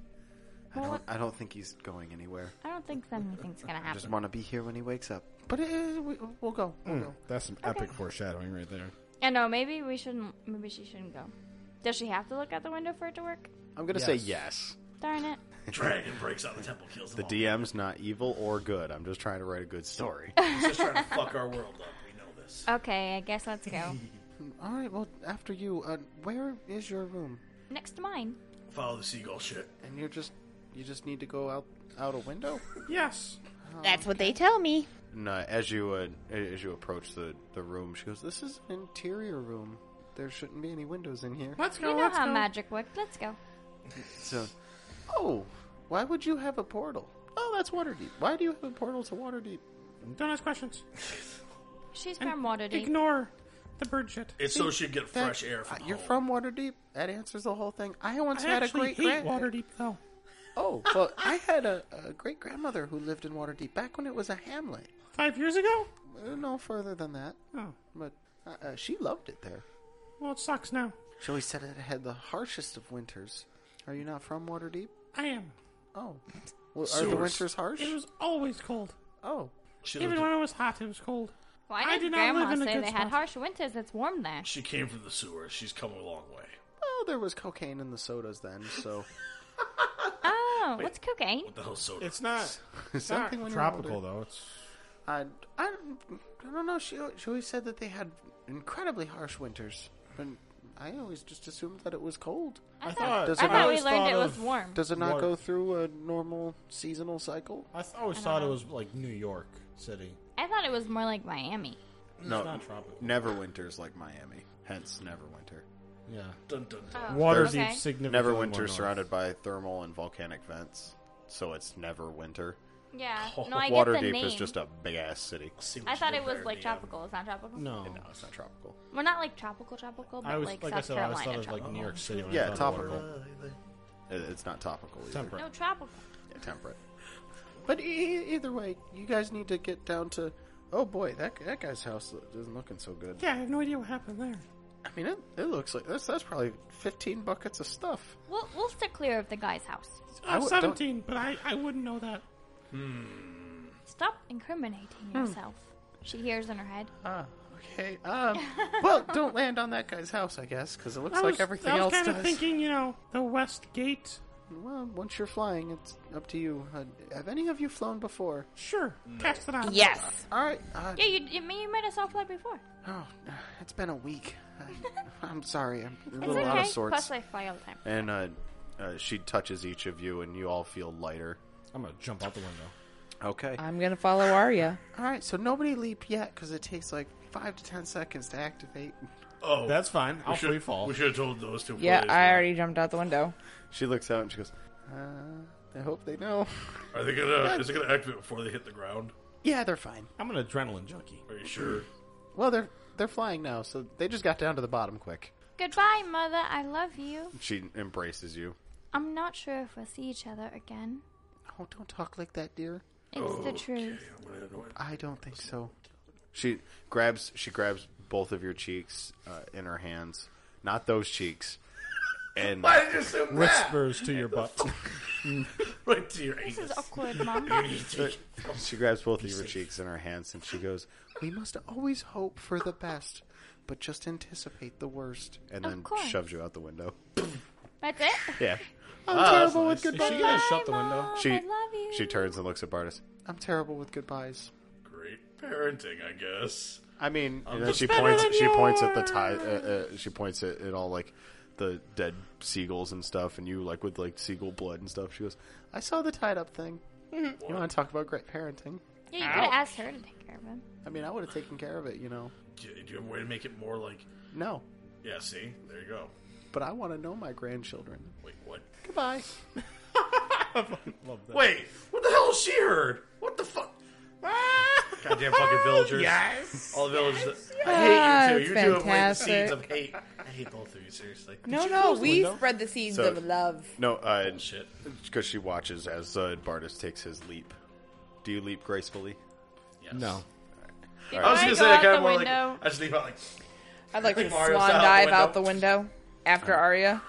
S8: I
S6: Well,
S8: don't, I don't think he's going anywhere.
S6: I don't think that anything's gonna
S8: I just
S6: happen.
S8: want to be here when he wakes up. But uh, we, we'll go. We'll go.
S5: That's some epic foreshadowing right there.
S6: I know. Maybe we shouldn't. Maybe she shouldn't go. Does she have to look out the window for it to work?
S3: I'm gonna say yes.
S6: Darn it.
S7: Dragon breaks out the temple, kills
S3: The
S7: them all.
S3: DM's not evil or good. I'm just trying to write a good story.
S7: He's just trying to fuck our world up. We know this.
S6: Okay, I guess let's go.
S8: All right. Well, after you. Uh, where is your room?
S6: Next to mine.
S7: Follow the seagull shit.
S8: And you're just, you just need to go out out a window.
S11: Yes.
S4: That's what they tell me.
S3: and, uh, as you uh, as you approach the the room, she goes,
S8: This is an interior room. There shouldn't be any windows in here.
S11: Let's go.
S6: You know
S11: let's
S6: how
S11: go.
S6: magic worked. Let's go.
S8: So, oh, why would you have a portal? Oh, that's Waterdeep. Why do you have a portal to Waterdeep?
S11: Don't ask questions.
S6: She's from Waterdeep.
S11: Ignore.
S5: the bird shit.
S11: It's so she'd get
S7: That-
S11: fresh air from
S7: uh, You're
S11: home.
S7: from Waterdeep. That answers the whole thing. I once
S5: I
S7: had a
S5: actually
S7: great
S5: hate
S7: grand-
S5: Waterdeep though.
S7: Oh, well, I had a, a great grandmother who lived in Waterdeep back when it was a hamlet.
S5: Five years ago?
S7: Uh, No further than that,
S5: Oh,
S7: but uh, uh, she loved it there.
S5: well, it sucks now.
S7: She always said it had the harshest of winters. Are you not from Waterdeep?
S5: I am.
S7: Oh, well, are the winters harsh?
S5: It was always cold.
S7: Oh,
S11: She,
S5: Even
S11: lived-
S5: when it was hot, it was cold.
S6: Why did
S5: I do not
S6: Grandma
S5: live in a
S6: say
S5: good
S6: they had
S5: spot.
S6: harsh winters? It's warm there.
S11: she came from the sewers. She's come a long way.
S7: well, there was cocaine in the sodas then, so
S6: Oh, what's cocaine?
S11: What the hell's soda?
S13: It's not
S7: something when
S13: tropical
S7: You're older.
S13: though. It's
S7: I, I, I don't know. She she always said that they had incredibly harsh winters, and I always just assumed that it was cold.
S6: I
S13: thought-
S6: thought,
S7: Does
S6: I
S7: it
S6: thought we
S13: always
S6: learned
S13: thought
S6: it was
S13: of-
S6: warm.
S7: Does it not
S13: What?
S7: go through a normal seasonal cycle?
S13: I th- always thought it was like New York City.
S6: I thought it was more like Miami.
S3: No,
S13: not tropical.
S3: never winters like Miami. Hence, never winter.
S13: Yeah,
S11: Dun, dun, dun.
S13: water
S6: Oh, okay.
S13: deep significant.
S3: Never winter surrounded by thermal and volcanic vents, so it's never winter.
S6: Yeah, no, I get the
S3: Oh, Waterdeep
S6: name.
S3: is just a big ass city.
S11: See what
S6: I
S11: you
S6: thought
S11: did
S6: it was
S11: there,
S6: like
S11: DM.
S6: tropical. It's not tropical.
S13: No,
S3: No, it's not tropical.
S6: We're not like tropical, tropical, but
S13: I was
S6: like,
S13: like,
S6: South
S13: I said, I always
S6: Carolina.
S13: thought it was
S6: tropical.
S13: like New York City. When I
S3: Yeah,
S13: thought of
S3: tropical.
S13: water.
S3: It- It's not topical either.
S13: Temperate.
S6: no tropical.
S3: Yeah, temperate.
S7: But e- either way, you guys need to get down to. Oh boy, that that guy's house lo- isn't looking so good.
S5: Yeah, I have no idea what happened there.
S7: I mean, it, it looks like that's that's probably fifteen buckets of stuff.
S6: We'll we'll stick clear of the guy's house.
S7: I
S5: I'm
S7: w- don't-
S5: 17, but I, I wouldn't know that.
S6: Stop incriminating
S11: Hmm.
S6: yourself. She hears in her head.
S7: Ah, okay. Um, well, don't land on that guy's house, I guess, because it looks
S5: I
S7: like
S5: was,
S7: everything
S5: I was
S7: else
S5: kind
S7: does.
S5: of thinking, you know, the West Gate.
S7: Well, once you're flying, it's up to you. Uh, have any of you flown before?
S5: Sure,
S11: Mm.
S5: test it out.
S2: Yes.
S7: All right. Uh,
S6: Yeah, you you, you might have saw flight before.
S7: Oh, it's been a week. I, I'm sorry. I'm a
S6: It's
S7: little out
S6: okay.
S7: of sorts.
S6: Plus, I fly all the time.
S3: And uh, uh, she touches each of you, and you all feel lighter.
S13: I'm gonna jump out the window.
S3: Okay.
S4: I'm gonna follow Arya.
S7: All right, so nobody leap yet because it takes like five to ten seconds to activate.
S11: Oh,
S13: That's fine. I'll
S11: we should,
S13: free fall.
S11: We should have told those two.
S4: Yeah,
S11: boys
S4: I
S11: that.
S4: already jumped out the window.
S3: She looks out and she goes,
S7: Uh, I hope they know.
S11: Are they gonna? Is it gonna activate before they hit the ground?
S7: Yeah, they're fine.
S13: I'm an adrenaline junkie.
S11: Are you sure?
S7: Well, they're they're flying now, so they just got down to the bottom quick.
S6: Goodbye, mother. I love you.
S3: she embraces you.
S6: I'm not sure if we'll see each other again.
S7: Oh, don't talk like that, dear.
S6: It's the truth.
S11: I'm gonna annoy them.
S7: I don't think so.
S3: She grabs she grabs both of your cheeks uh, in her hands, not those cheeks, and
S11: Why did you assume that?
S13: Whispers to your butt.
S11: Right to your
S6: This
S11: anus.
S6: is awkward, mom.
S3: she grabs both of your cheeks in her hands, and she goes,
S7: We must always hope for the best, but just anticipate the worst.
S3: and
S6: Of
S3: then
S6: course.
S3: shoves you out the window.
S6: That's it.
S3: Yeah,
S7: I'm terrible with
S13: Is she
S7: goodbyes.
S13: gonna shut the window?
S6: Mom,
S3: she
S6: Oh, I love you.
S3: she turns and looks at Bartis.
S7: I'm terrible with goodbyes.
S11: Great parenting, I guess.
S3: I mean, and then
S11: just
S3: she
S5: Um, better
S3: points.
S5: than
S3: She points at the
S5: yours.
S3: tie. Uh, uh, she points at, at all like the dead seagulls and stuff, and you like with like seagull blood and stuff. She goes,
S7: I saw the tied up thing.
S5: Mm-hmm.
S7: You want to talk about great parenting?
S6: Yeah, you could have asked her to take care of him.
S7: I mean, I would have taken care of it, you know.
S11: Do you, do you have a way to make it more like?
S7: No,
S11: Yeah, see, there you go.
S7: but I want to know my grandchildren.
S11: Wait, what?
S7: Goodbye.
S11: Wait, what the hell? She heard? What the fuck? Goddamn fucking villagers! Yes, all the villagers. that- I hate you two.
S4: Yes,
S11: You're doing like the seeds
S4: fantastic.
S11: of hate. I hate both of you. Seriously.
S4: No, no, we spread the seeds
S3: So-
S4: of love.
S3: "No, uh,
S11: Shit.
S3: because she watches as uh, Bartis takes his leap. Do you leap gracefully?
S11: Yes.
S13: No.
S11: I
S6: Before
S11: was gonna
S6: go
S11: say
S6: out
S11: I kind
S6: the
S11: of more like
S6: window,
S11: I just leave out like
S4: I'd like to
S11: Like Mario
S4: swan
S11: style
S4: dive
S11: window.
S4: out the window after Arya.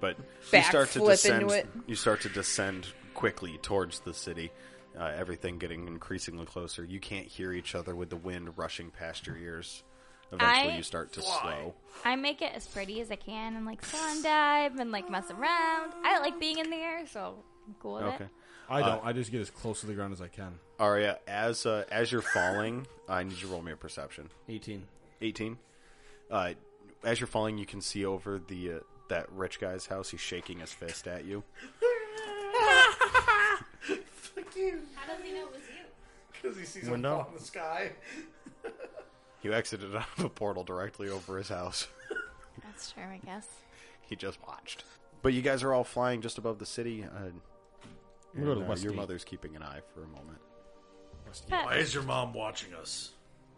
S3: But you
S4: Back
S3: start to
S4: flip
S3: descend.
S4: into it.
S3: You start to descend quickly towards the city. Uh, everything getting increasingly closer. You can't hear each other with the wind rushing past your ears. Eventually,
S6: I
S3: you start to slow.
S6: I make it as pretty as I can and like swan dive and like mess around. I like being in the air, so I'm cool with
S3: Okay.
S6: it.
S13: I don't. I just get as close to the ground as I can.
S3: Aria, as uh, as you're falling, I need you to roll me a perception.
S13: 18.
S3: Eighteen. Uh, as you're falling, you can see over the uh, that rich guy's house. He's shaking his fist at you.
S6: How does he know it was you?
S11: because he sees
S13: Window?
S11: window in the sky.
S3: You exited out of a portal directly over his house.
S6: That's true, I guess.
S3: he just watched. But you guys are all flying just above the city. Uh,
S13: We'll go to
S3: and, uh,
S13: West
S3: your
S13: Gate.
S3: mother's keeping an eye for a moment.
S6: But,
S11: Why is your mom watching us?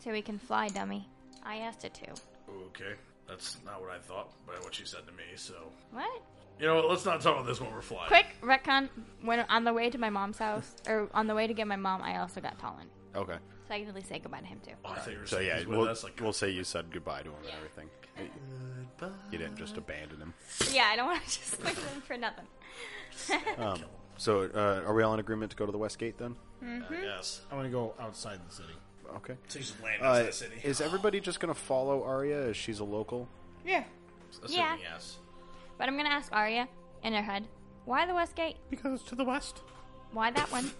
S6: so we can fly, dummy. I asked her to.
S7: Okay, that's not what I thought by what she said to me. So
S6: What?
S7: you know, what, let's not talk about this when we're flying.
S6: Quick retcon. When on the way to my mom's house, or on the way to get my mom, I also got Talon.
S3: Okay.
S6: So I can really say goodbye to him too.
S7: Oh, I thought you were
S3: So
S7: saying
S3: yeah,
S7: he's with
S3: we'll,
S7: us. Like,
S3: we'll say you said goodbye to him and everything. You didn't just abandon him.
S6: Yeah, I don't want to just leave him for nothing.
S3: So uh, are we all in agreement to go to the West Gate then?
S7: I guess.
S5: I'm gonna go outside the city.
S3: Okay.
S7: So you just land
S3: Uh,
S7: outside the city.
S3: is everybody just going to follow Arya as she's a local?
S4: Yeah.
S7: Assuming
S6: Yeah.
S7: yes.
S6: But I'm gonna ask Arya in her head, why the West Gate?
S11: Because to the west,
S6: Why that one?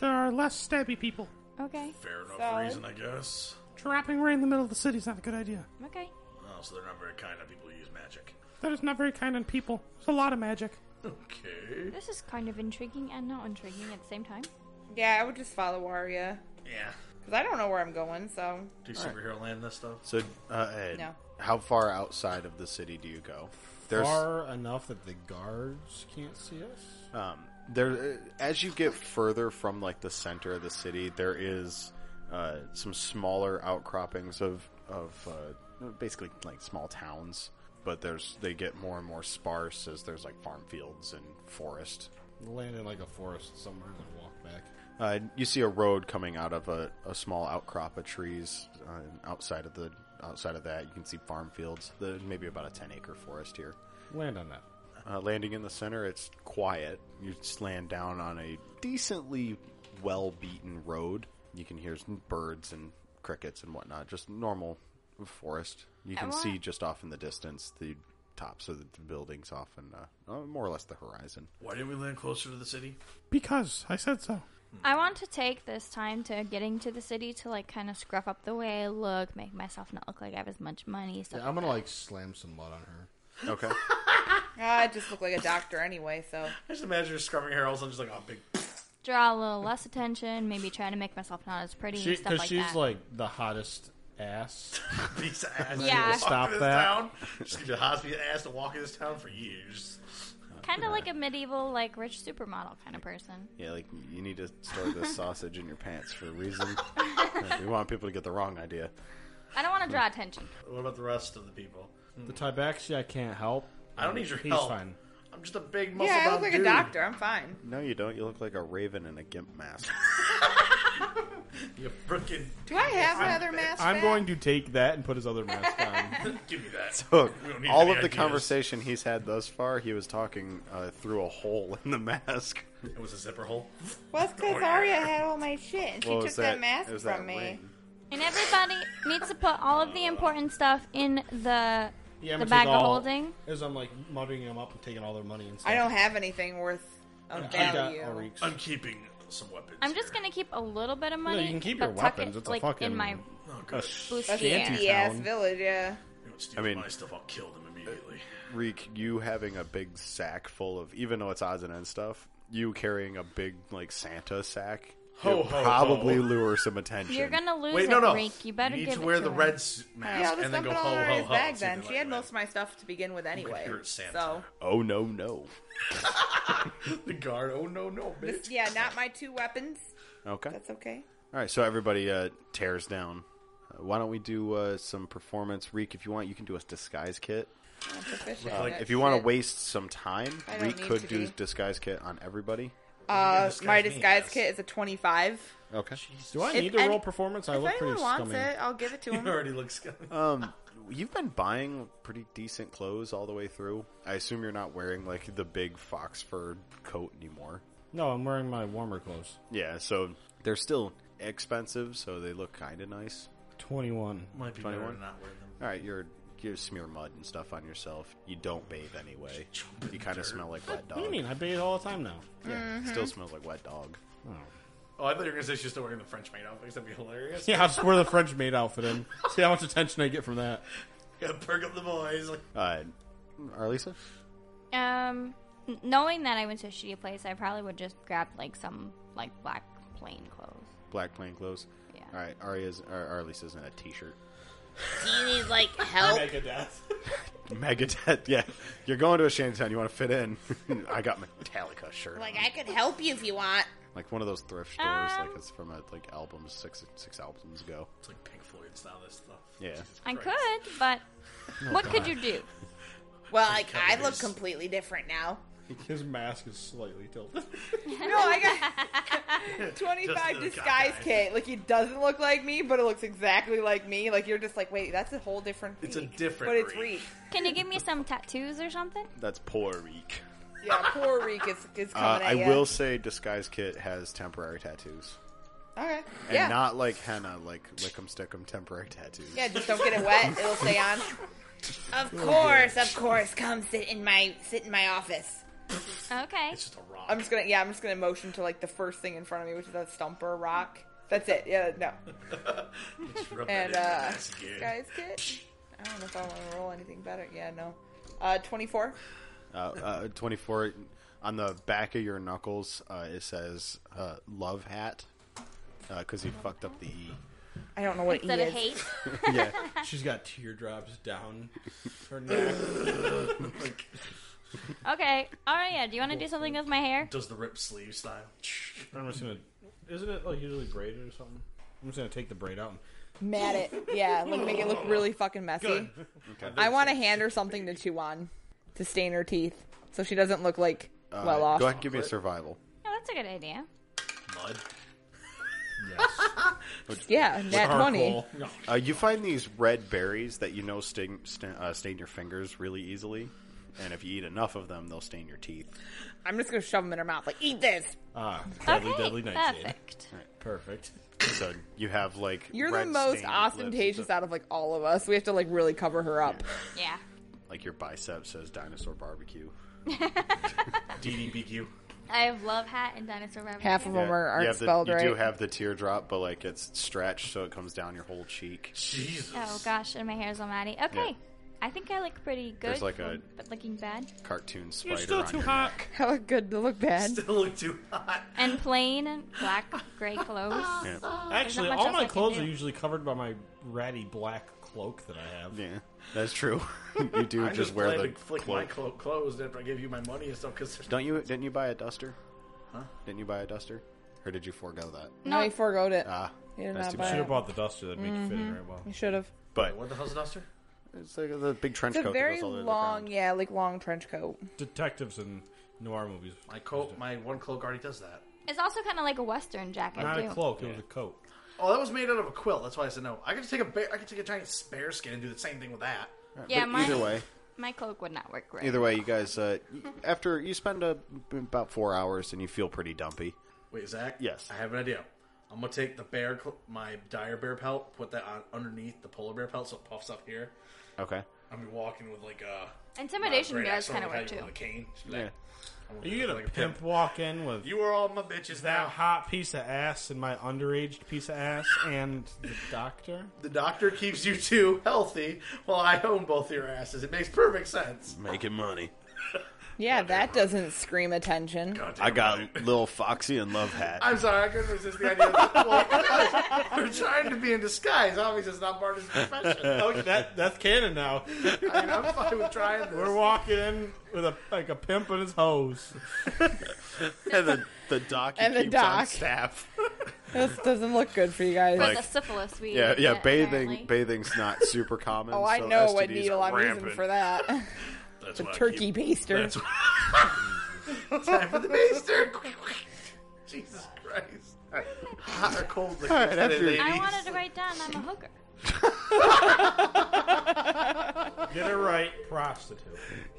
S11: there are less stabby people.
S6: Okay,
S7: Fair enough
S4: Solid.
S7: reason, I guess.
S11: Trapping right in the middle of the city is not a good idea.
S6: okay.
S7: Oh, so they're not very kind on people who use magic.
S11: That is not very kind on people. It's a lot of magic.
S7: Okay.
S6: This is kind of intriguing and not intriguing at the same time.
S4: Yeah, I would just follow Arya.
S7: Yeah.
S4: Because I don't know where I'm going, so.
S7: Do superhero land this stuff?
S3: So uh, Ed,
S4: No.
S3: how far outside of the city do you go? There's
S5: Far enough that the guards can't see us.
S3: um, there as you get further from like the center of the city, there is uh, some smaller outcroppings of of uh, basically like small towns, but there's they get more and more sparse as there's like farm fields and forest.
S5: Land in like a forest somewhere and then walk back.
S3: Uh, you see a road coming out of a, a small outcrop of trees uh, outside of the outside of that. You can see farm fields, the, maybe about a ten acre forest here.
S5: Land on that.
S3: Uh, landing in the center, it's quiet. You just land down on a decently well beaten road. You can hear some birds and crickets and whatnot, just normal forest. You can
S6: want-
S3: see just off in the distance the tops of the buildings off and uh, uh, more or less the horizon.
S7: Why didn't we land closer to the city?
S11: Because I said so.
S6: I want to take this time to getting to the city to like kind of scruff up the way I look, make myself not look like I have as much money. So
S5: Yeah, I'm gonna like slam some mud on her.
S3: Okay.
S4: I just look like a doctor anyway, so.
S7: I just imagine her scrubbing her also just like, oh, big.
S6: draw a little less attention, maybe try to make myself not as pretty
S5: She
S6: and stuff
S5: because
S6: like
S5: she's
S6: that.
S5: like the hottest ass.
S7: piece of ass.
S6: Yeah.
S7: to walk
S5: Stop
S7: in this
S5: that.
S7: Town. She's gonna be a hot piece of ass to walk in this town for years.
S6: kind of like a medieval, like rich supermodel kind of person.
S3: yeah, like you need to store this sausage in your pants for a reason. Uh, we want people to get the wrong idea.
S6: I don't want to draw attention.
S7: What about the rest of the people?
S5: the Tibaxi I can't help.
S7: I don't need your
S5: He's
S7: help.
S5: fine.
S7: I'm just a big muscle
S4: Yeah, I look
S7: bound
S4: like
S7: dude.
S4: a doctor. I'm fine.
S3: No, you don't. You look like a raven in a gimp mask.
S7: You freaking
S4: Do I have another mask?
S5: I'm
S4: back?
S5: going to take that and put his other mask on.
S7: give me that.
S3: Look,
S7: We don't need
S3: all
S7: any
S3: of the
S7: ideas.
S3: conversation he's had thus far, he was talking uh, through a hole in the mask.
S7: It was a zipper hole.
S4: Well, it's because Arya had all my shit, and she
S3: What
S4: took
S3: was
S4: that, mask
S3: it was
S4: from
S3: that
S4: me.
S3: ring.
S6: And everybody needs to put all of the important stuff in the
S5: Yeah, I'm gonna
S6: the bag
S5: take
S6: of
S5: all-
S6: holding.
S5: As I'm like muttering them up and taking all their money and stuff.
S4: I don't have anything worth of
S5: I got
S4: value.
S5: Ulrich's.
S7: I'm keeping some weapons.
S6: I'm just
S7: here.
S6: gonna keep a little bit of money.
S5: you can keep
S6: but
S5: your
S6: tuck
S5: weapons.
S6: It,
S5: It's a
S6: like, in
S5: fucking-
S6: my
S7: Oh, good.
S6: bustier.
S4: Shitty ass village, yeah.
S7: They would steal
S3: I mean- uh,
S7: my stuff. I'll kill them immediately.
S3: Reek, you having a big sack full of, even though it's odds and ends stuff, you carrying a big like Santa sack,
S7: Ho,
S3: it'll
S7: ho, ho.
S3: probably lure some attention.
S6: You're gonna lose
S7: Wait,
S6: it,
S7: no, no.
S6: Reek. You better
S7: need
S6: give
S7: to
S6: it
S7: wear the
S6: him.
S7: red s- mask
S4: Yeah, I'll just
S7: and then
S4: dump
S7: go
S4: it
S7: ho
S4: all
S7: ho
S4: in Arya's
S7: ho.
S4: bag
S7: See if
S4: then.
S7: they
S4: She
S7: like
S4: had
S7: that.
S4: most of my stuff to begin with anyway.
S7: you're Santa.
S4: So,
S3: Oh no no.
S7: the guard. Oh no no,
S4: this-
S7: bitch.
S4: yeah, not my two weapons.
S3: Okay.
S4: That's okay.
S3: All right. So everybody uh, tears down. Uh, why don't we do uh, some performance, Reek? If you want, you can do a disguise kit.
S4: I'm proficient.
S3: Uh,
S4: in that
S3: if you want to
S4: shit.
S3: waste some time,
S4: I don't
S3: Reek
S4: need
S3: could
S4: to
S3: do
S4: be.
S3: disguise kit on everybody.
S4: Uh,
S7: disguise
S4: my
S7: me,
S4: disguise
S7: yes.
S4: kit is a 25.
S3: Okay.
S5: Do I
S4: If
S5: need to
S4: any-
S5: roll performance? I
S4: If
S5: look pretty
S4: anyone wants
S5: scummy.
S4: it, I'll give it to
S7: You
S4: him.
S7: already look scummy.
S3: Um, you've been buying pretty decent clothes all the way through. I assume you're not wearing like the big fox fur coat anymore.
S5: No, I'm wearing my warmer clothes.
S3: Yeah, so they're still expensive, so they look kind of nice.
S5: Twenty-one.
S7: Might be
S3: 21?
S7: better to not wear them.
S3: All right, you're you smear mud and stuff on yourself. You don't bathe anyway. You kind of smell like wet dog.
S5: What do you mean? I bathe all the time now.
S3: Yeah, still smells like wet dog.
S5: Oh.
S7: Oh, I thought you were gonna say she's still wearing the French maid outfit. 'cause That'd be hilarious.
S5: Yeah, I'll just wear the French maid outfit in. See how much attention I get from that.
S7: Yeah, perk up the boys. Like,
S3: Uh, Arlisa,
S6: Um, n- knowing that I went to a shitty place, I probably would just grab like some like black plain clothes.
S3: black plain clothes.
S6: Yeah.
S3: All right, Arya's or Arlisa's in a t-shirt.
S2: Do you need, like, help?
S3: Megadeth. Yeah, you're going to a shantytown. You want to fit in? I got Metallica shirt.
S2: Like, I could help you if you want.
S3: like one of those thrift stores,
S6: Um,
S3: like it's from a, like albums six six albums ago.
S7: It's like Pink Floyd style this stuff.
S3: Yeah.
S7: Jesus
S6: I
S7: Christ.
S6: could, but what could you do?
S4: Well, like I look
S7: covers.
S4: completely different now.
S5: His mask is slightly tilted.
S4: No, I got 25
S7: the
S4: disguise
S7: guy.
S4: kit. Like, he doesn't look like me, but it looks exactly like me. Like, you're just like, wait, that's a whole different
S7: It's a
S4: Reek.
S7: different
S4: But it's
S7: Reek.
S4: Reek.
S6: Can you give me some tattoos or something?
S3: That's poor Reek.
S4: Yeah, poor Reek is, is
S3: Uh,
S4: coming
S3: I
S4: at ya.
S3: will say, disguise kit has temporary tattoos,
S4: Okay.
S3: and
S4: Yeah.
S3: not like henna, like lick 'em, stick 'em, temporary tattoos.
S4: yeah, just don't get it wet. It'll stay on. Of course, of course. Come sit in my sit in my office.
S6: Okay.
S7: It's just a rock.
S4: I'm just gonna yeah, I'm just gonna motion to like the first thing in front of me, which is that stumper rock. That's it. Yeah, no.
S7: Just rub that
S4: And
S7: in there.
S4: uh
S7: That's good.
S4: guys kit. I don't know if I want to roll anything better. Yeah, no. Uh, 24.
S3: Uh, uh, Twenty four on the back of your knuckles. Uh, it says uh, "love hat" because he fucked up the E.
S4: I don't know what
S6: Instead
S4: E
S6: of
S4: is.
S6: hate.
S3: Yeah,
S5: She's got teardrops down her neck.
S6: Okay. All right. Yeah. Do you want to do something with my hair?
S7: Does the rip sleeve style?
S5: I'm just gonna. Isn't it like usually braided or something? I'm just gonna take the braid out.
S4: Mad at. Yeah, like make it look really fucking messy. I want to hand her something to chew on to stain her teeth so she doesn't look like
S3: Uh,
S4: well off.
S3: Go ahead and give me a survival.
S6: Oh, that's a good idea.
S7: Mud.
S4: Yeah, nat 20.
S3: Uh, you find these red berries that you know stain, stain, uh, stain your fingers really easily, and if you eat enough of them, they'll stain your teeth.
S4: I'm just going to shove them in her mouth. Like, eat this.
S5: Ah, deadly,
S6: okay.
S5: deadly nightshade.
S6: perfect.
S5: Perfect.
S3: So you have like
S4: You're
S3: red
S4: the most
S3: stained
S4: ostentatious
S3: lips.
S4: out of like all of us. We have to like really cover her up.
S6: Yeah.
S3: Like your bicep says dinosaur barbecue.
S7: DDBQ.
S6: I have love hat and dinosaur rabbit.
S4: Half of
S6: hair.
S4: them are,
S3: you,
S4: aren't
S3: have the-
S4: spelled
S3: you
S4: right.
S3: do have the teardrop, but like it's stretched so it comes down your whole cheek.
S7: Jesus.
S6: Oh gosh, and my hair's all matty. Okay.
S3: Yeah.
S6: I think I look pretty good.
S3: There's like a-
S6: for- but looking bad
S3: Cartoon spider.
S11: You're still
S3: on
S11: too
S3: your
S11: hot.
S4: I look good to look bad.
S7: Still look too hot.
S6: and plain and black gray clothes.
S3: neck.
S5: Actually,
S6: Oh, much
S5: all
S6: else I
S5: my
S6: can
S5: clothes
S6: do.
S5: are usually covered by my ratty black cloak that I have.
S3: Yeah. yeah, that's true. you do
S7: I
S3: just, wear the
S7: plan to flick my
S3: cloak.
S7: clo- clothes after I give you my money and stuff because
S3: Don't you? Didn't you buy a duster? Huh? Didn't you buy a duster? Or did you forego that?
S4: No, he foregoed it.
S3: Ah,
S4: He did
S3: that's
S4: not
S3: too
S4: buy
S3: bad.
S5: Should
S4: it.
S5: have bought the duster. That'd make it fit in very well.
S4: He should have.
S3: but
S7: what the hell's a duster?
S3: it's like the big trench
S4: It's a
S3: coat.
S4: very
S3: that goes all the way to the
S4: long,
S3: ground.
S4: yeah, like long trench coat.
S5: Detectives and noir movies.
S7: My coat, my one cloak already does that.
S6: It's also kind of like a western jacket
S5: Not
S6: too.
S5: a cloak. It was a coat.
S7: Oh, that was made out of a quilt. That's why I said no. I could take a bear, I could take a giant bear skin and do the same thing with that.
S6: Yeah,
S3: But
S6: my
S3: either way,
S6: my cloak would not work right.
S3: either way, you guys. Uh, y- after you spend uh, about four hours and you feel pretty dumpy.
S7: Wait, Zach.
S3: Yes.
S7: I have an idea. I'm gonna take the bear, cl- my dire bear pelt, put that on underneath the polar bear pelt so it puffs up here.
S3: Okay.
S7: I'm be walking with like a
S6: Intimidation
S7: Great
S6: does
S7: Axel
S6: kind of
S7: with how
S6: work
S7: you-
S6: too.
S7: With a cane. Just be
S3: Yeah.
S7: like, I'm
S5: Are you
S7: look
S5: gonna
S7: like a
S5: pimp walk in with
S7: You are all my bitches
S5: that
S7: now.
S5: hot piece of ass and my underaged piece of ass and the doctor?
S7: The doctor keeps you two healthy while I own both your asses. It makes perfect sense.
S3: Making money.
S4: Yeah, that doesn't scream attention.
S7: God damn
S3: I got
S7: right.
S3: little Foxy and Love Hat.
S7: I'm sorry, I couldn't resist the idea. Of well, we're trying to be in disguise. Obviously, it's not part of his profession.
S5: Okay, that that's canon now.
S7: I mean, I'm fine with trying this.
S5: We're walking in with a like a pimp and his hose.
S3: and the, the doc he
S4: And the
S3: keeps on
S4: doc.
S3: staff.
S4: This doesn't look good for you guys.
S6: But
S3: Like-
S6: the syphilis we
S3: Yeah, yeah.
S6: get,
S3: bathing,
S6: apparently.
S3: bathing's not super common.
S4: oh, I
S3: so
S4: know what
S3: STDs
S4: needle I'm using
S7: rampant.
S4: for that.
S7: That's
S4: the
S7: why I
S4: turkey
S7: keep-
S4: baster.
S7: That's what- Time for the baster. Jesus Christ. Hot or cold liquor
S3: right,
S7: today,
S3: after-
S7: ladies.
S6: I wanted to write down I'm a hooker.
S5: Get it right, prostitute.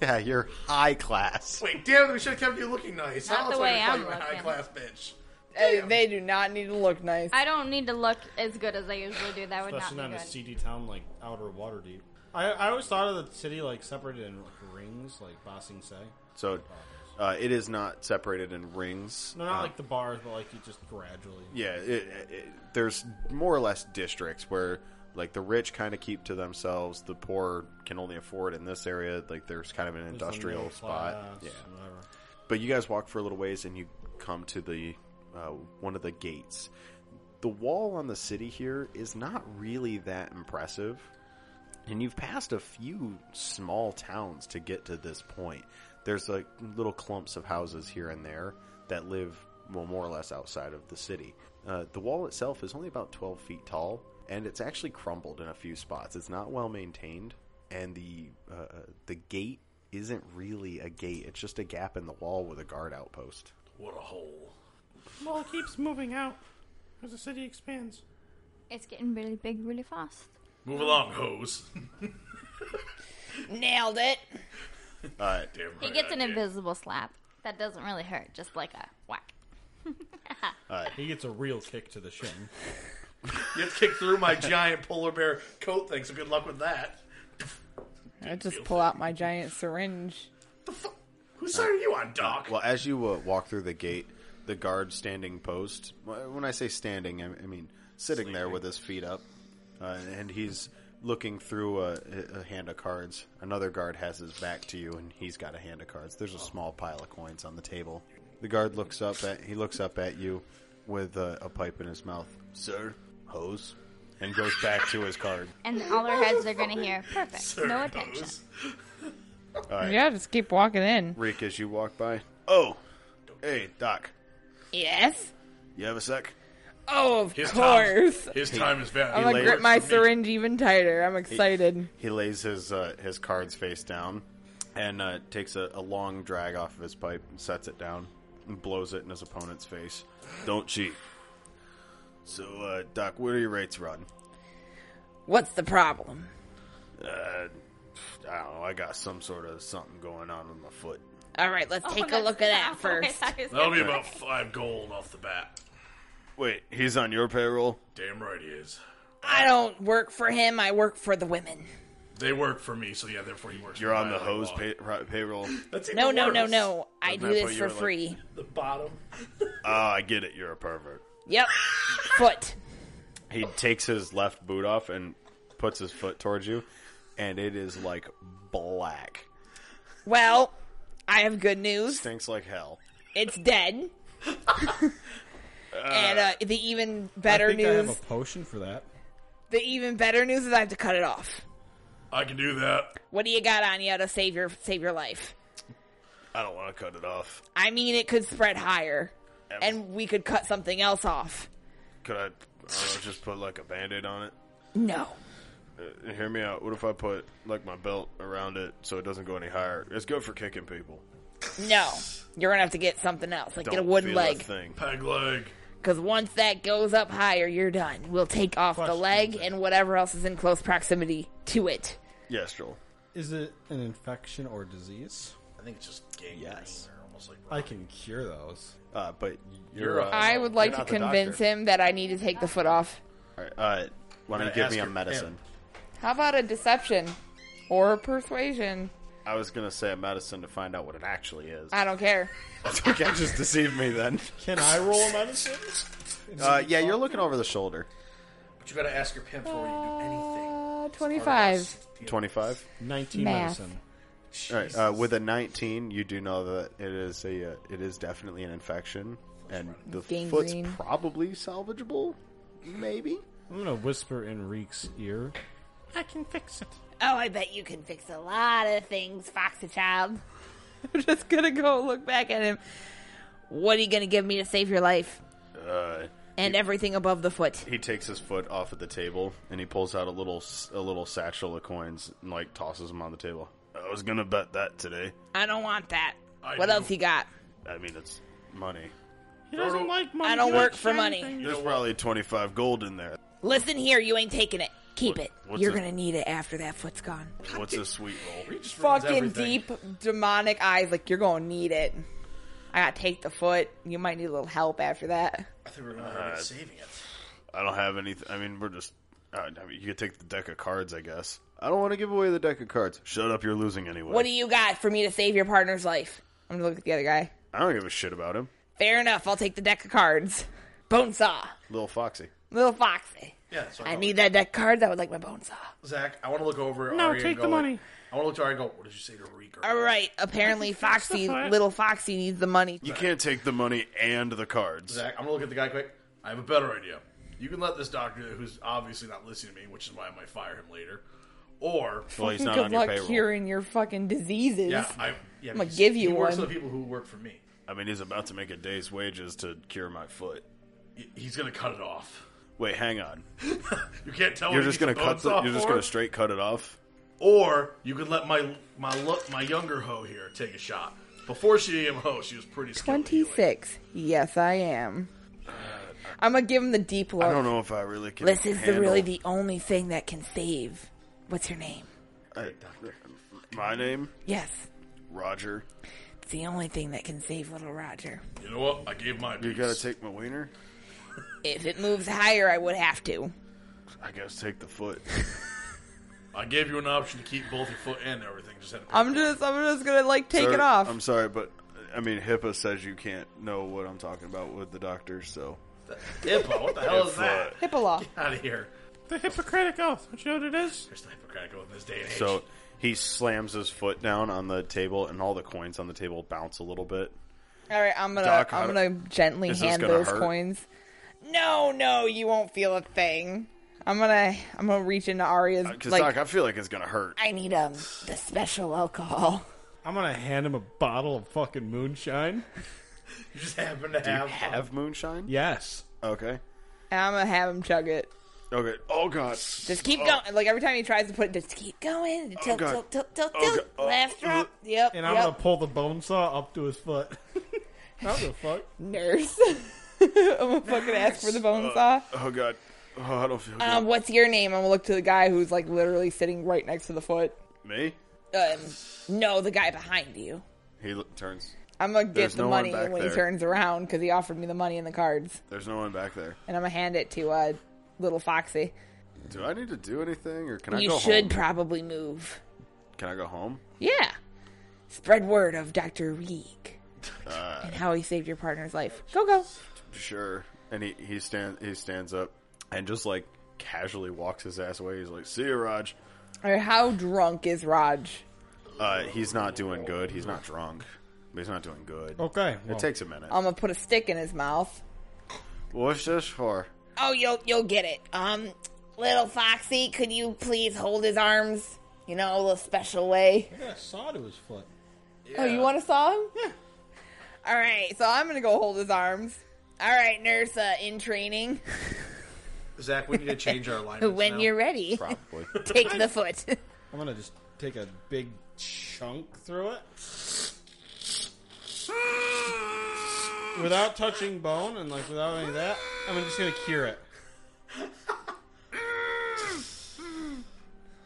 S3: Yeah, you're high class.
S7: Wait, damn it, we should have kept you looking nice.
S6: Not
S7: How else
S6: the
S7: would I
S6: way
S7: call
S6: I'm
S7: you a high
S6: looking.
S7: class bitch?
S4: Uh, they do not need to look nice.
S6: I don't need to look as good as I usually do. That would
S5: Especially
S6: not
S5: not
S6: be
S5: in a
S6: good.
S5: seedy town like Outer Waterdeep. I, I always thought of the city like separated in like rings, like Ba Sing Se.
S3: So, uh, it is not separated in rings.
S5: No, not
S3: Uh,
S5: like the bars, but like you just gradually.
S3: yeah. It, it, it- there's more or less districts where like the rich kind of keep to themselves. The poor can only afford in this area. Like there's kind of an
S5: There's a
S3: industrial
S5: middle
S3: spot.
S5: class
S3: Yeah.
S5: and whatever.
S3: But you guys walk for a little ways and you come to the uh, one of the gates. The wall on the city here is not really that impressive. And you've passed a few small towns to get to this point. There's like little clumps of houses here and there that live well, more or less outside of the city. Uh, the wall itself is only about 12 feet tall, and it's actually crumbled in a few spots. It's not well maintained, and the uh, the gate isn't really a gate. It's just a gap in the wall with a guard outpost.
S7: What a hole.
S11: Wall keeps moving out as the city expands.
S6: It's getting really big really fast.
S7: Move along, hose.
S4: Nailed it.
S3: Uh,
S7: Damn right
S6: He gets
S7: I
S6: an
S7: did.
S6: invisible slap. That doesn't really hurt, just like a whack.
S5: He gets a real kick to the shin.
S7: You have to kick through my giant polar bear coat thing, so good luck with that.
S4: I just pull out my giant syringe.
S7: The fu- Whose side are you on, Doc?
S3: Well, as you uh, walk through the gate, the guard standing post. When I say standing, I, I mean sitting there with his feet up, uh, and he's looking through a, a hand of cards. Another guard has his back to you, and he's got a hand of cards. There's a small pile of coins on the table. The guard looks up at he looks up at you with a, a pipe in his mouth, sir, hose, and goes back to his card.
S6: And all our heads are going to hear, perfect, no attention.
S7: Hose.
S4: Yeah, just keep walking in.
S3: Reek, as you walk by, oh, hey, doc,
S4: Yes.
S3: you have a sec?
S4: Oh, of
S7: His
S4: course.
S7: Time, his time is valuable.
S4: I'm gonna
S3: lays-
S4: grip my
S7: For me.
S4: syringe even tighter. I'm excited.
S3: He lays his uh, his cards face down and uh, takes a, a long drag off of his pipe and sets it down and blows it in his opponent's face. Don't cheat. So, uh, Doc, what are your rates run?
S4: What's the problem?
S3: Uh, I don't know. I got some sort of something going on with my foot.
S4: All right, let's take a look at that first.
S7: That'll be about five gold off the bat.
S3: Wait, he's on your payroll?
S7: Damn right he is.
S4: I don't work for him. I work for the women.
S7: They work for me, so yeah, therefore he works.
S3: You're
S7: for
S3: on
S7: my
S3: the
S7: other
S3: hose
S7: law.
S3: pay- ri- payroll.
S7: That's even
S4: No, no, no,
S7: worse.
S4: no. I
S3: Doesn't
S4: do
S3: that
S4: this
S3: put you
S4: for
S3: in, like-
S4: free.
S7: The bottom.
S3: Oh, I get it. You're a pervert.
S4: Yep. Foot.
S3: He takes his left boot off and puts his foot towards you, and it is like black.
S4: Well, I have good news.
S3: Stinks like hell.
S4: It's dead. and uh, the even
S5: I
S4: better
S5: think I have
S4: news,
S5: a potion for that.
S4: the even better news is I have to cut it off.
S7: I can do that.
S4: What do you got on you to save your save your life?
S3: I don't want to cut it off.
S4: I mean, it could spread higher, and we could cut something else off.
S3: Could I, I don't know, just put like a band-aid on it?
S4: No.
S3: Uh, hear me out. What if I put like my belt around it so it doesn't go any higher? It's good for kicking people.
S4: No. You're gonna have to get something else, like
S3: Don't
S4: get a wooden
S3: feel a
S4: leg.
S3: thing.
S7: Peg leg.
S4: Because once that goes up higher, you're done. We'll take off the leg and whatever else is in close proximity to it.
S3: Yes, Joel.
S5: Is it an infection or disease?
S7: I think it's just gangrene.
S3: Yes.
S7: Or almost like
S5: I can cure those.
S3: Uh, but
S7: You're
S3: you're.
S7: a-
S3: Uh,
S4: I would like
S3: You're
S4: to
S3: not the
S4: convince
S3: doctor.
S4: him that I need to take the foot off.
S3: all right, uh, why don't you
S7: Gotta
S3: give
S7: ask
S3: me a
S7: her-
S3: medicine?
S4: How about a deception or a persuasion?
S3: I was gonna say a medicine to find out what it actually is.
S4: I don't care.
S3: you can't just deceive me then.
S5: Can I roll a medicine?
S3: Uh, yeah, you're looking over the shoulder.
S7: But you gotta ask your pimp before you do anything.
S4: Uh, 25.
S3: Twenty-five.
S5: 19
S4: Math.
S5: medicine.
S3: All right, uh, with a 19, you do know that it is a uh, it is definitely an infection, and the foot's
S4: Gangrene.
S3: probably salvageable, maybe.
S5: I'm gonna whisper in Reek's ear.
S11: I can fix it.
S2: Oh, I bet you can fix a lot of things, Foxy Child.
S4: I'm just gonna go look back at him. What are you gonna give me to save your life?
S3: Uh,
S4: And everything above the foot.
S3: he takes his foot off of the table and he pulls out a little s- a little satchel of coins and like tosses them on the table. I was gonna bet that today.
S4: I don't want that.
S7: I
S4: what
S7: do.
S4: else you got?
S3: I mean, it's money.
S11: He doesn't like money.
S4: I don't
S11: he likes
S4: work for money.
S11: shiny things.
S3: There's probably 25 gold in there.
S4: Listen here, you ain't taking it. Keep it.
S3: what's
S4: You're
S3: it?
S4: gonna need it after that foot's gone.
S3: What's a sweet roll?
S7: He just ruins
S4: Fucking
S7: everything.
S4: deep demonic eyes, like you're gonna need it. I gotta take the foot. You might need a little help after that.
S7: I think we're gonna end up saving it.
S3: I don't have anything. I mean, we're just. Uh, I mean, you could take the deck of cards, I guess. I don't want to give away the deck of cards. Shut up, you're losing anyway.
S4: What do you got for me to save your partner's life? I'm gonna look at the other guy.
S3: I don't give a shit about him.
S4: Fair enough, I'll take the deck of cards. Bone saw.
S3: Little Foxy.
S4: Little Foxy.
S7: Yeah, so
S4: I
S7: go,
S4: need that deck of cards, I would like my bone saw.
S7: Zach. I want to look over. at
S11: No,
S7: Ari and
S11: take
S7: go
S11: the
S7: like-
S11: money.
S7: I want to look to Ari and go. What did you say to Reeker?
S4: Alright, apparently Foxy
S11: foot.
S4: little Foxy needs the money.
S3: You can't take the money and the cards.
S7: Zach, I'm gonna look at the guy quick. I have a better idea. You can let this doctor, who's obviously not listening to me, which is why I might fire him later, or
S3: Well, he's not
S4: Good
S3: on your
S4: luck
S3: payroll.
S4: curing your fucking diseases.
S7: yeah, I yeah,
S4: I'ma
S7: because
S4: give you
S7: he works
S4: one.
S7: for the people who work for me.
S3: I mean, he's about to make a day's wages to cure my foot.
S7: Y- He's gonna cut it off.
S3: Wait, hang on.
S7: You can't tell.
S3: You're
S7: what he
S3: just gonna
S7: gets
S3: cut
S7: bones
S3: the,
S7: off
S3: You're just
S7: for.
S3: gonna straight cut it off.
S7: Or you could let my my lo- my younger hoe here take a shot. Before she became a hoe, she was pretty skilled at healing.
S4: 26. Yes, I am. I'm gonna give him the deep look.
S3: I don't know if I really can.
S4: This is the
S3: handle-
S4: really the only thing that can save. What's your name?
S3: I- my name,
S4: Yes,
S3: Roger.
S4: it's the only thing that can save little Roger.
S7: You know what? I gave my.
S3: You
S7: piece.
S3: gotta take my wiener.
S4: If it moves higher, I would have to.
S3: I gotta take the foot.
S7: I gave you an option to keep both your foot and everything. Just had to pick
S4: I'm
S7: one.
S4: just, I'm just gonna like take
S3: Sir, um,
S4: it off.
S3: I'm sorry, but I mean, HIPAA says you can't know what I'm talking about with the doctor. So
S7: Hippo, what the hell is that?
S4: HIPAA law.
S7: Out of here.
S11: The Hippocratic Oath. Don't you know what it is?
S7: There's the Hippocratic Oath in this day and age.
S3: So he slams his foot down on the table, and all the coins on the table bounce a little bit.
S4: All right, I'm gonna,
S3: Doc, how
S4: I'm
S3: do-
S4: gonna gently
S3: Is this
S4: hand
S3: gonna
S4: those
S3: hurt?
S4: coins. No, no, you won't feel a thing. I'm gonna, I'm gonna reach into Arya's.
S3: Because
S4: Like,
S3: Uh, Doc, I feel like it's gonna hurt.
S4: I need um the special alcohol.
S5: I'm gonna hand him a bottle of fucking moonshine.
S7: you just happen to
S3: Do you
S7: have,
S3: have moonshine?
S5: Yes.
S3: Okay.
S4: And I'm gonna have him chug it.
S3: Okay. Oh god.
S4: Just keep going. Like every time he tries to put it, just keep going. Tilt,
S3: God.
S4: tilt, tilt, tilt,
S3: Oh,
S4: tilt.
S3: God. Oh,
S4: Left drop. Yep.
S5: And I'm
S4: yep.
S5: gonna pull the bone saw up to his foot. How the fuck?
S4: nurse. I'm gonna fucking ask for the bone saw.
S3: Oh god. Oh, I don't feel good.
S4: Um, what's your name? I'm gonna look to the guy who's like literally sitting right next to the foot.
S3: Me?
S4: Um, no, the guy behind you.
S3: He l- turns.
S4: I'm gonna get
S3: There's
S4: the
S3: no one
S4: money
S3: back
S4: when he
S3: there.
S4: turns around because he offered me the money and the cards,
S3: There's no one back there.
S4: and I'm gonna hand it to uh, little Foxy.
S3: Do I need to do anything, or can I
S4: You
S3: go
S4: should
S3: home?
S4: probably move.
S3: Can I go home?
S4: Yeah. Spread word of Doctor Reek
S3: Uh.
S4: and how he saved your partner's life. Go go.
S3: Sure. And he he stands he stands up and just like casually walks his ass away. He's like, "See you, Raj."
S4: Or how drunk is Raj?
S3: Uh, he's not doing good. He's not drunk, but he's not doing good.
S4: Oh.
S5: Okay. well,
S3: It takes a minute.
S4: I'm gonna put a stick in his mouth.
S3: What's this for?
S4: Oh, you'll you'll get it. Um, little Foxy, could you please hold his arms? You know, a little special way.
S5: I got a saw to his foot.
S4: Oh, you want to saw him? Yeah. All right, so I'm gonna go hold his arms. All right, nurse, uh, in training.
S7: Zach, we need to change our alignments
S4: When
S7: now.
S4: you're ready,
S3: Probably.
S4: take the foot.
S5: I'm gonna just take a big chunk through it. Without touching bone and like without any of that, I'm just gonna cure it.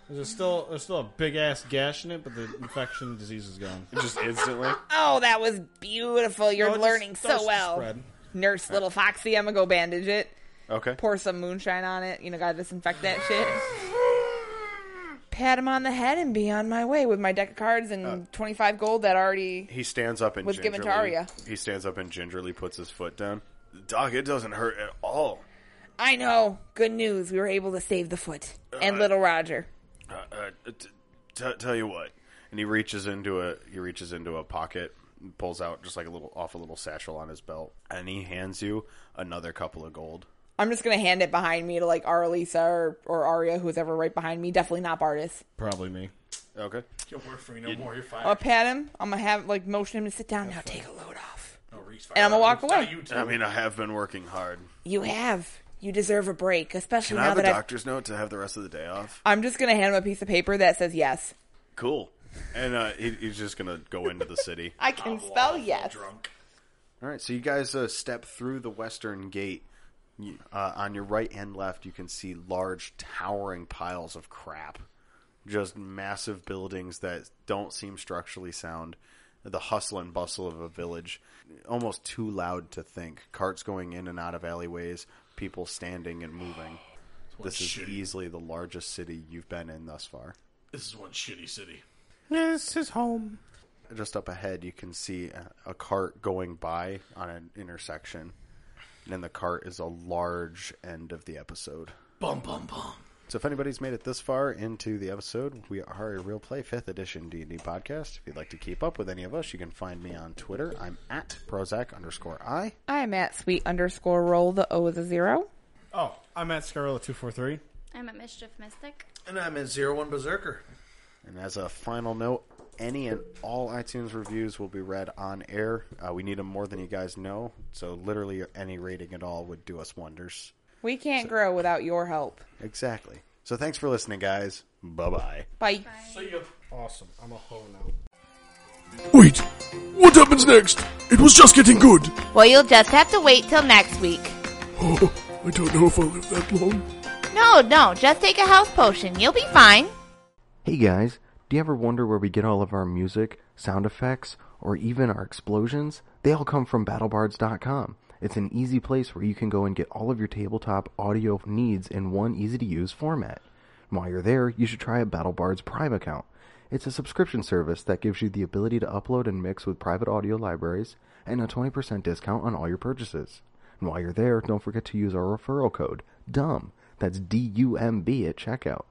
S5: There's still there's still a big ass gash in it, but the infection disease is gone.
S3: just instantly.
S4: oh, that was beautiful. You're
S5: No, it just
S4: learning
S5: starts
S4: so
S5: to
S4: well,
S5: spread.
S4: nurse, little Foxy. I'm gonna go bandage it.
S3: Okay.
S4: pour some moonshine on it. You know, gotta disinfect that shit. Pat him on the head and be on my way with my deck of cards and 25 gold that already.
S3: He stands up and
S4: Was given
S3: gingerly,
S4: to Arya.
S3: He stands up and gingerly puts his foot down. Doc, it doesn't hurt at all.
S4: I know. Good news. We were able to save the foot and little Roger.
S3: Uh, uh, t- t- tell you what, and he reaches into a he reaches into a pocket, and pulls out just like a little off a little satchel on his belt, and he hands you another couple of gold.
S4: I'm just gonna hand it behind me to like Arlisa or, or Aria, who's ever right behind me. Definitely not Bartis.
S5: Probably me.
S3: Okay.
S7: You'll work for me no more. You're
S4: I'm gonna
S7: fired.
S4: pat him. I'm gonna have like motion him to sit down. Now take a load off.
S7: No, Reese fired.
S4: And I'm gonna walk
S7: Not
S4: away.
S7: you two.
S3: I mean, I have been working hard.
S4: You have. You deserve a break, especially
S3: Can I
S4: now
S3: have a
S4: that I've.
S3: doctor's note to have the rest of the day off?
S4: I'm just gonna hand him a piece of paper that says yes.
S3: Cool. And uh, he, he's just gonna go into the city.
S4: I can spell yes.
S7: drunk.
S3: All right, so you guys uh, step through the western gate. You- Uh, on your right and left, you can see large, towering piles of crap. Just massive buildings that don't seem structurally sound. The hustle and bustle of a village, almost too loud to think. Carts going in and out of alleyways, people standing and moving. This is
S7: shitty-
S3: easily the largest city you've been in thus far.
S7: This is one shitty city.
S11: Yeah, this is his home.
S3: just up ahead, you can see a, a cart going by on an intersection. And in the cart is a large end of the episode.
S7: Bum bum bum.
S3: So if anybody's made it this far into the episode, we are a real play 5th edition D&D podcast. If you'd like to keep up with any of us, you can find me on Twitter. I'm at Prozac underscore I.
S4: I'm at sweet underscore roll. The O is a zero.
S5: Oh, I'm at Scarlet two four three.
S6: I'm a mischief mystic.
S7: And I'm in zero one berserker.
S3: And as a final note, Any and all iTunes reviews will be read on air. Uh, we need them more than you guys know, so literally any rating at all would do us wonders.
S4: We can't grow without your help.
S3: Exactly. So thanks for listening, guys. Bye bye.
S4: Bye.
S5: Awesome. I'm a hoe now.
S1: Wait, what happens next? It was just getting good.
S2: Well, you'll just have to wait till next week.
S1: Oh, I don't know if I'll live that long.
S2: No, no, just take a health potion. You'll be fine.
S7: Hey guys, do you ever wonder where we get all of our music, sound effects, or even our explosions? They all come from battlebards.com. It's an easy place where you can go and get all of your tabletop audio needs in one easy to use format. And while you're there, you should try a BattleBards Prime account. It's a subscription service that gives you the ability to upload and mix with private audio libraries and a 20% discount on all your purchases. And while you're there, don't forget to use our referral code, DUMB. That's D U M B at checkout.